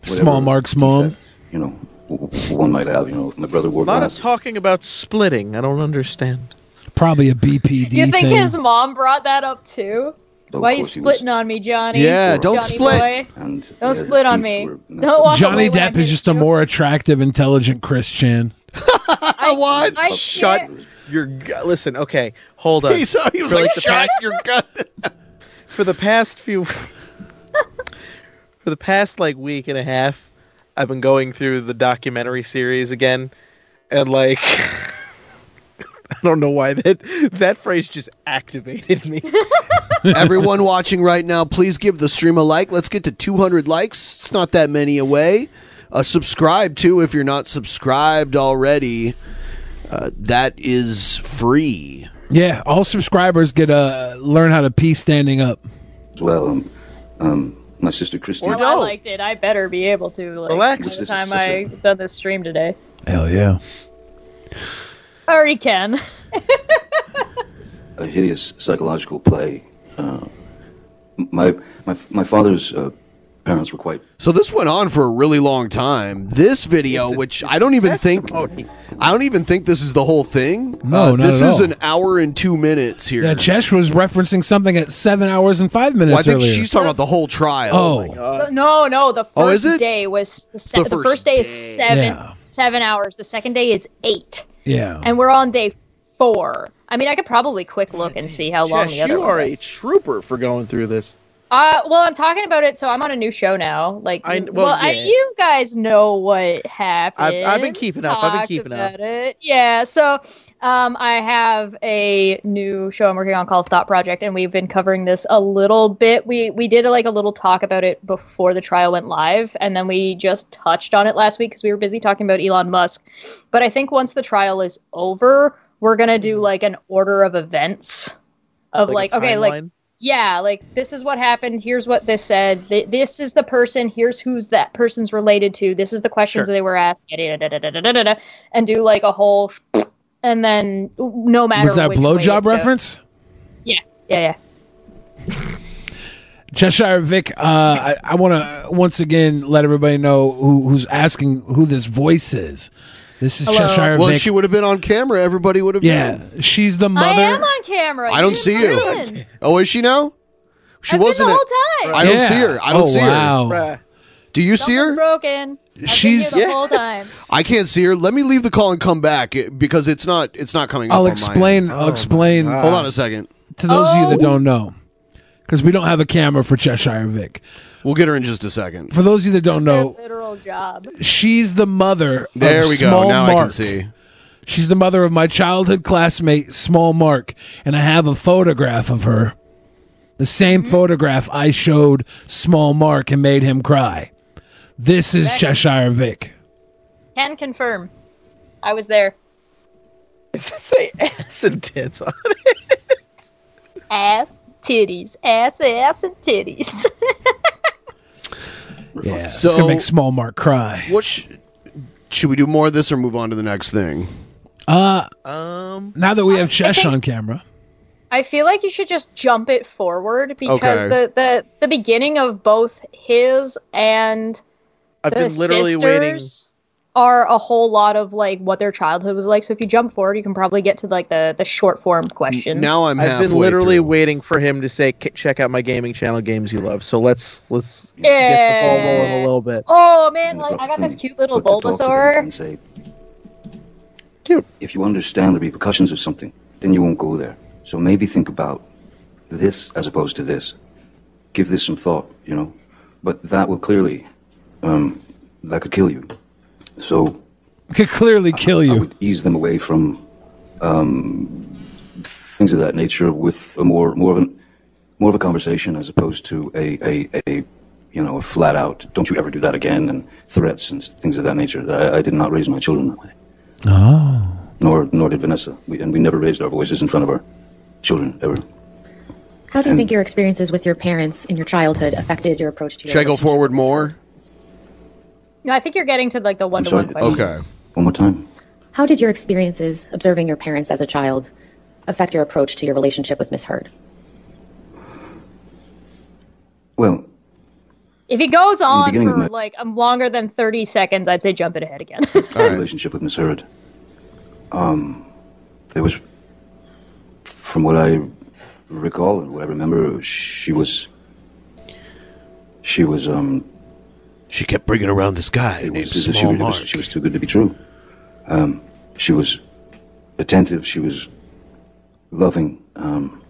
S22: whatever,
S5: Small Mark's mom.
S22: You know, w- w- one might have. You know, if my brother
S8: A
S22: wore
S8: lot of
S22: glasses.
S8: talking about splitting. I don't understand.
S5: Probably a BPD
S23: you think his mom brought that up too?
S22: Of
S23: Why are you
S22: course he
S23: splitting on me, Johnny?
S5: Yeah, don't
S23: Johnny
S5: split.
S23: boy.
S22: And
S23: Don't split on me. Don't walk
S5: Johnny
S23: away when
S5: Depp
S23: I'm
S5: is just a more attractive, intelligent Christian.
S23: I, what? I
S8: Oh, Shut your gut. Listen, okay, hold on.
S7: He saw- he was like, "Shut your gut.
S8: for the past few, for the past like week and a half, I've been going through the documentary series again, and like, I don't know why that that phrase just activated me.
S7: Everyone watching right now, please give the stream a like. Let's get to 200 likes. It's not that many away. Uh, subscribe too if you're not subscribed already. Uh, that is free.
S5: Yeah, all subscribers get a learn how to pee standing up.
S22: as well. Um, um, my sister Christine.
S23: Well, I liked it. I better be able to. Like,
S22: Relax.
S23: By
S22: This
S23: the
S22: is
S23: time
S22: such
S23: I
S22: a-
S23: done this stream today,
S5: Hell yeah.
S23: I already can.
S22: a hideous psychological play. Uh, my my my father's uh, parents were quite
S7: So this went on for a really long time. This video, which I don't even think, I don't even think this is the whole thing. Uh,
S5: No, not
S7: this
S5: at
S7: is
S5: all.
S7: an hour and two minutes here.
S5: Yeah, Chesh was referencing something at seven hours and five minutes
S7: Well, I think
S5: earlier.
S7: she's talking about the whole trial.
S5: Oh.
S8: Uh,
S23: no, no. The first
S7: Oh, is it?
S23: day was the, se-
S7: The
S23: the,
S7: first
S23: first, day is seven
S5: Yeah.
S23: seven hours. The second day is eight,
S8: Oh.
S5: Yeah.
S23: and we're on day four. I mean, I could probably quick look and see how long
S8: Jess,
S23: the other
S8: you
S23: one
S8: are
S23: was.
S8: a trooper for going through this.
S23: Uh, well, I'm talking about it, so I'm on a new show now. Like,
S8: I-
S23: you-
S8: well,
S23: well, I,
S8: yeah.
S23: you guys know what happened.
S8: I've been keeping up, I've been
S23: Talked
S8: keeping up.
S23: about It. Yeah. So, Um, I have a new show I'm working on called Thought Project, and we've been covering this a little bit. We we did like a little talk about it before the trial went live, and then we just touched on it last week because we were busy talking about Elon Musk. But I think once the trial is over, we're gonna do like an order of events of like,
S8: Mm-hmm. Like a
S23: okay, like
S8: timeline?
S23: yeah, like this is what happened. Here's what this said. Th- this is the person. Here's who's that person's related to. This is the questions
S8: Sure.
S23: they were asked. da- da- da- da- da- da- da- da, And do like a whole, sh- and then no matter
S5: Was that a
S23: which way it
S5: blowjob
S23: goes.
S5: reference?
S23: Yeah, yeah, yeah.
S5: Cheshire Vic, uh, I, I want to once again let everybody know who, who's asking who this voice is. This is Cheshire
S7: Well,
S5: Vic.
S7: if she would have been on camera, everybody would have.
S5: Yeah, she's the mother.
S23: I am on camera.
S7: I don't see you. Oh, is she now? She
S23: I've been
S7: wasn't
S23: the
S7: it.
S23: whole time.
S7: I don't
S5: Yeah.
S7: see her. I don't
S5: Oh,
S7: see
S5: wow.
S7: her. Do you see her?
S23: Broken.
S7: She's-
S23: I've been here the whole time.
S7: I can't see her. Let me leave the call and come back eh, because it's not it's not coming
S5: I'll
S7: up. on my
S5: explain.
S7: end.
S5: I'll explain.
S7: Hold on a second.
S5: To those of you
S23: Oh.
S5: that don't know, because we don't have a camera for Cheshire Vic.
S7: We'll get her in just a second.
S5: For those of you that don't know,
S23: literal job.
S5: she's the mother.
S7: There
S5: of
S7: we go.
S5: Small
S7: Now I
S5: Mark.
S7: can see.
S5: She's the mother of my childhood classmate, Small Mark, and I have a photograph of her. The same photograph I showed Small Mark and made him cry. This is
S23: That-
S5: Cheshire Vic.
S23: Can confirm. I was there.
S8: Say ass and tits on it.
S23: Ass, titties, ass, ass, and titties.
S5: Yeah,
S7: So-
S5: it's gonna make Small Mark cry.
S7: What sh- should we do more of this or move on to the next thing?
S5: Uh,
S8: um,
S5: now that we have Chesh
S23: think-
S5: on camera,
S23: I feel like you should just jump it forward because
S5: Okay.
S23: the, the the beginning of both his and
S8: I've
S23: the
S8: been literally waiting.
S23: sisters are a whole lot of like what their childhood was like. So if you jump forward, you can probably get to like the the short form questions.
S8: have been literally waiting for him to say, "K- "Check out my gaming channel, games you love." So let's let's get the ball rolling a little bit.
S23: Oh man, like I got
S22: hmm,
S23: this cute little Bulbasaur.
S22: and say, If you understand the repercussions of something, then you won't go there. So maybe think about this as opposed to this. Give this some thought, you know? But that will clearly, um, that could kill you. So.
S5: Could clearly kill you.
S22: I would ease them away from, um, things of that nature with a more, more of an, more of a conversation as opposed to a, a, a you know, a flat out, don't you ever do that again, and threats and things of that nature. I, I did not raise my children that way
S5: Oh.
S22: nor nor did Vanessa. We, and we never raised our voices in front of our children ever.
S24: How do you think your experiences with your parents in your childhood affected your approach to your
S7: Should I go
S24: relationship?
S7: forward more?
S23: No, I think you're getting to like the one to
S22: sorry.
S23: one question.
S22: One more time.
S24: How did your experiences observing your parents as a child affect your approach to your relationship with Miss Heard?
S22: Well,
S23: If he goes
S22: the
S23: on
S22: beginning of
S23: for
S22: my-
S23: like um, longer than thirty seconds, I'd say jump it ahead again.
S22: my relationship with Miss Hurd. Um, there was, from what I recall and what I remember, she was. She was um.
S7: She kept bringing around this guy named
S22: she,
S7: Small
S22: was,
S7: Mark.
S22: she was too good to be true. Um, she was attentive. She was loving. Um,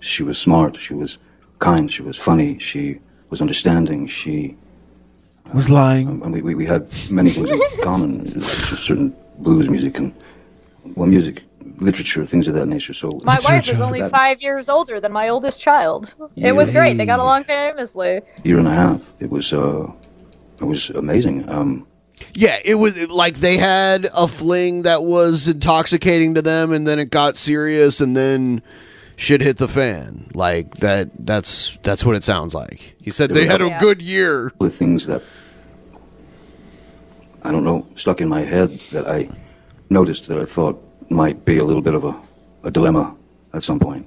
S22: she was smart. She was kind. She was funny. She was understanding. She
S5: was lying.
S22: and we, we, we had many things in common, certain blues music and well, music, literature, things of that nature. So
S23: My wife is only five years older than my oldest child. It was great. They got along famously.
S22: year and a half. It was uh, it was amazing. Um,
S7: Yeah, it was it- like they had a fling that was intoxicating to them, and then it got serious, and then shit hit the fan. Like that. That's that's what it sounds like. He said they had a good year.
S22: The things that I don't know stuck in my head that I noticed that I thought might be a little bit of a, a dilemma at some point.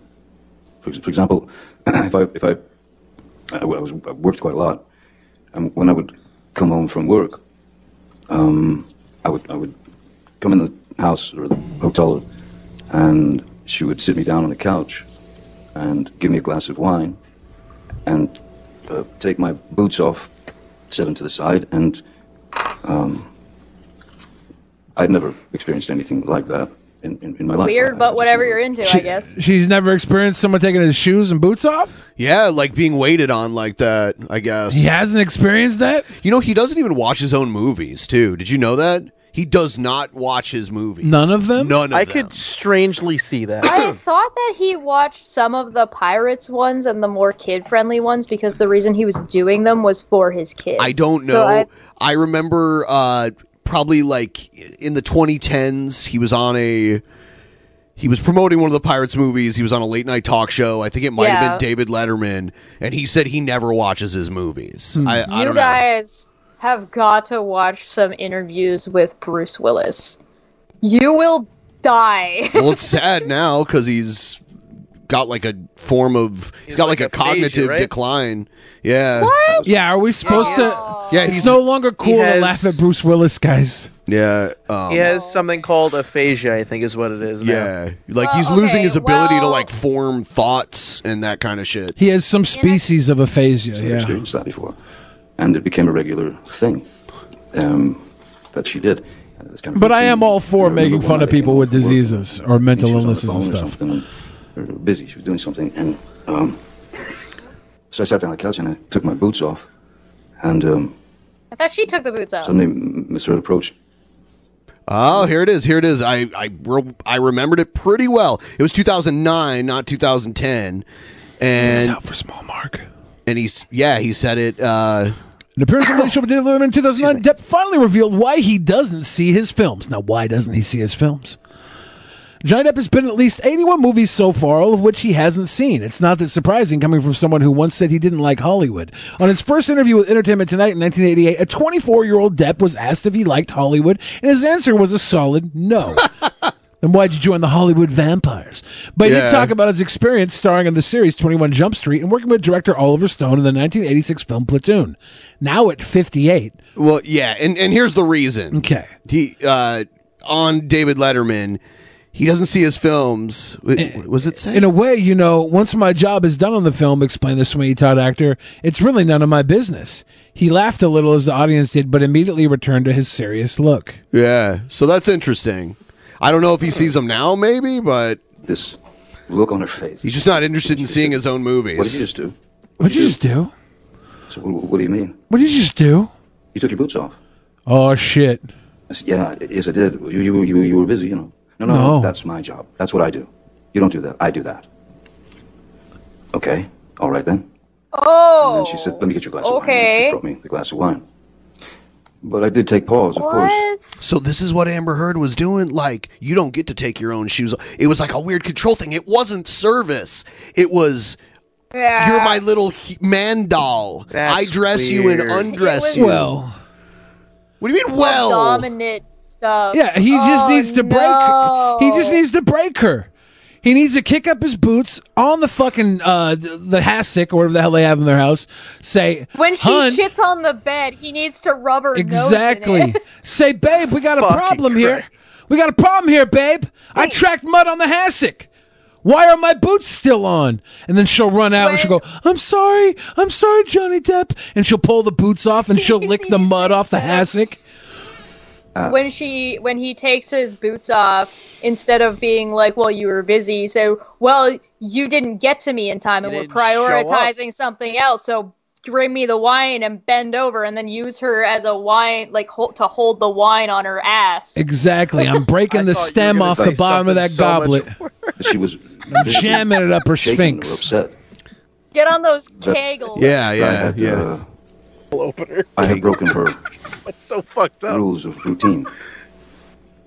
S22: For, ex- for example, if I if I I, w- I was I worked quite a lot, and when I would come home from work, um, I would I would come in the house or the hotel, and she would sit me down on the couch, and give me a glass of wine, and uh, take my boots off, set them to the side, and um, I'd never experienced anything like that in, in, in my life.
S23: Weird, but whatever you're into, I
S5: She-
S23: guess.
S5: She's never experienced someone taking his shoes and boots off.
S7: Yeah, like being waited on like that. I guess
S5: He hasn't experienced that.
S7: You know, he doesn't even watch his own movies too. Did you know that? He does not watch his movies.
S5: None of them?
S7: None of
S8: I
S7: them.
S8: could strangely see that.
S23: I thought that he watched some of the pirates ones and the more kid friendly ones because the reason he was doing them was for his kids.
S7: I don't know.
S23: So I-
S7: I, remember uh, probably like in the 2010s, he was on a. He was promoting one of the Pirates movies. He was on a late night talk show. I think it might
S23: Yeah.
S7: have been David Letterman, and he said he never watches his movies.
S5: Hmm.
S7: I, I
S23: you
S7: don't know.
S23: guys have got to watch some interviews with Bruce Willis. You will die.
S7: well, it's sad now because he's got like a form of he's got like, a cognitive
S5: right?
S7: decline. Yeah.
S23: What?
S5: Yeah, are we supposed to?
S7: Yeah,
S5: it's
S7: he's-
S5: no longer cool to
S8: has-
S5: laugh at Bruce Willis, guys.
S7: Yeah. Um,
S8: he has something called aphasia, I think is what it is.
S7: yeah. Like he's losing his ability to like form thoughts and that kind of shit.
S5: He has some species of aphasia.
S22: Never
S5: Yeah.
S22: staged that before, and it became a regular thing um, that she did. Uh, this kind of
S5: But I
S22: routine.
S5: am all for
S22: I remember
S5: making
S22: one
S5: fun of
S22: night I
S5: people
S22: came
S5: with
S22: home from work,
S5: diseases or mental illnesses and
S22: phone or
S5: stuff.
S22: something, and- or busy. She was doing something, and um, so I sat down on the couch and I took my boots off, and um,
S23: I thought she took the boots off.
S22: suddenly M- Miss Hood approached.
S7: Oh, here it is. Here it is. I I re- I remembered it pretty well. It was 2009, not 2010. And
S5: He's out for small mark.
S7: And he's yeah, he said it. Uh,
S5: An appearance on Late Show with David Letterman in 2009 Depp finally revealed why he doesn't see his films. Now, why doesn't he see his films? Johnny Depp has been in at least 81 movies so far, all of which he hasn't seen. It's not that surprising coming from someone who once said he didn't like Hollywood. On his first interview with Entertainment Tonight in 1988, a 24 year old Depp was asked if he liked Hollywood, and his answer was a solid no. Then why'd you join the Hollywood Vampires? But he did
S7: Yeah.
S5: talk about his experience starring in the series 21 Jump Street and working with director Oliver Stone in the 1986 film Platoon. Now at 58.
S7: Well, yeah, and and here's the reason.
S5: Okay.
S7: He uh on David Letterman, he doesn't see his films. Wh- Was it say?
S5: Eh, In a way, you know, once my job is done on the film, explained the Sweeney Todd actor, it's really none of my business. He laughed a little as the audience did, but immediately returned to his serious look.
S7: Yeah. So that's interesting. I don't know if he sees them now, maybe, but
S22: this look on her face.
S7: He's just not interested in seeing his own movies.
S22: What did you just do?
S5: What'd you just do?
S22: So, what, what do you mean?
S5: What did you just do?
S22: You took your boots off.
S5: Oh, shit.
S22: I said, yeah, yes, I did. You, you, you, you were busy, you know. No, no,
S5: No.
S22: that's my job. That's what I do. You don't do that. I do that. Okay, all right then.
S23: Oh.
S22: And she said, let me get your glass of wine. And She
S23: Okay.
S22: brought me the glass of wine. But I did take pause, of course.
S7: So this is what Amber Heard was doing. Like you don't get to take your own shoes. off. It was like a weird control thing. It wasn't service. It was. You're my little he- man doll. I dress you and
S5: weird.
S7: undress
S5: It was-
S7: you.
S5: Well.
S7: What do you mean? Well.
S23: dominant stuff.
S5: Yeah, he just
S23: Oh,
S5: needs to break.
S23: no.
S5: He just needs to break her. He needs to kick up his boots on the fucking uh, th- the hassock or whatever the hell they have in their house. Say
S23: When she
S5: "Hun,"
S23: shits on the bed, he needs to rub her nose in
S5: exactly.
S23: it.
S5: Say, babe, we got a problem here. We got a problem here, babe. I tracked mud on the hassock. Why are my boots still on? And then she'll run out and she'll go, I'm sorry, I'm sorry, Johnny Depp. And she'll pull the boots off and she'll lick the mud off the hassock.
S23: when she when he takes his boots off, instead of being like, "Well, you were busy," so well, you didn't get to me in time, and we're
S25: up."
S23: prioritizing something else. So bring me the wine and bend over, and then use her as a wine like hol- to hold the wine on her ass.
S5: Exactly. I'm breaking the stem off the bottom of that goblet.
S22: She was
S5: jamming it up her
S22: shaking
S5: sphinx.
S22: Or upset.
S23: Get on those
S22: that-
S23: kegels.
S22: I had, Uh,
S8: opener.
S22: I had broken her
S8: That's so fucked up.
S22: rules of routine.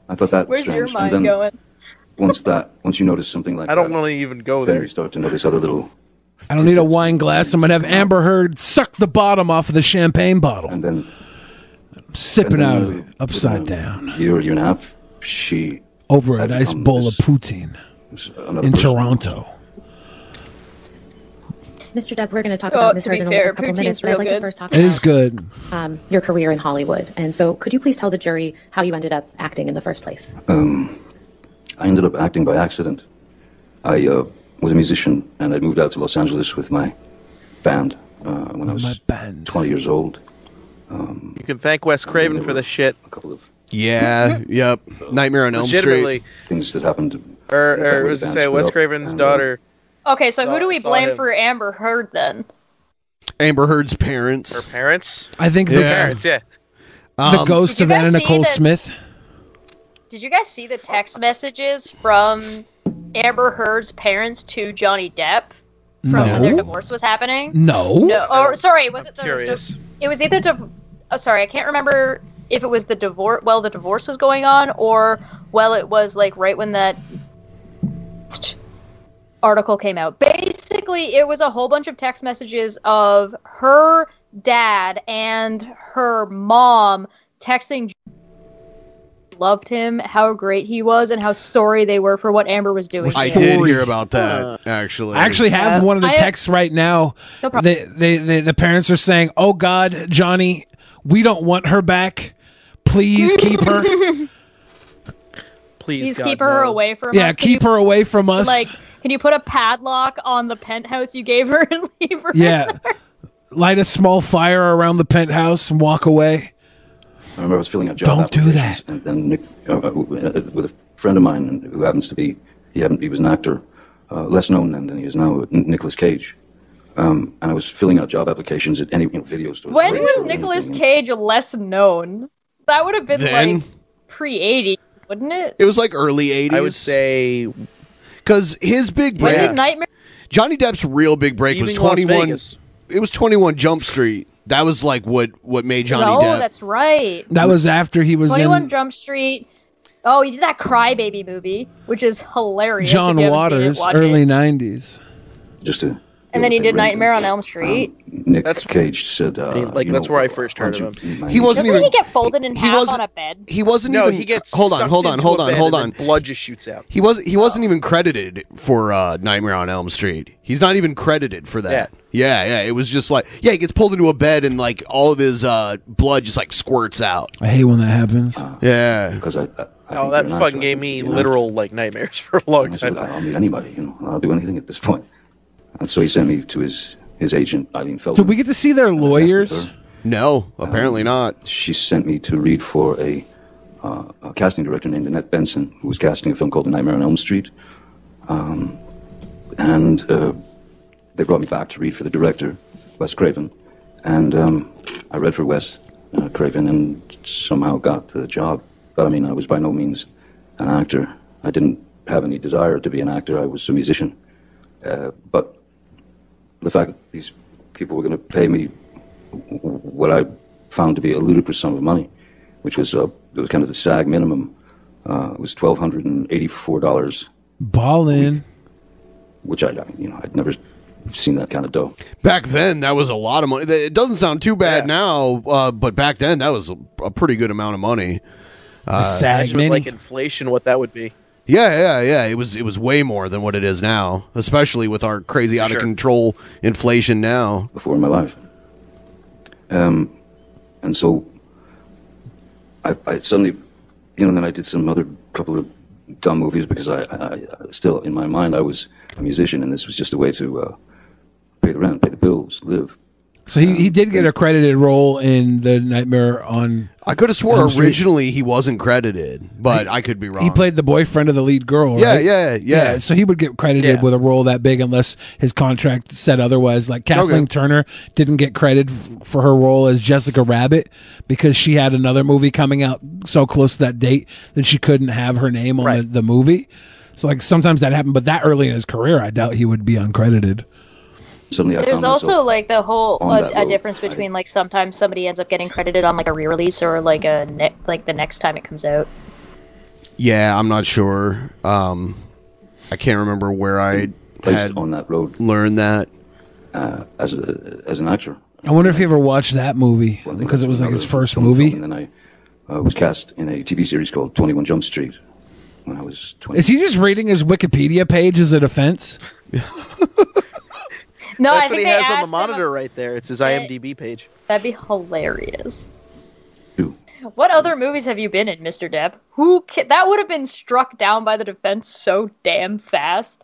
S22: I thought that was
S8: Where's
S22: strange.
S8: your mind
S22: and then
S8: going?
S22: once that, once you notice something like
S8: I don't
S22: that,
S8: want to even go
S22: then
S8: there.
S22: you start to notice other little
S5: I don't need a wine glass. I'm going to have Amber Heard suck the bottom off of the champagne bottle. And
S22: then.
S5: Sipping
S22: and then
S5: out
S22: we-
S5: of it,
S22: within
S5: upside
S22: a
S5: down.
S22: Year, year and a half, she
S5: Over a nice bowl of poutine
S22: another
S5: in
S22: person.
S5: Toronto.
S24: Mr. Depp, we're going to talk
S23: Oh,
S24: about Miss
S23: to be
S24: Heard in
S23: fair,
S24: a couple
S23: poutine's
S24: minutes, but
S23: real
S24: I'd like
S23: good.
S24: to first talk
S5: It is
S24: about
S5: good.
S24: um, your career in Hollywood. And so, could you please tell the jury how you ended up acting in the first place?
S22: Um, I ended up acting by accident. I uh, was a musician, and I moved out to Los Angeles with my band uh, when I was 20 years old.
S8: You can thank Wes Craven for this shit. A
S22: couple of
S7: Yeah. yep. Nightmare on Elm Street.
S8: Legitimately.
S22: Things that happened.
S8: Or, or was to say Wes Craven's daughter.
S23: Okay, so who do we
S8: saw
S23: blame
S8: him.
S23: for Amber Heard then?
S7: Amber Heard's parents. Um,
S8: Her parents.
S5: I think the-
S8: Her parents. Yeah.
S5: the ghost of Anna Nicole Smith.
S23: Did you guys see the text messages from Amber Heard's parents to Johnny Depp from when their
S5: No.
S23: divorce was happening?
S5: No.
S23: No. Or sorry, was it the
S8: Curious.
S23: it was either div- oh, sorry i can't remember if it was the divorce well the divorce was going on or well it was like right when that article came out basically it was a whole bunch of text messages of her dad and her mom texting loved him how great he was and how sorry they were for what amber was doing
S7: I
S23: to him.
S7: did hear about that actually.
S5: I actually have one of the
S23: I-
S5: texts right now.
S23: No problem.
S5: they, they, they, the parents are saying, "Oh God, Johnny, we don't want her back. Please keep her.
S8: Please,
S23: Please keep her away from
S5: yeah,
S23: us. Can
S5: keep
S23: you-
S5: her away from us.
S23: Like, can you put a padlock on the penthouse you gave her and leave her?
S5: yeah, light a small fire around the penthouse and walk away.
S22: I remember I was filling out job Don't do that. And then Nick, uh, uh, with a friend of mine who happens to be, he, happened, he was an actor, uh, less known then than he is now, Nicholas Cage. Um, and I was filling out job applications at any you know, video store.
S23: When was Nicolas Cage less known? That would have been
S7: Then?
S23: like pre eighties, wouldn't it?
S7: It was like early 80s. I would
S8: say
S7: cuz his big
S23: When
S7: break
S23: did Nightmare?
S7: Johnny Depp's real big break was
S23: Leaving Las
S7: 21
S23: Vegas.
S7: It was 21 Jump Street. That was like what what made Johnny
S23: no,
S7: Depp.
S23: that's right.
S5: That was after he was
S23: Twenty One
S5: in
S23: Jump Street. Oh, he did that Crybaby movie, which is hilarious. if
S5: John
S23: you haven't seen it,
S5: Waters,
S23: watch it.
S5: early '90s.
S22: Just to
S23: and then he did Nightmare on Elm Street.
S22: Nick Cage said, uh,
S8: like, that's where I first heard of
S22: him.
S7: He wasn't
S23: Doesn't
S7: even
S23: he get folded in half
S7: wasn't-
S23: on a bed?
S7: He wasn't
S8: No,
S7: even
S8: he gets
S7: Hold on,
S8: sucked
S7: hold on,
S8: into a
S7: hold on,
S8: bed
S7: hold
S8: and
S7: on.
S8: then blood just shoots out.
S7: He was he wasn't even credited for uh, Nightmare on Elm Street. He's not even credited for that. Yeah. yeah, It was just like yeah, he gets pulled into a bed and like all of his uh, blood just like squirts out.
S5: I hate when that happens.
S23: Oh.
S7: Yeah,
S22: because I, I
S8: Oh, that fucking gave me literal like nightmares for a long time.
S22: I'll meet anybody, you know, I'll do anything at this point. And so he sent me to his, his agent, Eileen Feldman.
S5: Did we get to see their lawyers?
S22: No, apparently not. Um, She sent me to read for a, uh, a casting director named Annette Benson, who was casting a film called The Nightmare on Elm Street. Um, and uh, they brought me back to read for the director, Wes Craven. And um, I read for Wes uh, Craven and somehow got the job. But I mean, I was by no means an actor. I didn't have any desire to be an actor, I was a musician. Uh, but the fact that these people were going to pay me what I found to be a ludicrous sum of money, which was uh, it was kind of the SAG minimum. Uh, it was twelve hundred and eighty-four dollars,
S5: Ballin.
S22: which I, I mean, you know I'd never seen that kind of dough.
S7: Back then, that was a lot of money. It doesn't sound too bad now, uh, but back then, that was a, a pretty good amount of money. Uh,
S8: Imagine with, like inflation, what that would be.
S7: Yeah, yeah, yeah. It was it was way more than what it is now, especially with our crazy out of control inflation now.
S22: Before my life. Um, and so I, I suddenly, you know, then I did some other couple of dumb movies because I, I, I still, in my mind, I was a musician, and this was just a way to uh, pay the rent, pay the bills, live.
S5: So he, he did get a credited role in the Nightmare on.
S7: I could have swore originally he wasn't credited, but I could be wrong.
S5: He played the boyfriend of the lead girl.
S7: Yeah,
S5: right?
S7: yeah, yeah.
S5: So he would get credited
S7: Yeah.
S5: with a role that big unless his contract said otherwise. Like Kathleen
S7: Okay.
S5: Turner didn't get credit f- for her role as Jessica Rabbit because she had another movie coming out so close to that date that she couldn't have her name on the, the movie. So like sometimes that happened, but that early in his career, I doubt he would be uncredited.
S22: Suddenly,
S23: There's also like the whole
S5: on
S23: uh,
S5: that
S23: a
S5: road.
S23: difference between like sometimes somebody ends up getting credited on like a re-release or like a ne- like the next time it comes out.
S7: Yeah, I'm not sure. Um, I can't remember where I
S22: Placed
S7: had
S22: on that road
S7: learned that
S22: uh, as a as an actor.
S5: I wonder if he ever watched that movie because it was like his first movie.
S22: And then I uh, was cast in a TV series called 21 Jump Street when I was 20.
S5: Is he just reading his Wikipedia page as a defense?
S23: No, I
S8: That's what
S23: think
S8: he
S23: they
S8: has on
S23: asked
S8: the
S23: him-
S8: monitor right there. It's his
S23: Yeah.
S8: IMDb page.
S23: That'd be hilarious. What other movies have you been in, Mr. Depp? Who ca- that would have been struck down by the defense so damn fast.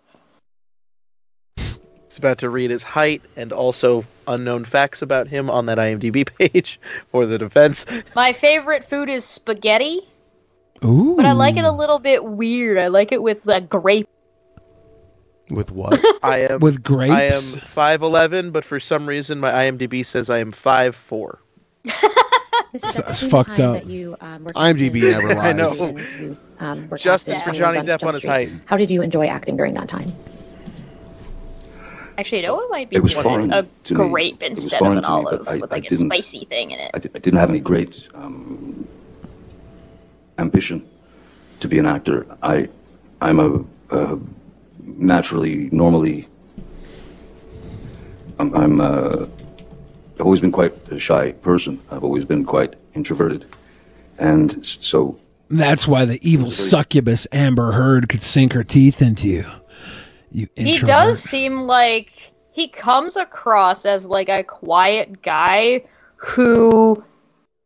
S8: It's about to read his height and also unknown facts about him on that IMDb page for the defense.
S23: My favorite food is spaghetti,
S5: Ooh.
S23: but I like it a little bit weird. I like it with a grape.
S7: with what?
S8: I am
S5: With grapes?
S8: I am five eleven, but for some reason my IMDb says I am five four.
S24: Mr. Depp,
S5: It's
S24: between the
S5: fucked
S24: time
S5: up.
S24: That you, um, were
S7: IMDb
S24: considered-
S7: never
S24: I know.
S7: lies.
S24: and you um, were
S8: Just
S24: cast as
S8: for
S24: criminals
S8: Johnny Depp
S24: Jump
S8: on his
S24: Street.
S8: height.
S24: How did you enjoy acting during that time?
S23: Actually, no, it might be
S24: It was
S23: more
S24: foreign
S23: a
S24: to me.
S23: grape
S24: It was
S23: instead of
S22: foreign
S23: an
S22: to me, but
S23: olive
S22: I-
S23: with
S22: I
S23: like a
S22: didn't-
S23: spicy thing in it.
S22: I, di- I didn't have any great um, ambition to be an actor. I, I'm a, uh naturally, normally, I'm, I'm uh, I've always been quite a shy person. I've always been quite introverted, and s- so
S5: That's why the evil succubus Amber Heard could sink her teeth into you. You
S23: He
S5: introvert.
S23: does seem like he comes across as like a quiet guy who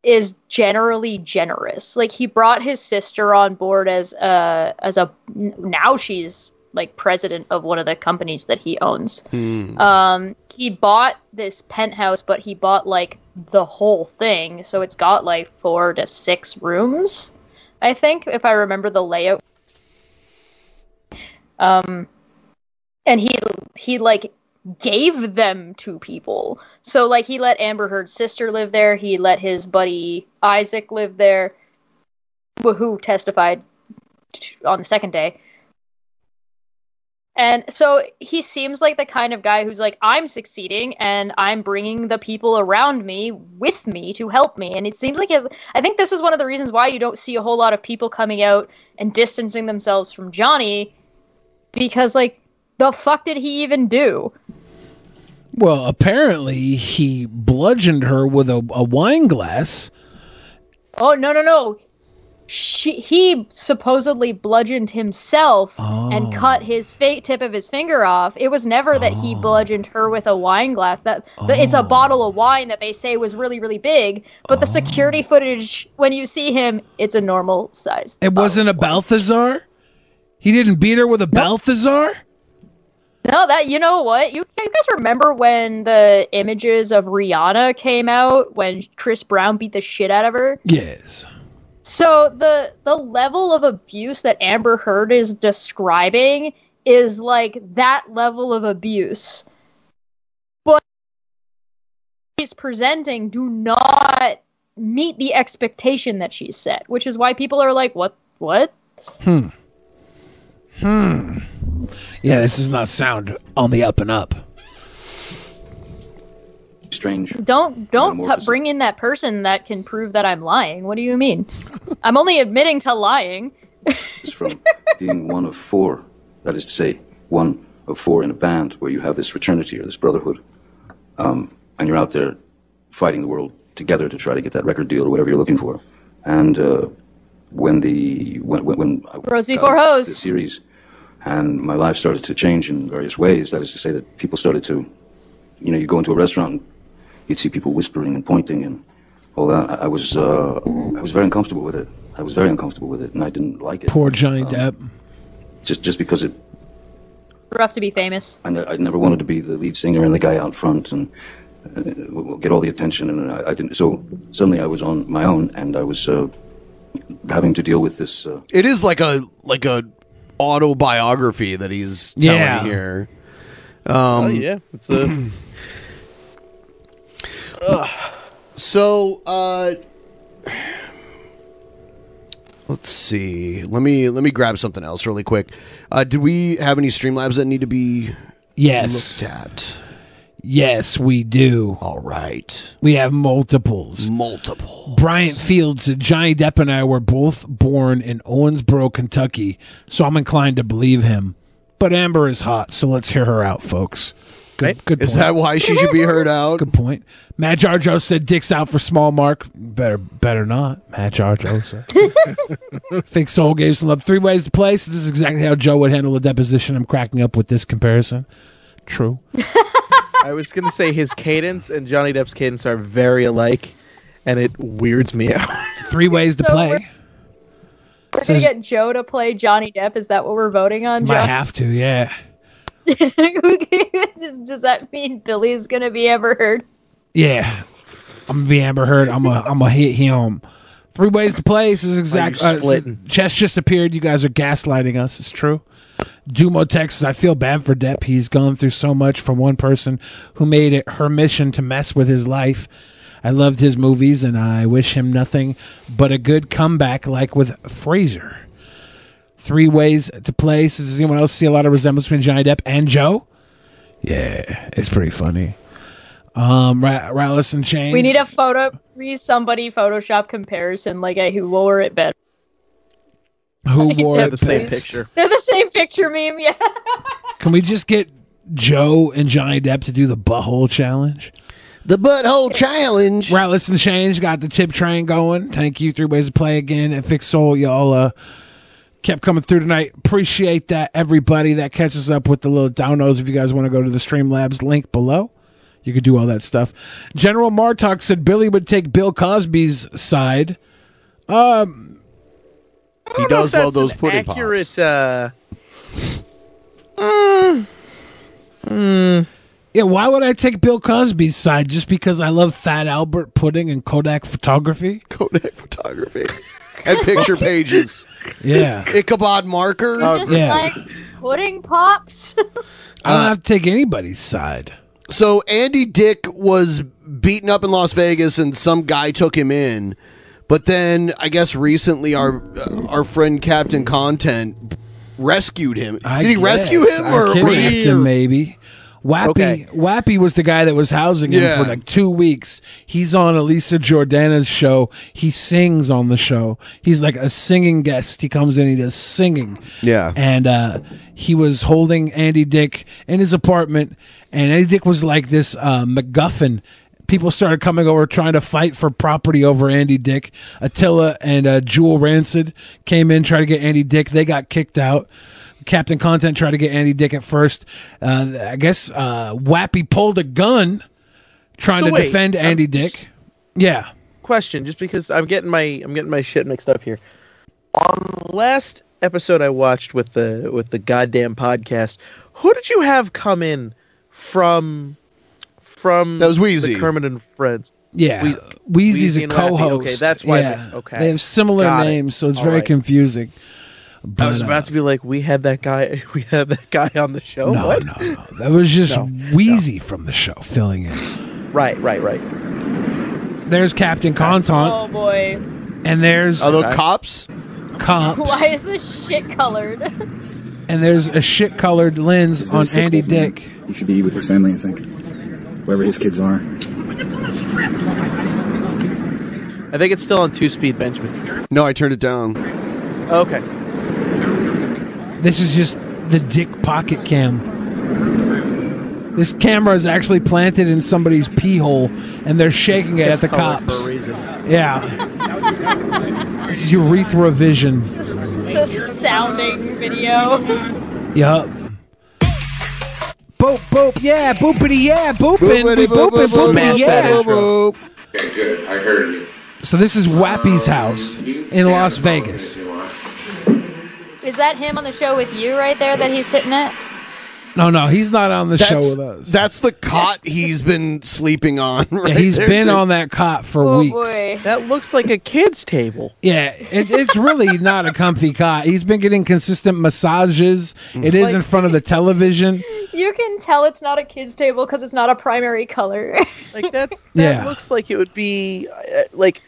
S23: is generally generous. Like he brought his sister on board as a as a now she's like president of one of the companies that he owns.
S12: Hmm.
S23: Um, he bought this penthouse, but he bought like the whole thing, so it's got like four to six rooms, I think, if I remember the layout. Um, and he he like gave them to people. So like he let Amber Heard's sister live there. He let his buddy Isaac live there, wh- who testified t- on the second day. And so he seems like the kind of guy who's like, I'm succeeding and I'm bringing the people around me with me to help me. And it seems like he has, I think this is one of the reasons why you don't see a whole lot of people coming out and distancing themselves from Johnny because, like, the fuck did he even do?
S5: Well, apparently he bludgeoned her with a, a wine glass.
S23: Oh, no, no, no. She, he supposedly bludgeoned himself and cut his fa- tip of his finger off. It was never that he bludgeoned her with a wine glass. That the, it's a bottle of wine that they say was really really big, but the security footage when you see him, it's a normal size.
S5: It wasn't a Balthazar. He didn't beat her with a Balthazar.
S23: No, that you know what you, you guys remember when the images of Rihanna came out when Chris Brown beat the shit out of her.
S5: Yes.
S23: So the the level of abuse that Amber Heard is describing is like that level of abuse. But she's presenting do not meet the expectation that she set, which is why people are like, What what?
S5: Hmm. Hmm. Yeah, this does not sound on the up and up.
S22: strange.
S23: Don't don't t-
S22: Metamorphosis.
S23: bring in that person that can prove that I'm lying. What do you mean? I'm only admitting to lying.
S22: being one of four, that is to say, one of four in a band where you have this fraternity or this brotherhood, um, and you're out there fighting the world together to try to get that record deal or whatever you're looking for. And uh, when the when when, when I
S23: Bros
S22: got
S23: before
S22: into
S23: hoes.
S22: the series, and my life started to change in various ways. That is to say, that people started to, you know, you go into a restaurant, you'd see people whispering and pointing and all that. I, I was uh, I was very uncomfortable with it. I was very uncomfortable with it, and I didn't like it Um,
S5: Poor Johnny Depp.
S22: just just because it
S23: Rough to be famous.
S22: I, ne- I never wanted to be the lead singer and the guy out front and uh, w- w- get all the attention and I, I didn't so suddenly I was on my own and I was uh, having to deal with this uh,
S7: It is like a like a autobiography that he's telling
S22: Yeah.
S7: here. Um,
S8: oh yeah, it's a
S7: So, uh, let's see. Let me let me grab something else really quick. Uh, did we have any Streamlabs that need to be
S5: Yes.
S7: looked at?
S5: Yes, we do.
S7: All right.
S5: We have multiples.
S7: Multiple.
S5: Bryant Fields and Johnny Depp and I were both born in Owensboro, Kentucky, so I'm inclined to believe him. But Amber is hot, so let's hear her out, folks. Good, good
S7: Is
S5: point.
S7: that why she should be heard out?
S5: Good point. Matt Jarjo said dicks out for small mark. Better better not. Matt Jarjo said. Think Soul gave some love. Three ways to play. So this is exactly how Joe would handle a deposition. I'm cracking up with this comparison. True.
S8: I was gonna say his cadence and Johnny Depp's cadence are very alike, and it weirds me out.
S5: Three ways to
S23: So
S5: play.
S23: We're
S8: So
S23: gonna
S8: is-
S23: get Joe to play Johnny Depp. Is that what we're voting on, Joe?
S5: Might have to, yeah.
S23: does, does that mean Billy's gonna be ever heard?
S5: Yeah. I'm gonna be Amber Heard. I'm a I'm a hit him. Three ways to play. This is exactly.
S8: Are you
S5: Uh, this is-
S8: splitting?
S5: Chess just appeared. You guys are gaslighting us. It's true. Dumo, Texas. I feel bad for Depp. He's gone through so much from one person who made it her mission to mess with his life. I loved his movies, and I wish him nothing but a good comeback, like with Fraser. three ways to play. So does anyone else see a lot of resemblance between Johnny Depp and Joe? Yeah, it's pretty funny. Um, Ra- Rallis and Chain.
S23: We need a photo. Please, somebody Photoshop comparison, like a who wore it better.
S5: who wore
S8: have
S5: it
S8: the same
S5: best?
S8: picture.
S23: They're the same picture meme, yeah.
S5: Can we just get Joe and Johnny Depp to do the butthole challenge?
S7: The butthole challenge.
S5: Rallis and Change got the tip train going. Thank you. Three ways to play again at Fix Soul. Y'all uh, kept coming through tonight. Appreciate that, everybody. That catches up with the little downloads. If you guys want to go to the Streamlabs link below, you could do all that stuff. General Martok said Billy would take Bill Cosby's side. Um,
S7: he
S8: know if does love that's those an pudding pops. accurate, Uh, mm,
S5: Mm. Yeah, why would I take Bill Cosby's side just because I love Fat Albert pudding and Kodak photography?
S7: Kodak photography and picture pages.
S5: Yeah.
S7: Ichabod marker.
S23: Just like pudding pops.
S5: I don't have to take anybody's side.
S7: Uh, So Andy Dick was beaten up in Las Vegas, and some guy took him in. But then, I guess recently, our uh, our friend Captain Content rescued him.
S5: I
S7: Did he
S5: guess.
S7: rescue him,
S5: I
S7: or or
S5: kidnapped
S7: he-
S5: him? Maybe. Wappy
S7: Okay.
S5: Wappy was the guy that was housing
S7: Yeah.
S5: him for like two weeks. He's on Elisa Jordana's show. He sings on the show. He's like a singing guest. He comes in, he does singing.
S7: Yeah.
S5: And uh, he was holding Andy Dick in his apartment, and Andy Dick was like this uh, MacGuffin. People started coming over trying to fight for property over Andy Dick. Attila and uh, Jewel Rancid came in, tried to get Andy Dick. They got kicked out. Captain Content tried to get Andy Dick at first. Uh, I guess uh, Wappy pulled a gun trying
S8: So
S5: to
S8: wait,
S5: defend
S8: I'm
S5: Andy
S8: just-
S5: Dick. Yeah.
S8: question just because I'm getting my I'm getting my shit mixed up here. On the last episode I watched with the with the goddamn podcast, who did you have come in from from
S7: That was Wheezy.
S8: the Kermit and Friends?
S5: Yeah.
S8: Wheezy
S5: Wheezy's
S8: and
S5: a
S8: Laffy.
S5: co host.
S8: Okay, that's why
S5: Yeah.
S8: that's okay.
S5: They have similar
S8: Got it.
S5: names, so it's
S8: All
S5: very
S8: right.
S5: confusing.
S8: I was
S5: But, uh,
S8: about to be like, we had that guy we had that guy on the show.
S5: No,
S8: what?
S5: no, no. That was just
S8: No,
S5: Wheezy from the show filling in.
S8: Right, right, right.
S5: There's Captain Contant,
S23: Oh boy.
S5: and there's.
S7: Are those cops?
S5: Cops.
S23: Why is this shit colored?
S5: And there's a shit colored lens on Andy Dick.
S26: He should be with his family, I think. Wherever his kids are.
S8: I think it's still on two speed Benjamin.
S7: No, I turned it down.
S8: Okay.
S5: This is just the dick pocket cam. This camera is actually planted in somebody's pee hole, and they're shaking it at
S8: It's
S5: the
S8: colored
S5: cops.
S8: for a reason.
S5: Yeah, this is urethra vision.
S23: Just just sounding video.
S5: Yup. Boop boop yeah, boopity yeah, boopin, we boopin, boopity yeah.
S26: Okay, good. I heard you.
S5: So this is Wappy's house in Las Vegas.
S23: Is that him on the show with you right there that he's sitting at?
S5: No, no, he's not on the show
S7: That's-
S5: with us.
S7: That's the cot he's been sleeping on.
S5: Yeah,
S7: Right
S5: he's
S7: there,
S5: been
S7: too.
S5: on that cot for
S23: Oh
S5: weeks.
S23: boy.
S8: That looks like a kid's table.
S5: Yeah, it, it's really not a comfy cot. He's been getting consistent massages.
S7: Mm.
S5: It is in
S23: Like-
S5: front of the television.
S23: You can tell it's not a kids table because it's not a primary color.
S8: Like that's that
S5: Yeah.
S8: looks like it would be uh, like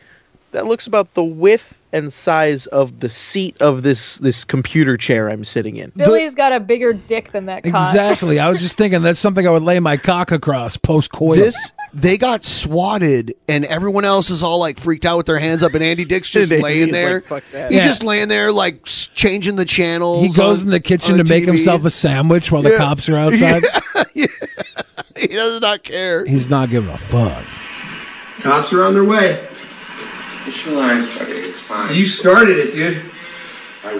S8: that looks about the width and size of the seat of this this computer chair I'm sitting in.
S23: Billy's got a bigger dick than that cock.
S5: Exactly. I was just thinking that's something I would lay my cock across post coital.
S7: This they got swatted, and everyone else is all like freaked out with their hands up, and Andy Dick's just
S8: Andy
S7: laying
S8: Dick's
S7: there.
S8: like, "Fuck that."
S7: He's
S5: Yeah.
S7: just laying there, like s- changing the channel.
S5: he goes in the kitchen to make himself a sandwich while the
S7: Yeah.
S5: cops are outside.
S7: he does not care.
S5: He's not giving a fuck.
S26: Cops are on their way.
S6: It's your line. Okay, it's fine.
S26: You started it, dude.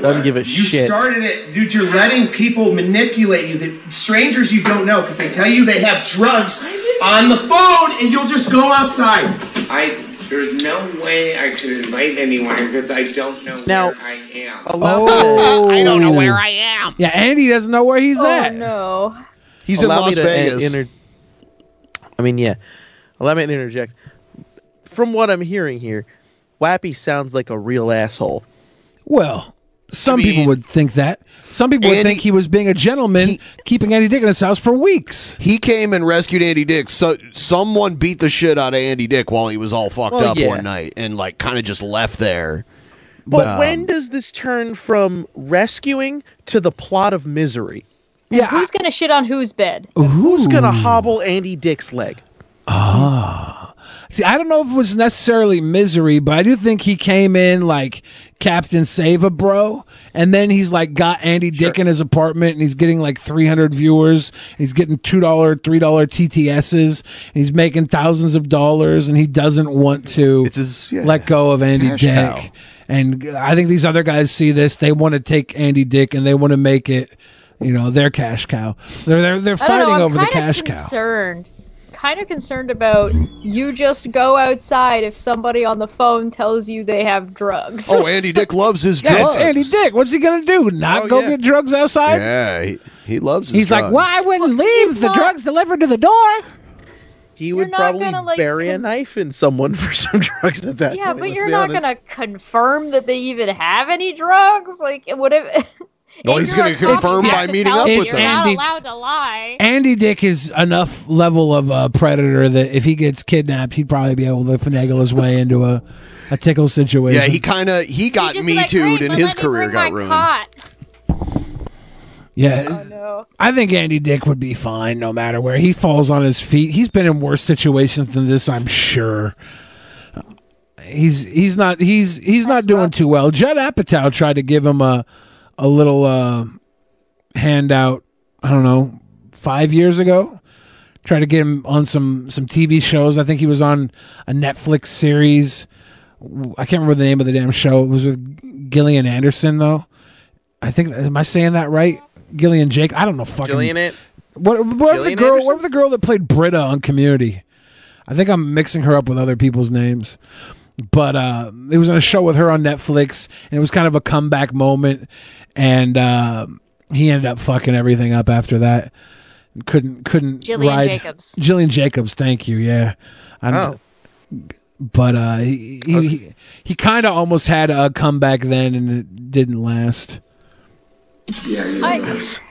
S8: Doesn't give a
S6: You
S8: shit.
S6: started it, dude. You're letting people manipulate you. The strangers you don't know because they tell you they have drugs on the phone, and you'll just go outside. I there's no way I could invite anyone because I don't know
S8: Now-
S6: where I am.
S5: Oh. I don't know where I
S6: am.
S5: Yeah, Andy doesn't know where he's
S23: Oh
S5: at.
S23: no.
S7: He's in
S8: Allow me
S7: Las
S8: to, uh,
S7: Vegas.
S8: inter- I mean, yeah. Allow me to interject. From what I'm hearing here, Wappy sounds like a real asshole.
S5: Well, some people
S7: mean-
S5: would think that. Some people would
S7: Andy-
S5: think he was being a gentleman, keeping Andy Dick in his house for weeks.
S7: he came and rescued Andy Dick. So someone beat the shit out of Andy Dick while he was all fucked
S8: Well,
S7: up
S8: yeah.
S7: one night, and like kind of just left there.
S8: But
S5: Um,
S8: when does this turn from rescuing to the plot of misery?
S23: And who's gonna shit on whose bed?
S8: Who's gonna hobble Andy Dick's leg?
S5: Ah. See, I don't know if it was necessarily misery, but I do think he came in like Captain Save a Bro, and then he's like got Andy Dick in his apartment, and he's getting like 300 viewers, and he's getting two dollar, three dollar TTSs, and he's making thousands of dollars, and he doesn't want to let go of Andy
S7: Cash
S5: Dick.
S7: cow.
S5: And I think these other guys see this; they want to take Andy Dick, and they want to make it, you know, their cash cow. They're they're, they're
S23: I don't
S5: fighting
S23: know, I'm
S5: over the
S23: kinda
S5: cash cow.
S23: concerned. Kind of concerned about you just go outside if somebody on the phone tells you they have drugs.
S7: Oh, Andy Dick loves his
S5: Yeah,
S7: drugs.
S5: it's Andy Dick. What's he gonna do? Not go get drugs outside?
S7: Yeah, he, he loves his
S5: He's like,
S7: drugs.
S5: well, I wouldn't leave the drugs delivered to the door.
S8: He would
S23: not
S8: probably
S23: gonna, like,
S8: bury a knife in someone for some drugs at that
S23: yeah,
S8: point,
S23: but
S8: let's
S23: you're
S8: be
S23: not
S8: honest.
S23: gonna confirm that they even have any drugs. Like, what if?
S7: No,
S23: if
S7: he's
S23: you're
S7: gonna
S23: a cop,
S7: confirm
S23: you
S7: by
S23: have to
S7: meeting
S23: tell
S7: up
S23: them
S7: with
S23: you're
S7: them.
S23: not
S5: Andy-
S23: allowed to lie.
S5: Andy Dick is enough level of a predator that if he gets kidnapped, he'd probably be able to finagle his way into a, a tickle situation.
S7: yeah, he kind of he got
S23: just be
S7: me
S23: like,
S7: too'd
S23: "Great,
S7: and
S23: but
S7: his
S23: let me
S7: career
S23: bring
S7: got
S23: my
S7: ruined.
S23: cot."
S5: Yeah. I think Andy Dick would be fine no matter where he falls on his feet. He's been in worse situations than this, I'm sure. He's he's not he's he's not doing too well. Judd Apatow tried to give him a a little uh, handout. I don't know five years ago. Tried to get him on some some TV shows. I think he was on a Netflix series. I can't remember the name of the damn show. It was with Gillian Anderson though. I think am I saying that right? Gillian Jake. I don't know fucking
S8: Gillian An-
S5: What what the
S8: Gillian
S5: girl
S8: Anderson?
S5: what the girl that played Britta on Community? I think I'm mixing her up with other people's names. But uh it was on a show with her on Netflix and it was kind of a comeback moment and uh he ended up fucking everything up after that. Couldn't couldn't
S23: Gillian
S5: ride-
S23: Jacobs.
S5: Jillian Jacobs, thank you. Yeah. I don't-
S8: Oh.
S5: But uh he he, he, he kind of almost had a comeback then and it didn't last.
S8: Yeah,
S23: you're I- right.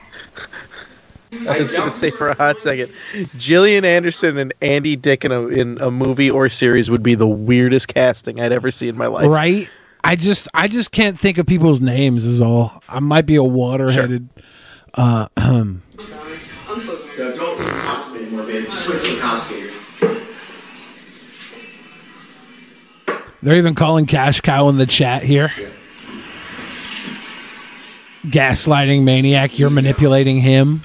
S8: I was going to say for a hot second, Gillian Anderson and Andy Dick in a in a movie or series would be the weirdest casting I'd ever see in my life.
S5: right? I just I just can't think of people's names is all. I might be a water headed uh um
S6: No, don't really talk to me anymore, babe. Just wait till the cops get here.
S5: they're even calling Cash Cow in the chat here. Gaslighting maniac, you're manipulating him.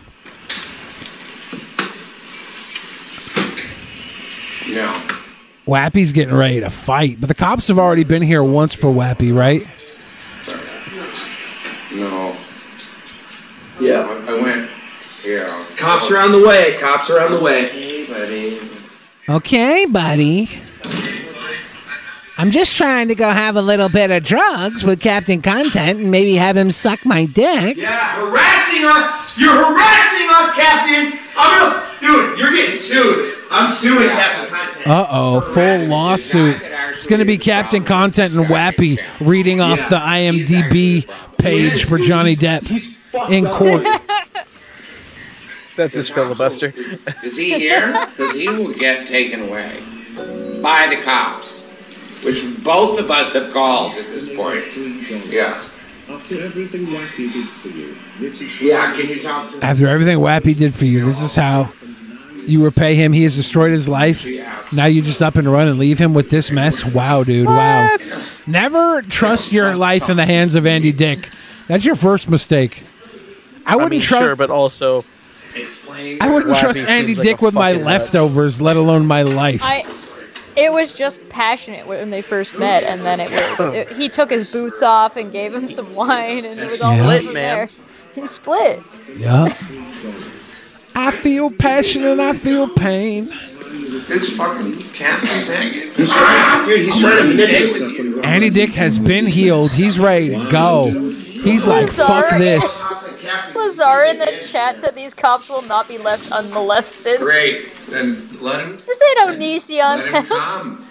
S6: No.
S5: Wappy's getting ready to fight, but the cops have already been here once for Wappy, right?
S16: No.
S6: Yeah.
S16: I, I went. Yeah.
S6: Cops are on the way. Cops are on the way.
S5: Okay, buddy. I'm just trying to go have a little bit of drugs with Captain Content and maybe have him suck my dick.
S6: Yeah, harassing us. You're harassing us, Captain. I'm gonna, dude. You're getting sued. I'm suing Captain Content.
S5: Uh oh, full lawsuit. It's going to be Captain Content and Wappy reading off the IMDb page for Johnny Depp in court.
S8: That's his filibuster.
S16: Is he here? Because he will get taken away by the cops, which both of us have called at this point. Yeah.
S6: After everything Wacky did for you, this is. Yeah, can you talk to me?
S5: After everything Wappy did for you, this is how you repay him. He has destroyed his life. Now you just up and run and leave him with this mess. Wow, dude. Wow. Never trust your life in the hands of Andy Dick. That's your first mistake. I wouldn't
S8: mean,
S5: trust.
S8: sure, but also
S5: I wouldn't
S8: Wappy
S5: trust
S8: seems
S5: Andy
S8: like a
S5: Dick with my
S8: fucking nut.
S5: leftovers, let alone my life.
S23: I. It was just passionate when they first met, and then it was. It, he took his boots off and gave him some wine, and it was all
S5: Yeah.
S23: over
S5: Split,
S23: there.
S5: man.
S23: He split.
S5: Yeah. I feel passion and I feel pain.
S6: This fucking Captain thing. He's trying. Dude, he's trying to manipulate with you.
S5: Andy Dick has been healed. He's ready to go. He's like, fuck
S23: Lazar-
S5: this.
S23: Lazar in the chat said these cops will not be left unmolested.
S16: Great. Then let him.
S23: This ain't Onision's
S16: Let him
S23: house.
S16: come.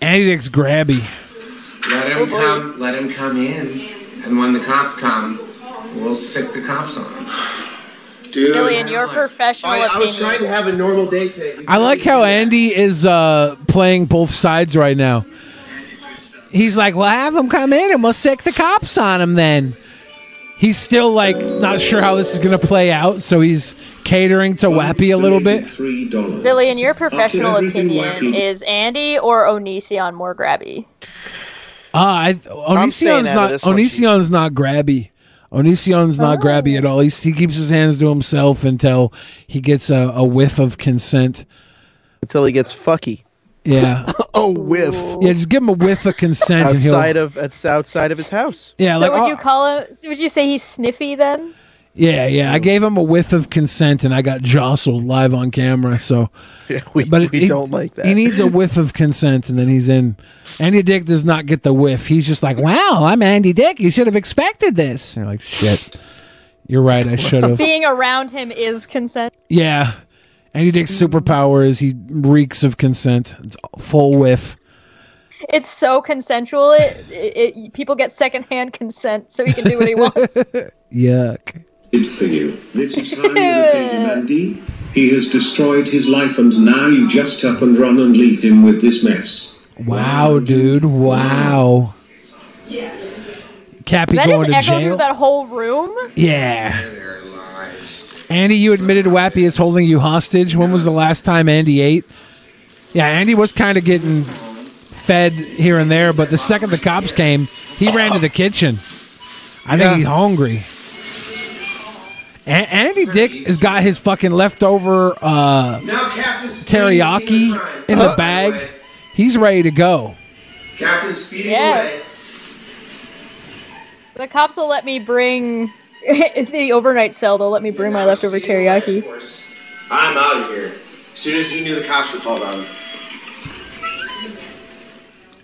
S5: Andy Dick's grabby.
S6: Let
S23: Oh,
S6: him come. Let him come in, and when the cops come, we'll sick the cops on him. Dude,
S23: Gillian, your professional
S6: I, I was
S23: opinion.
S6: trying to have a normal day today.
S5: I like how Andy is uh, playing both sides right now. He's like, well, have him come in and we'll sick the cops on him then. He's still like not sure how this is going to play out, so he's catering to Wappy a little bit.
S23: Billy, in your professional
S5: everything
S23: opinion,
S5: wacky.
S23: is Andy or Onision more grabby?
S5: Ah, I
S23: I'm staying
S5: Onision's
S23: out of
S5: not
S23: this one,
S5: Onision's not grabby. Onision's
S23: Oh.
S5: not grabby at all. He's, he keeps his hands to himself until he gets a, a whiff of consent.
S8: Until he gets fucky.
S5: Yeah.
S7: a whiff.
S5: Yeah, just give him a whiff of consent. and he'll-
S8: outside of it's outside of his house.
S5: Yeah,
S23: so
S5: like
S23: would
S5: oh,
S23: you call him? So would you say he's sniffy then?
S5: yeah, yeah. I gave him a whiff of consent, and I got jostled live on camera. So,
S8: Yeah, we,
S5: but
S8: we
S5: he-
S8: don't like that.
S5: He needs a whiff of consent, and then he's in. Andy Dick does not get the whiff. He's just like, "Wow, I'm Andy Dick. You should have expected this." And you're like, "Shit, you're right. I should have."
S23: Being around him is consent.
S5: Yeah. Andy Dick's superpower is he reeks of consent. It's full whiff.
S23: It's so consensual. It, it, it people get secondhand consent, so he can do what he wants.
S5: Yuck.
S9: It's for you. This is how you repay him, Andy. He has destroyed his life, and now you just up and run and leave him with this mess.
S5: Wow, dude. Wow. Cappy
S23: that just
S5: going to
S23: echoed
S5: jail.
S23: through that whole room.
S5: Yeah. Andy, you admitted Wappy is holding you hostage. When was the last time Andy ate? Yeah, Andy was kind of getting fed here and there, but the second the cops came, he ran to the kitchen. I think
S9: Yeah.
S5: he's hungry. A- Andy Dick has got his fucking leftover uh, teriyaki in the bag. He's ready to go.
S6: Captain Speedy
S23: Yeah.
S6: away.
S23: The cops will let me bring the overnight cell. They'll let me bring my leftover teriyaki.
S6: I'm out of here. As soon as he knew the cops were called on him.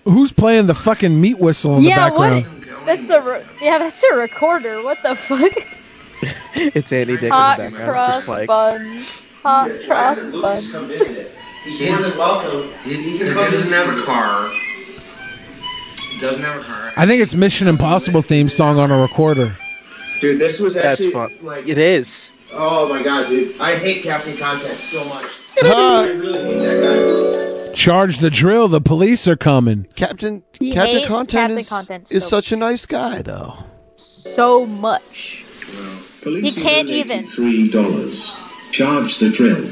S5: Who's playing the fucking meat whistle in
S23: Yeah,
S5: the background?
S23: what? That's the re- yeah. That's a recorder. What the fuck?
S8: It's Andy Dick in the
S23: Hot
S8: background.
S23: cross
S8: just like-
S23: buns. Hot cross buns.
S6: He's more than welcome. He can
S9: Because
S6: come
S9: he doesn't
S6: to-
S9: have a car. Doesn't have a car.
S5: I think it's Mission Impossible theme song on a recorder.
S6: Dude, this was
S8: That's
S6: actually
S8: fun.
S6: like
S8: It is.
S6: Oh my god, dude. I hate Captain Contact so much. I really hate that
S5: Charge the drill. The police are coming.
S7: Captain
S23: He
S7: Captain
S23: hates
S7: Content
S23: Captain
S7: is,
S23: Content
S7: is
S23: so
S7: such a nice guy, though.
S23: So much.
S9: Police
S23: He can't
S9: will donate
S23: even.
S9: you Three dollars. Charge the drill.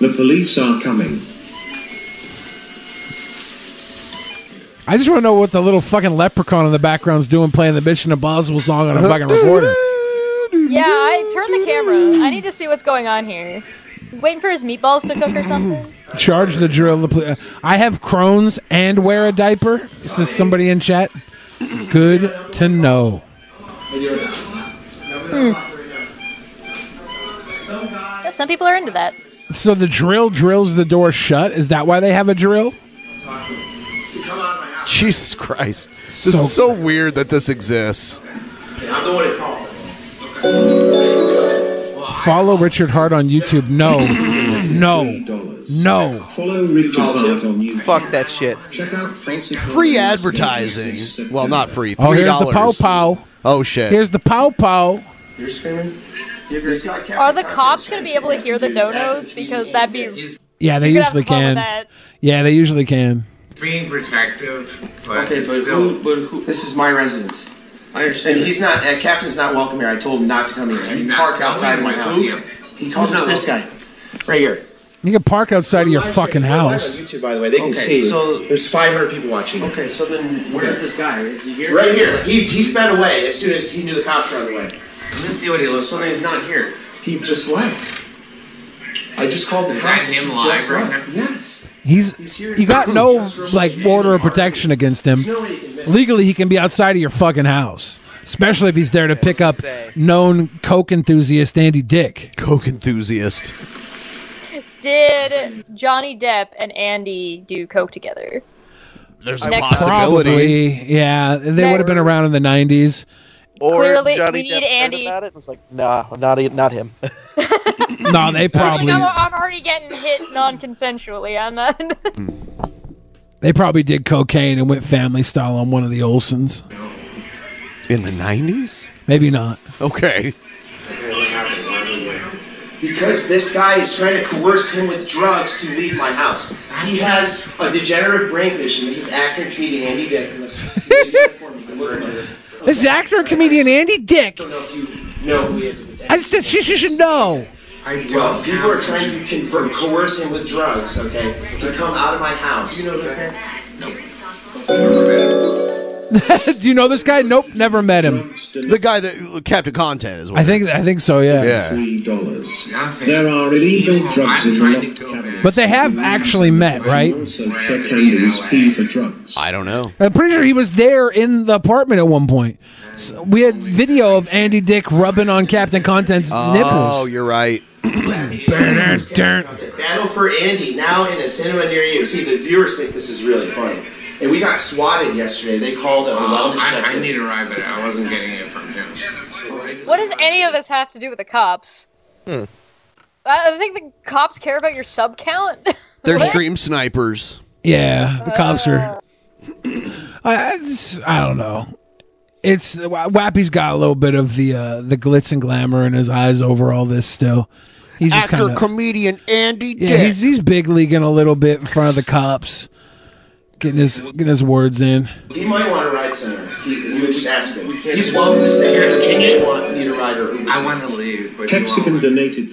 S9: The police are coming.
S5: I just want to know what the little fucking leprechaun in the background's doing playing the Mission Impossible song on a fucking recorder.
S23: Yeah, I turn the camera. I need to see what's going on here. Waiting for his meatballs to cook or something.
S5: Charge the drill. The poli- uh, I have Crohn's and wear a diaper. Says somebody in chat. Good to know.
S23: Yeah, Some people are into that.
S5: So the drill drills the door shut. Is that why they have a drill?
S7: Jesus Christ. This is so weird that this exists.
S6: guy. I'm the one that called.
S5: Follow Richard Hart on YouTube. No, no, no.
S9: Follow Richard Hart on YouTube.
S8: Fuck that shit.
S9: Check out Francie
S7: Free
S9: Collins'
S7: advertising. Well, not free.
S5: Oh,
S7: Three
S5: here's the pow
S7: dollars.
S5: pow.
S7: Oh shit.
S5: Here's the pow pow.
S6: You're screaming? This guy Captain
S23: Are the cops gonna be able to hear the donos? Because that'd be.
S5: Yeah, they
S23: You could have
S5: usually
S23: some fun with
S5: can.
S23: that.
S5: Yeah, they usually can.
S6: being protective, but okay, but who, but who? This is my residence. I understand. And he's not. Uh, Captain's not welcome here. I told him not to come here. He parked outside my house. He calls us this guy, right here.
S5: You can park outside of your fucking house.
S6: On YouTube, by the way, they can
S5: Okay,
S6: see.
S5: so-
S6: there's 500 people watching. Okay, so then where's this guy? Is he here? Right here. He he sped away as soon as he knew the cops were on the way. Let me see what he looks. So he's not here. He just left. I just called the
S9: Is
S6: cops.
S9: that him
S6: He
S9: live
S6: just
S9: right
S6: left. Yes.
S5: He's
S6: here.
S5: you got no like order of protection against him. Legally, he can be outside of your fucking house, especially if he's there to pick up known coke enthusiast Andy Dick.
S7: Coke enthusiast.
S23: Did Johnny Depp and Andy do coke together?
S7: There's
S23: a Next-
S7: possibility.
S5: Probably, yeah. They would have been around in the nineties.
S8: Or
S23: Clearly,
S8: Johnny
S23: we
S8: Depp
S23: need
S8: heard
S23: Andy.
S8: about it and was like, nah, not e, not him.
S5: No, they probably
S23: I'm, "Oh, I'm already getting hit non-consensually. I'm not.
S5: they probably did cocaine and went family style on one of the Olsons.
S7: In the nineties?
S5: Maybe not.
S7: Okay.
S6: Because this guy is trying to coerce him with drugs to leave my house. He has a degenerative brain condition. This is actor and comedian Andy Dick.
S5: This is actor and comedian Andy Dick.
S6: No, he is.
S5: I just think she, she should know.
S6: I don't. Well, people are trying to convert, coerce him with drugs. Okay, to come out of my house. You know this man?
S5: Do you know this guy? Nope, never met him.
S7: The guy that Captain Content is.
S5: I think I think so. Yeah.
S9: Three dollars. There are illegal drugs in the
S5: But they have actually met, right?
S9: So check Andy's fee for drugs.
S7: I don't know.
S5: I'm pretty sure he was there in the apartment at one point. So we had video of Andy Dick rubbing on Captain Content's
S7: Oh,
S5: nipples.
S7: you're right.
S6: Battle for Andy now in a cinema near you. See, the viewers think this is really funny, and we got swatted yesterday. They called and allowed us. Um, I, I need a ride, but I wasn't getting it from him.
S23: What does any of this have to do with the cops?
S7: Hmm.
S23: I I think the cops care about your sub count.
S7: They're stream snipers.
S5: Yeah, the cops are. I I, just- I don't know. It's Wappy's got a little bit of the uh, the glitz and glamour in his eyes over all this. Still, he's just
S7: Actor,
S5: kind of
S7: comedian Andy
S5: yeah.
S7: Dick.
S5: He's he's big leaguing a little bit in front of the cops, getting his getting his words in.
S6: He might want a ride center. He, you would just ask him. He's welcome to stay here. Can you want need a ride or Uber? I want to leave, but
S9: Capsicum donated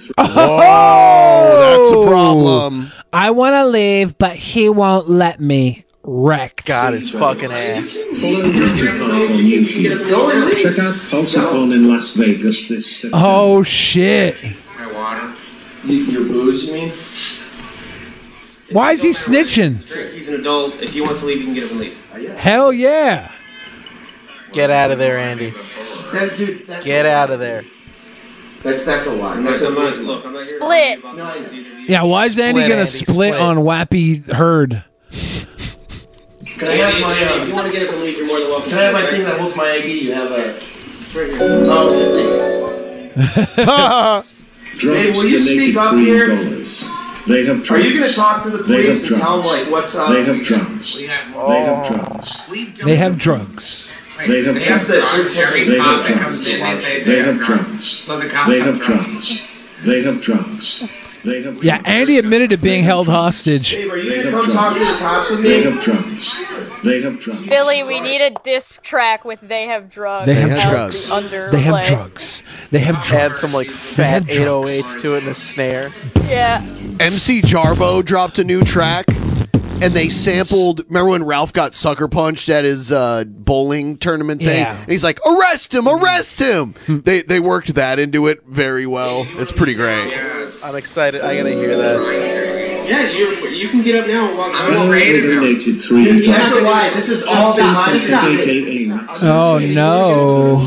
S9: three.
S5: Oh,
S7: that's a problem.
S5: I want to leave, but he won't let me. Wrecked.
S8: God, his fucking ass.
S9: Follow Captain Hart on YouTube. Check out Pulsicon in Las Vegas this September.
S5: Oh shit!
S6: my water. You, your booze, you mean?
S5: Why is he snitching?
S6: He's an adult. If he wants to leave, you can get him and leave.
S5: Hell yeah!
S8: Get out of there, Andy.
S6: That dude. That's
S8: Get out of there.
S6: That's that's a lie. That's a lie. Look, I'm not here.
S23: Split.
S5: Yeah, why is Andy
S6: Split,
S5: gonna
S6: Andy,
S5: split, on Wappy Herd?
S6: Can I have my? Uh, if you want to get it from leave, you're more than welcome. Can I have my thing that holds my ID? You have a. Oh,
S9: Drugs
S6: Hey, will you
S9: donated
S6: speak up
S9: three
S6: here?
S9: dollars. They have drugs.
S6: Are you gonna talk to the
S9: They
S6: police
S9: have
S6: and tell
S9: drugs.
S6: them, like, what's up? Oh.
S9: They have drugs. They have drugs.
S5: They have drugs.
S9: They have drugs.
S6: That's the third
S9: They have drugs. They have drugs. They have drugs. They have drugs. They have
S5: Yeah, Andy admitted to being held hostage.
S9: They have
S6: Come talk to the cops with
S9: They
S6: me.
S9: have drugs. They have drugs.
S23: Billy, we need a diss track with "They Have Drugs."
S5: They have
S23: as the
S5: drugs.
S23: Under
S5: They have
S23: like-
S5: drugs. They have drugs.
S8: Add some like fat
S5: have drugs.
S8: 808s to it and a snare.
S23: Yeah.
S7: MC Jarbo dropped a new track, and they sampled. Remember when Ralph got sucker punched at his uh, bowling tournament thing?
S6: Yeah.
S7: And he's like, "Arrest him! Arrest him!" they they worked that into it very well. It's pretty great.
S8: I'm excited. I gotta hear that.
S6: Yeah, you you can get up now and walk.
S9: donated three
S6: That's a lie. This is all behind. Stop it.
S5: Oh no!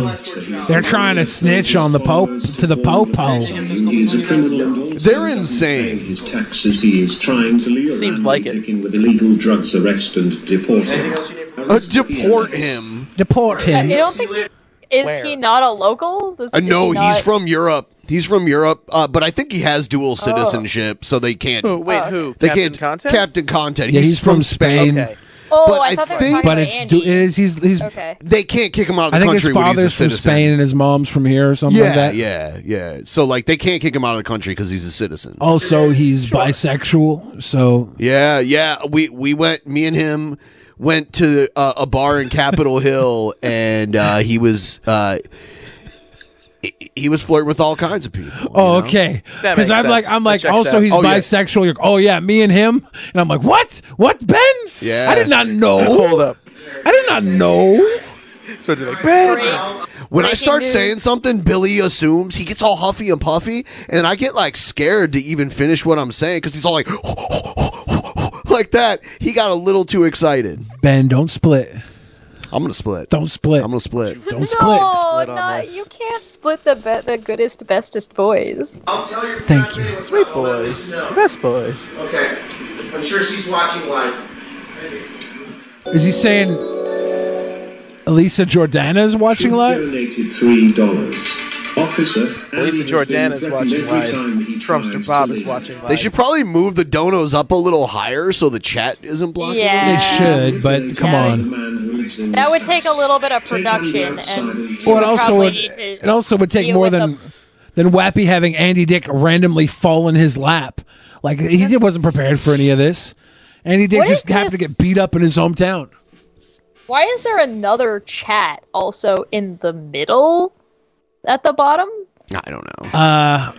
S5: They're trying to snitch on the Pope Oh. to the Popo.
S9: He is a criminal and also
S7: They're
S9: doesn't
S7: insane.
S9: pay His taxes. He is trying to lure Seems like it. with illegal drugs. Arrest and deport him.
S7: Uh, deport him.
S5: Deport
S23: I don't think. Is he not a local? Does-
S7: Uh,
S23: is
S7: no,
S23: he not- Oh.
S7: he's from Europe. He's from Europe, uh, but I think he has dual citizenship, so they can't.
S8: Who- wait,
S23: Uh,
S8: who?
S7: They
S8: Captain
S7: can't.
S8: Content?
S7: Captain Content.
S5: Yeah, he's from Spain.
S23: Oh,
S7: But
S23: I
S7: I
S23: thought they were
S7: think-
S23: talking
S7: But
S23: about
S7: it's
S23: Andy.
S5: Dude, it is- he's he's.
S23: okay.
S7: They can't kick him out of the
S5: I think his
S7: country when he's a
S5: father's from
S7: citizen.
S5: Spain and his mom's from here or something
S7: yeah,
S5: like that.
S7: yeah, yeah. So like they can't kick him out of the country because he's a citizen.
S5: Also, he's bisexual, so
S7: Yeah, yeah. We we went. Me and him went to uh, a bar in Capitol Hill, and uh, he was uh, he, he was flirting with all kinds of people.
S5: Oh,
S7: you know?
S5: okay.
S7: That
S5: Because
S7: makes
S5: I'm like,
S7: sense.
S5: I'm
S7: That
S5: like,
S7: checks
S5: also
S7: out.
S5: he's
S7: Oh, yeah.
S5: bisexual. You're, oh yeah, me and him. And I'm like, what? What, Ben?
S7: Yeah.
S5: I did not know.
S7: Hold
S8: up.
S5: I did not know.
S8: So they're like,
S7: When I
S5: Breaking
S7: start
S5: news.
S7: saying something, Billy assumes he gets all huffy and puffy, and I get like scared to even finish what I'm saying because he's all like, like that. He got a little too excited.
S5: Ben, don't split.
S7: I'm gonna split.
S5: Don't split. I'm
S7: gonna split.
S5: Don't split.
S23: Oh, no, you can't split the be- the goodest bestest boys.
S6: I'll tell your
S5: Thank you.
S6: Sweet boys.
S8: Best boys.
S6: Okay. I'm sure she's watching live.
S5: Is he saying Elisa Jordana is watching
S9: She's
S5: live?
S9: Donated three dollars. Officer.
S8: Lisa Jordan is watching
S9: every time
S8: live. Trumpster Bob is watching
S7: They
S8: live.
S7: should probably move the donos up a little higher so the chat isn't blocking.
S23: Yeah. They
S5: should, but come on.
S23: That would take a little bit of production, and
S5: Well,
S23: you
S5: it also
S23: probably
S5: would.
S23: need to
S5: It also would take
S23: deal
S5: more
S23: with
S5: than than Wappy having Andy Dick randomly fall in his lap. Like he did- wasn't prepared for any of this. Andy Dick
S23: What is
S5: just happened to get beat up in his hometown.
S23: Why is there another chat also in the middle at the bottom?
S7: I don't know.
S5: Uh,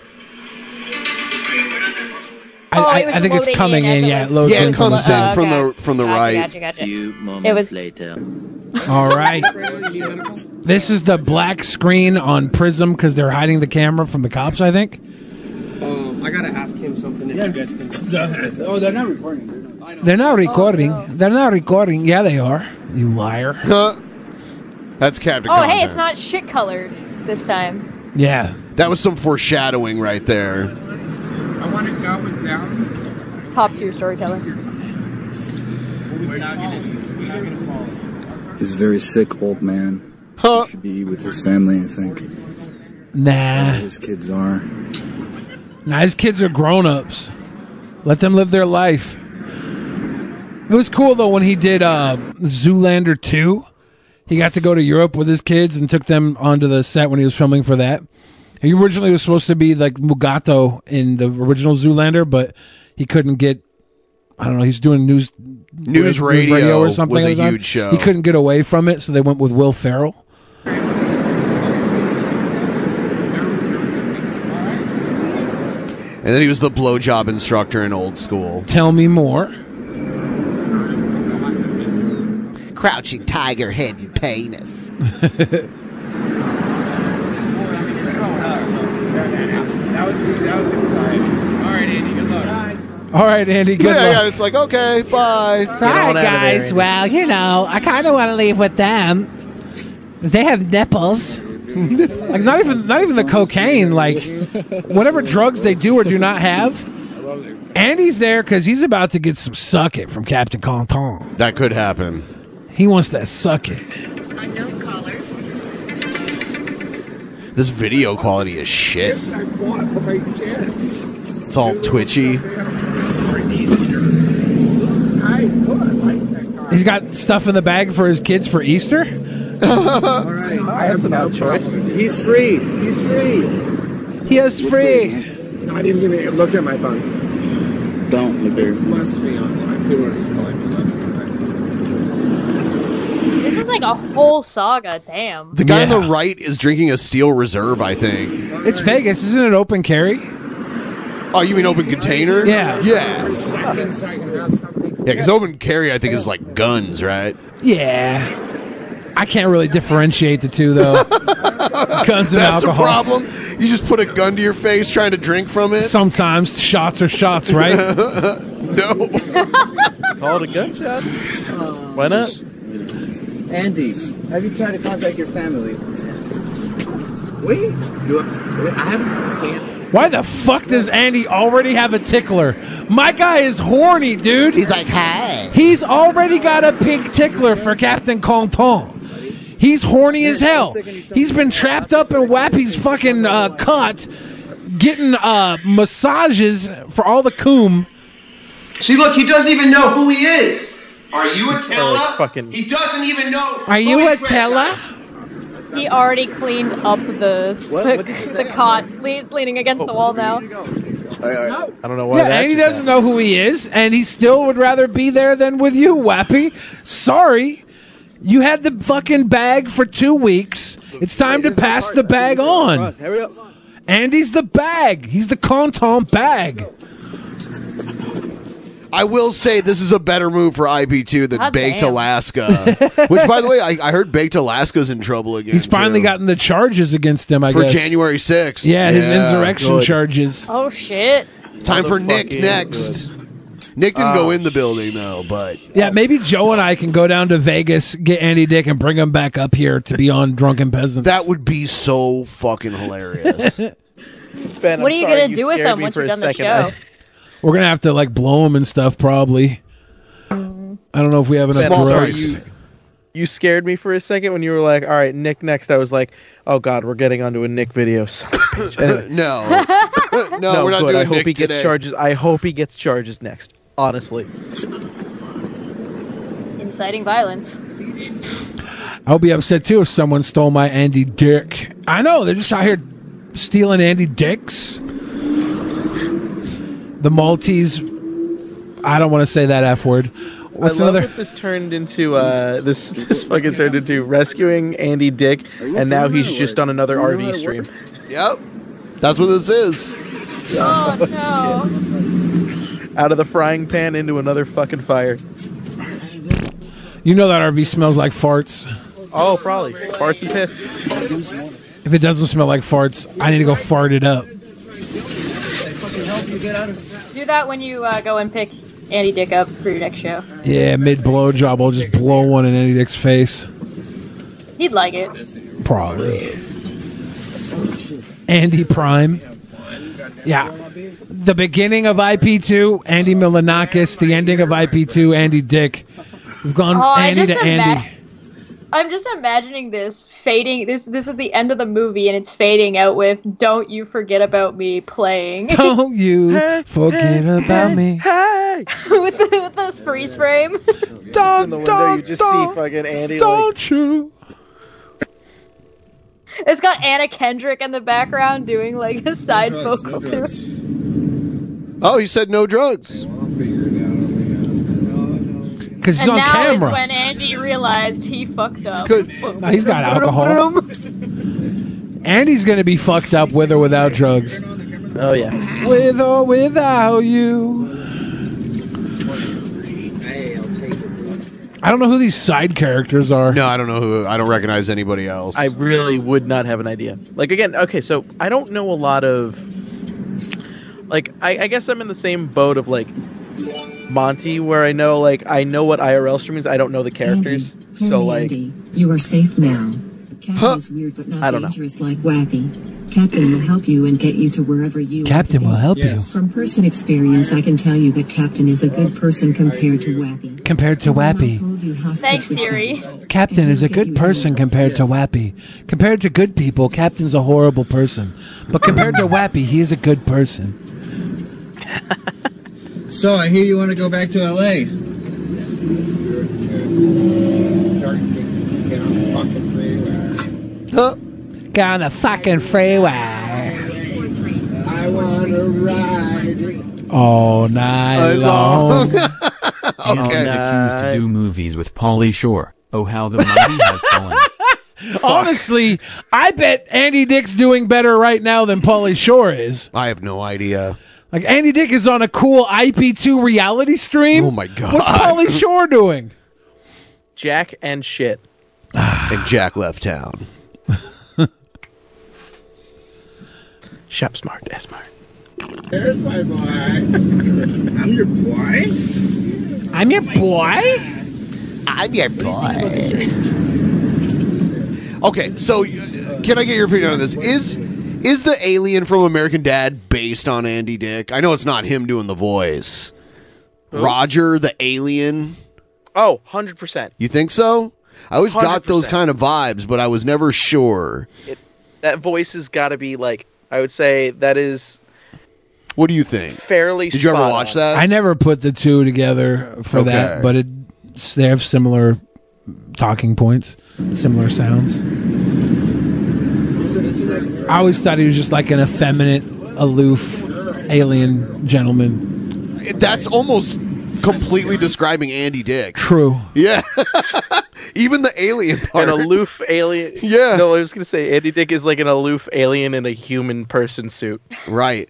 S5: I,
S23: Oh,
S5: I,
S23: it was
S5: I think it's
S23: loading
S5: coming
S23: in as
S5: in.
S23: it
S5: Yeah,
S23: was-
S5: it loads
S7: Yeah, it
S5: in
S7: comes
S5: the-
S7: in
S5: uh,
S7: from the from the
S23: Gotcha,
S7: right.
S23: gotcha, gotcha. It was
S10: later.
S5: All right. This is the black screen on Prism because they're hiding the camera from the cops. I think
S12: Um, I gotta ask him something that you guys can.
S10: Oh, they're not recording.
S5: they're
S23: Oh,
S5: not recording. They're not recording. Yeah, they are. You liar.
S7: That's Captain.
S23: Oh, hey,
S7: Contact.
S23: it's not shit colored this time.
S5: Yeah.
S7: That was some foreshadowing right there.
S12: I want to go with down.
S23: Top tier storyteller.
S12: We're not gonna. We're not gonna follow.
S26: He's a very sick old man. He should be with his family, I think.
S5: Nah.
S26: His kids are.
S5: Nah, his kids are grown ups. Let them live their life. It was cool though when he did uh, Zoolander two. He got to go to Europe with his kids and took them onto the set when he was filming for that. He originally was supposed to be like Mugato in the original Zoolander, but he couldn't get. I don't know. He's doing news
S7: News radio was a
S5: at the time.
S7: huge show.
S5: He couldn't get away from it, so they went with Will Ferrell.
S7: And then he was the blowjob instructor in old school.
S5: Tell me more.
S7: Crouching tiger, hidden penis.
S12: Oh, That was that was exciting. All right, Andy. Good luck.
S5: All right, Andy. Good
S7: yeah,
S5: luck.
S7: yeah, it's like okay, bye.
S13: Sorry, guys. well, you know, I kind of want to leave with them. They have nipples.
S5: like not even not even the cocaine like whatever drugs they do or do not have andy's there because he's about to get some suck it from captain Conton.
S7: that could happen
S5: he wants that suck it
S7: This video quality is shit. It's all twitchy.
S5: he's got stuff in the bag for his kids for easter
S12: All right. That's an odd choice. He's free. He's free.
S5: He is free.
S12: I didn't even look at my phone. Don't, Libby. Bless me on. I feel what he's
S23: This is like a whole saga. Damn.
S7: The guy on the right is drinking a steel reserve, I think.
S5: it's vegas isn't it open carry
S7: Oh, you mean open container?
S5: Yeah.
S7: Yeah. Yeah, because open carry, I think, is like guns, right?
S5: yeah i can't really differentiate the two though guns and
S7: That's a
S5: alcohol
S7: problem. You just put a gun to your face trying to drink from it.
S5: sometimes shots are shots right
S7: no
S8: Call it a gunshot. Why not?
S12: Andy, have you tried to contact your family? Wait. Do I, wait, I haven't. Can't.
S5: Why the fuck does Andy already have a tickler? My guy is horny, dude. He's
S7: like, hey.
S5: He's already got a pink tickler for Captain Canton. He's horny as hell. He's been trapped up in Wappy's fucking uh, cot, getting uh, massages for all the coom.
S6: See, look, he doesn't even know who he is. Are you a teller?
S8: fucking-
S6: He doesn't even know.
S5: Are you a teller?
S23: He already cleaned up the
S12: What-
S23: the,
S12: what did you Oh,
S23: the cot. Lee's leaning against the wall now.
S8: I don't know why.
S5: Yeah,
S8: that
S5: and he
S8: did
S5: doesn't know who he is, and he still would rather be there than with you, Wappy. Sorry. You had the fucking bag for two weeks. It's time to pass the bag on.
S12: Hurry up.
S5: Andy's the bag. He's the Canton bag.
S7: I will say this is a better move for IP2 than
S5: God
S7: Baked
S5: damn.
S7: Alaska. Which, by the way, I, I heard Baked Alaska's in trouble again.
S5: He's finally
S7: too.
S5: gotten the charges against him, I
S7: For
S5: guess.
S7: January 6th.
S5: Yeah, his insurrection
S7: good.
S5: charges.
S23: Oh shit.
S7: Time for Nick next. Nick didn't
S5: Oh,
S7: go in the building, though, but.
S5: Yeah, maybe Joe and I can go down to Vegas, get Andy Dick, and bring him back up here to be on Drunken Peasants.
S7: That would be so fucking hilarious.
S8: Ben,
S23: What
S8: I'm
S23: are you
S8: sorry,
S23: gonna do with
S8: scared
S23: them
S8: me
S23: once
S8: for
S23: you're
S8: a
S23: done the
S8: second.
S23: show?
S5: We're gonna have to like blow him and stuff, probably. I don't know if we have enough
S8: Ben, I'm sorry,
S5: drugs.
S8: You, you scared me for a second when you were like, "All right, Nick next." I was like, "Oh God, we're getting onto a Nick video." son of a bitch." Anyway.
S7: no. no, we're not
S8: good.
S7: doing
S8: I hope
S7: Nick
S8: he gets
S7: today.
S8: charges. I hope he gets charges next. Honestly,
S23: Inciting violence.
S5: I would be upset too if someone stole my Andy Dick. I know they're just out here stealing Andy Dicks. The Maltese. I don't want to say that f word. What's
S8: I love
S5: another?
S8: that this turned into uh, this this fucking turned into rescuing Andy Dick, and now he's just on another RV stream.
S7: Yep, that's what this is.
S8: Oh no! Out of the frying pan into another fucking fire.
S5: You know that RV smells like farts.
S8: Oh, probably farts and piss.
S5: If it doesn't smell like farts, I need to go fart it up.
S23: Do that when you uh, go and pick Andy Dick up for your next show.
S5: Yeah, mid blowjob, I'll just blow one in any dick's face.
S23: He'd like it.
S5: Probably. Andy Prime. Yeah. The beginning of IP2, Andy Milanakis. The ending of IP2, Andy Dick. We've gone
S23: Oh, I
S5: Andy
S23: just
S5: to
S23: ima-
S5: Andy.
S23: I'm just imagining this fading. This this is the end of the movie, and it's fading out with "Don't you forget about me" playing
S5: Don't you forget about me.
S23: with, the, with this freeze frame.
S8: Don't, in the window, you just see fucking Andy. like,
S5: you?
S23: It's got Anna Kendrick in the background doing like a side vocal to it.
S7: Oh, you said no drugs.
S5: Because
S23: and now is when Andy realized he fucked up.
S5: No, he's got alcohol. Andy's going to be fucked up with or without drugs.
S8: Oh, yeah.
S5: With or without you. I don't know who these side characters are.
S7: No, I don't know who. I don't recognize anybody else.
S8: I really would not have an idea. Like again, okay, so I don't know a lot of. Like I, I guess I'm in the same boat of like Monty, where I know like I know what IRL stream is. I don't know the characters, so like
S18: You are safe now. Captain is weird but not
S8: I don't know.
S18: dangerous like Wappy. Captain will help you and get you to wherever you
S5: Captain will help
S18: From personal experience, I can tell you that Captain is a good person compared to Wappy.
S5: you. Compared to Wappy.
S23: Thanks, Siri.
S5: Captain is a good person compared to Wappy. Compared to good people, Captain's a horrible person. But compared to Wappy, he is a good person.
S12: So I hear you want to go back to LA.
S13: Get on the fucking freeway.
S12: I want to ride.
S5: All night long.
S10: Andy Dick used to do movies with Pauly Shore. Oh, how the mighty have fallen.
S5: Honestly, I bet Andy Dick's doing better right now than Paulie Shore is.
S7: I have no idea.
S5: Like Andy Dick is on a cool IP2 reality stream. Oh my god. What's Paulie Shore doing?
S8: Jack and shit.
S7: and Jack left town.
S8: Shop smart, S smart.
S12: There's my boy. I'm your boy.
S13: I'm your boy.
S7: I'm your boy. Okay, so uh, can I get your opinion on this? Is is the alien from American Dad based on Andy Dick? I know it's not him doing the voice. Roger the alien.
S8: Oh, 100%.
S7: You think so? I always got those
S8: 100%.
S7: kind of vibes, but I was never sure.
S8: It, that voice has got to be like I would say that is
S7: What do you think?
S8: fairly.
S7: Did you ever
S8: spot
S7: watch
S8: on.
S7: that?
S5: I never put the two together for
S7: Okay.
S5: that, but it they have similar talking points, similar sounds. I always thought he was just like an effeminate, aloof alien gentleman.
S7: That's almost completely describing Andy Dick.
S5: True.
S7: Yeah. Even the alien part.
S8: An aloof alien.
S7: Yeah.
S8: No, I was gonna say Andy Dick is like an aloof alien in a human person suit.
S7: Right.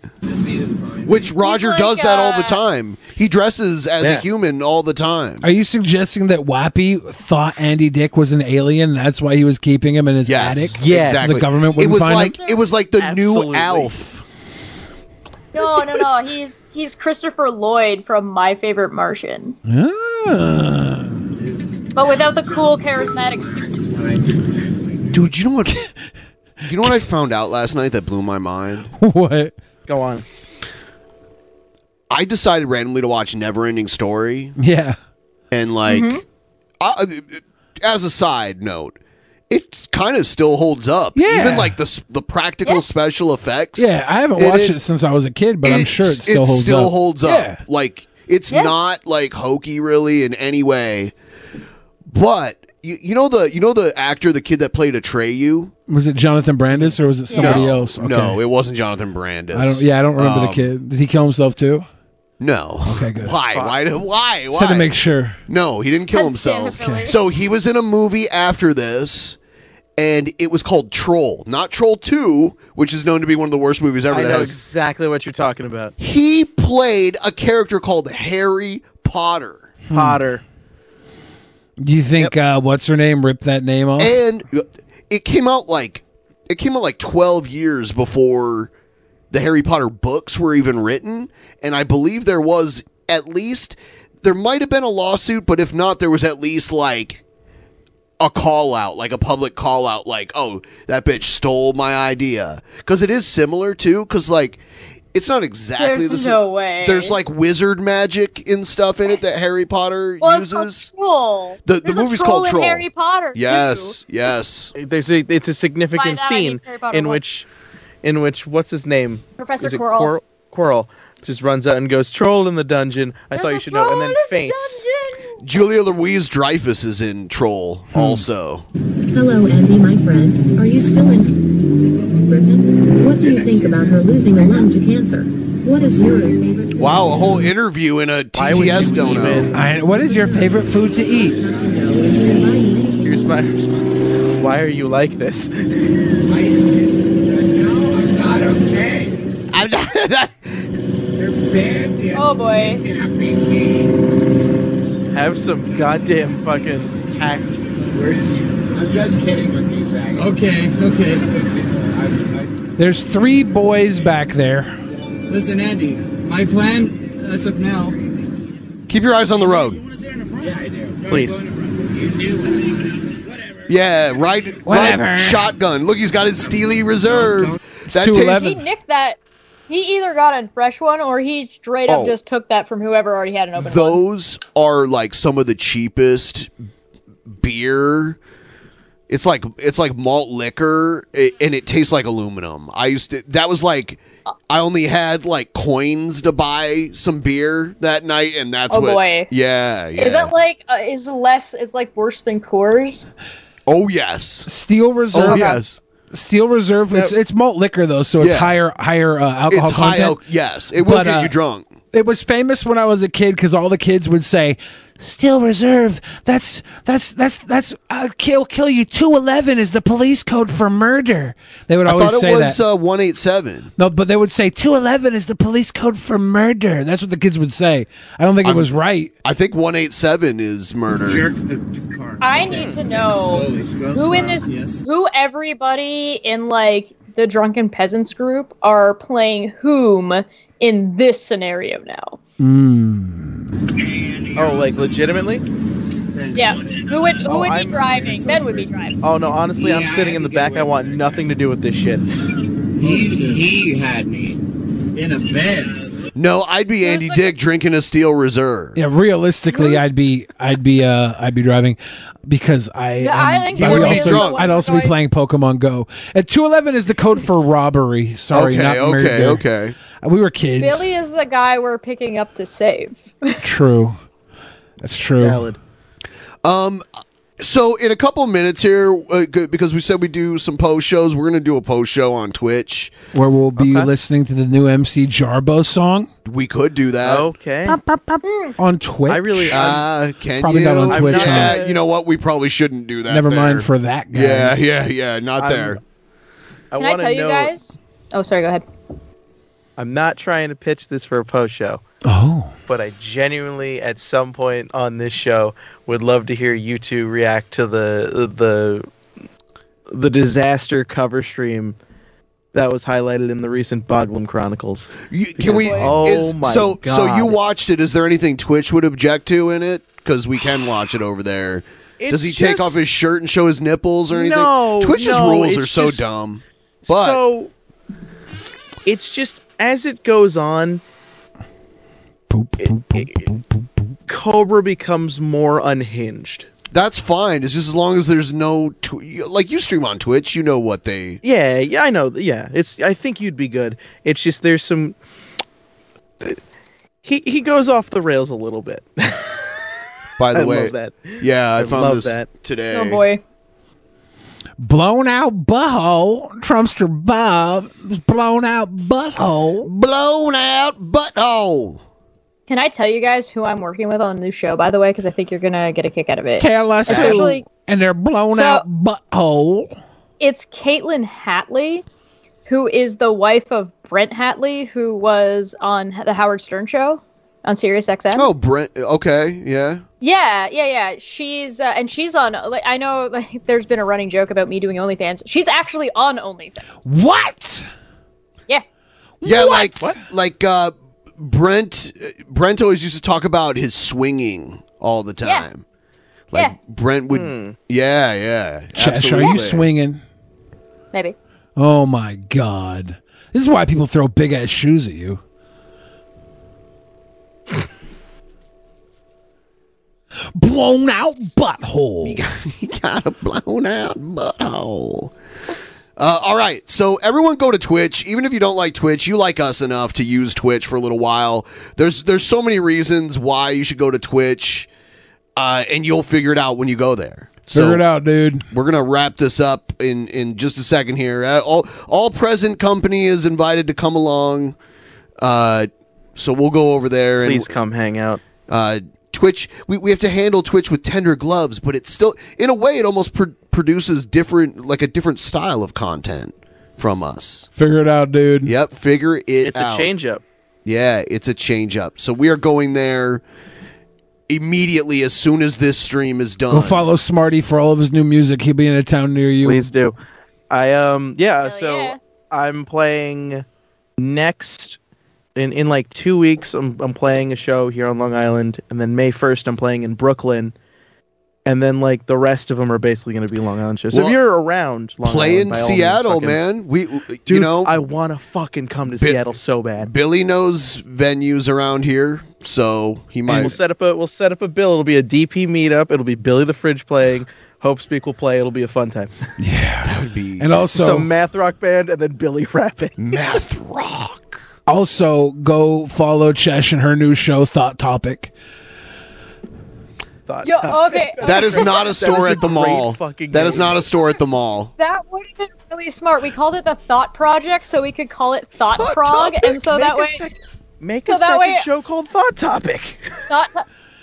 S7: Which Roger
S8: like,
S7: does that all the
S8: uh,
S7: time. He dresses as
S5: Yeah.
S7: a human all the time.
S5: Are you suggesting that Wappy thought Andy Dick was an alien? That's why he was keeping him in his attic.
S7: Yes.
S5: So the government
S7: It
S5: wouldn't
S7: was
S5: find
S7: like
S5: him.
S7: it was like the new
S5: Absolutely.
S7: Alf.
S23: No, no, no. He's he's Christopher Lloyd from My Favorite Martian,
S5: Ah.
S23: but without the cool, charismatic suit.
S7: Dude, you know what? you know what I found out last night that blew my mind.
S5: What?
S8: Go on.
S7: I decided randomly to watch Neverending Story.
S5: Yeah.
S7: And like,
S8: Mm-hmm.
S7: I, as a side note, it kind of still holds up.
S5: Yeah.
S7: Even like the s- the practical special effects.
S5: Yeah, I haven't
S7: in
S5: watched it, since I was a kid, but I'm sure it still holds
S7: still
S5: up.
S7: holds up. Like it's not like hokey really in any way. But you, you know the you know the actor, the kid that played Atreyu.
S5: Was it Jonathan Brandis or was it somebody
S7: no,
S5: else?
S7: No, it wasn't Jonathan Brandis.
S5: I don't. Yeah, I don't remember
S7: Um,
S5: the kid. Did he kill himself too?
S7: No. Okay, good. Why? Why? do- Why? Why?
S5: Just had to make sure.
S7: No, he didn't kill himself.
S5: Okay.
S7: So he was in a movie after this, and it was called Troll, not Troll Two, which is known to be one of the worst movies ever.
S8: I
S7: that
S8: know
S7: has-
S8: exactly what you're talking about.
S7: He played a character called Harry Potter.
S8: Potter.
S5: Do you think uh, what's her name ripped that name off?
S7: and it came out like it came out like 12 years before the Harry Potter books were even written and I believe there was at least there might have been a lawsuit but if not there was at least like a call out like a public call out like oh that bitch stole my idea cuz it is similar too cuz like it's not exactly
S23: There's
S7: the same.
S23: no way.
S7: There's like wizard magic and stuff in it that Harry Potter
S23: Well, it's
S7: uses.
S23: called Troll.
S7: The- the
S23: There's a
S7: movie's called
S23: in
S7: Troll.
S23: Harry Potter.
S7: Yes, yes.
S8: There's a, it's a significant
S23: By that I mean
S8: scene
S23: Harry Potter
S8: in
S23: one.
S8: which, in which what's his name,
S23: Professor
S8: Is it
S23: Quirrell.
S8: Quirrell? Quirrell just runs out and goes troll in the dungeon. I thought you should know, and then faints.
S7: Julia Louise Dreyfus is in Troll
S5: Hmm.
S7: also.
S15: Hello, Andy, my friend. Are you still in? Griffin, what do you think about her losing a lung to cancer? What is your favorite?
S7: Wow, a whole interview in a TTS dono.
S13: I, what is your favorite food to eat?
S8: Here's my response. Why are you like this?
S6: Not okay.
S7: I'm not. That.
S23: Oh boy.
S8: Have some goddamn fucking tact. Words.
S6: I'm just kidding with you, faggot. Okay, okay.
S5: There's three boys back there.
S12: Listen, Andy, my plan as of now.
S7: Keep your eyes on the road.
S8: Please.
S7: Yeah, right.
S23: Whatever.
S7: Right shotgun. Look, he's got his Steely Reserve. That
S23: He
S7: takes
S23: nicked that. He either got a fresh one or he straight
S7: Oh.
S23: up just took that from whoever already had an open one.
S7: those are like some of the cheapest beer. It's like it's like malt liquor, i- and it tastes like aluminum. I used to. That was like. I only had like coins to buy some beer that night, and that's
S23: Oh,
S7: what.
S23: boy.
S7: Yeah, yeah.
S23: Is that like uh, is less? It's like worse than Coors.
S7: Oh yes.
S5: Steel Reserve.
S7: Oh, yes.
S5: Steel Reserve. It's it's malt liquor though, so it's
S7: Yeah.
S5: higher higher uh, alcohol
S7: It's high
S5: content.
S7: al- yes, it will
S5: But,
S7: get
S5: uh,
S7: you drunk.
S5: It was famous when I was a kid because all the kids would say, "Steel Reserve." That's that's that's that's uh, kill kill you. Two eleven is the police code for murder. They would
S7: I
S5: always
S7: thought it
S5: say
S7: was
S5: that.
S7: uh, one eight seven.
S5: no, but they would say two eleven is the police code for murder. That's what the kids would say. I don't think it was right.
S7: I think one eight seven is murder.
S23: I need to know who in this, who everybody in like the drunken peasants group are playing whom in this scenario now.
S8: Oh, like legitimately?
S23: Yeah, who would who
S8: Oh,
S23: would be
S8: I'm-
S23: driving? Ben would be driving.
S8: Oh no, honestly, I'm sitting in the back. I want nothing to do with this shit.
S12: He, he had me in a bed.
S7: No, I'd be Andy Dick drinking a Steel Reserve.
S5: Yeah, realistically, I'd be I'd be uh I'd be driving because I
S23: Yeah,
S5: am-
S23: I think
S5: I
S23: you
S5: would
S23: would be
S5: also,
S23: drunk.
S5: I'd also be playing Pokemon Go. At two eleven is the code for robbery. Sorry,
S7: Okay,
S5: not
S7: okay,
S5: murder.
S7: okay.
S5: We were kids.
S23: Billy is the guy we're picking up to save.
S5: True. That's true.
S7: Um, so in a couple minutes here, uh, g- because we said we do some post shows, we're gonna do a post show on Twitch.
S5: Where we'll be listening to the new MC Jarbo song
S7: We could do that.
S8: Okay.
S5: on Twitch.
S7: uh, can
S5: Probably
S7: you?
S5: not on Twitch,
S7: Yeah,
S5: huh?
S7: you know what? We probably shouldn't do that.
S5: Never mind
S7: there.
S5: for that, guys.
S7: Yeah, yeah, yeah. Not
S8: I'm-
S7: there.
S8: I
S23: Can I
S8: wanna
S23: tell you
S8: know-
S23: guys? Oh, sorry. Go ahead.
S8: I'm not trying to pitch this for a post show.
S5: Oh.
S8: But I genuinely, at some point on this show, would love to hear you two react to the the the disaster cover stream that was highlighted in the recent Bodlum Chronicles.
S7: Can we?
S8: Oh
S7: is-
S8: my
S7: so
S8: god!
S7: so you watched it. Is there anything Twitch would object to in it? Because we can watch it over there. Does
S8: It's
S7: he take
S8: just-
S7: off his shirt and show his nipples or anything?
S8: No,
S7: Twitch's
S8: no,
S7: rules
S8: it's
S7: are so
S8: just-
S7: dumb. But
S8: so it's just as it goes on, Cobra becomes more unhinged.
S7: that's fine. It's just as long as there's no tw- you- like you stream on Twitch, you know what they.
S8: Yeah, yeah, I know. Yeah, it's. I think you'd be good. It's just there's some. He he goes off the rails a little bit.
S7: By the
S8: I
S7: way,
S8: love that.
S7: yeah, I,
S8: I
S7: found
S8: love
S7: this
S8: that.
S7: today.
S23: Oh boy.
S5: Blown out butthole. Trumpster Bob. Blown out butthole.
S7: Blown out butthole.
S23: Can I tell you guys who I'm working with on the new show, by the way? Because I think you're gonna get a kick out of it.
S5: Tell us who.
S23: Especially,
S5: and their blown
S23: So-
S5: out butthole.
S23: it's Caitlin Hatley, who is the wife of Brent Hatley, who was on the Howard Stern show on Sirius XM.
S7: Oh, Brent. Okay, yeah.
S23: Yeah, yeah, yeah. She's uh, and she's on. Like, I know, like, there's been a running joke about me doing OnlyFans. She's actually on OnlyFans.
S5: What?
S23: Yeah.
S7: Yeah, like like uh, Brent. uh, Brent always used to talk about his swinging all the
S23: Yeah.
S7: time. Like
S23: Yeah.
S7: Brent would. Yeah, yeah.
S5: Chesh, Hmm. are you
S7: absolutely.
S5: swinging?
S23: Maybe.
S5: Oh my god! This is why people throw big ass shoes at you. blown out butthole.
S7: He got a blown out butthole. Uh, all right, so everyone go to Twitch. Even if you don't like Twitch, you like us enough to use Twitch for a little while. There's there's so many reasons why you should go to Twitch, uh, and you'll figure it out when you go there. So
S5: Figure it out, dude.
S7: We're gonna wrap this up in in just a second here. Uh, all all present company is invited to come along. Uh, so we'll go over there. And,
S8: Please come hang out.
S7: Uh, Twitch. We, we have to handle Twitch with tender gloves, but it's still in a way it almost pr- produces different like a different style of content from us.
S5: Figure it out, dude.
S7: Yep, figure it
S8: It's
S7: out.
S8: a change up.
S7: Yeah, it's a change up. So we are going there immediately as soon as this stream is done.
S5: Go follow Smarty for all of his new music. He'll be in a town near you.
S8: Please do. I um yeah, so I'm playing next in in like 2 weeks I'm I'm playing a show here on Long Island and then May 1st I'm playing in Brooklyn. And then like the rest of them are basically going to be Long Island shows. So
S7: Well,
S8: if you're around Long
S7: play
S8: Island,
S7: in
S8: by all means,
S7: Seattle,
S8: fucking-
S7: man. We
S8: Dude,
S7: you know
S8: I want to fucking come to
S7: Bi-
S8: Seattle so bad.
S7: Billy knows venues around here, so he
S8: And
S7: might
S8: we'll set up a we'll set up a bill. It'll be a DP meetup. It'll be Billy the Fridge playing. Hope Speak will play. It'll be a fun time.
S7: be
S5: And also-
S8: some math rock band and then Billy rapping.
S7: Math
S5: Also, go follow Chesh and her new show, Thought Topic.
S8: thought.
S23: Yo, okay.
S7: That is
S23: okay.
S7: not a store at the mall. That is not a store at the mall.
S23: That would have been really smart. We called it the Thought Project, so we could call it Thought,
S8: Thought
S23: Prog,
S8: Topic.
S23: and so
S8: Make
S23: that
S8: a
S23: way,
S8: sec- Make
S23: So
S8: a
S23: that
S8: second
S23: way-
S8: show called Thought Topic.
S23: thought.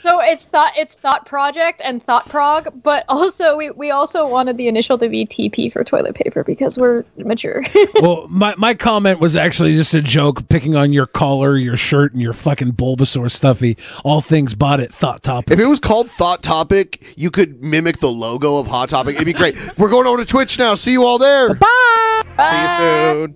S23: So it's thought it's thought project and thought prog, but also we, we also wanted the initial to be TP for toilet paper because we're mature.
S5: well, my, my comment was actually just a joke, picking on your collar, your shirt, and your fucking Bulbasaur stuffy. All things bought at Thought Topic.
S7: If it was called Thought Topic, you could mimic the logo of Hot Topic. It'd be great. We're going over to Twitch now. See you all there.
S23: Bye.
S8: See you soon.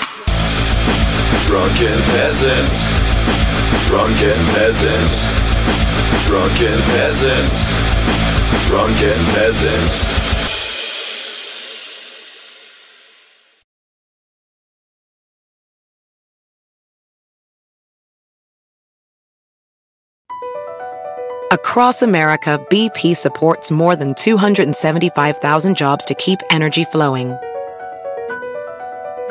S1: Drunken peasants. Drunken peasants. Drunken peasants. Drunken peasants.
S14: Across America, BP supports more than 275,000 jobs to keep energy flowing.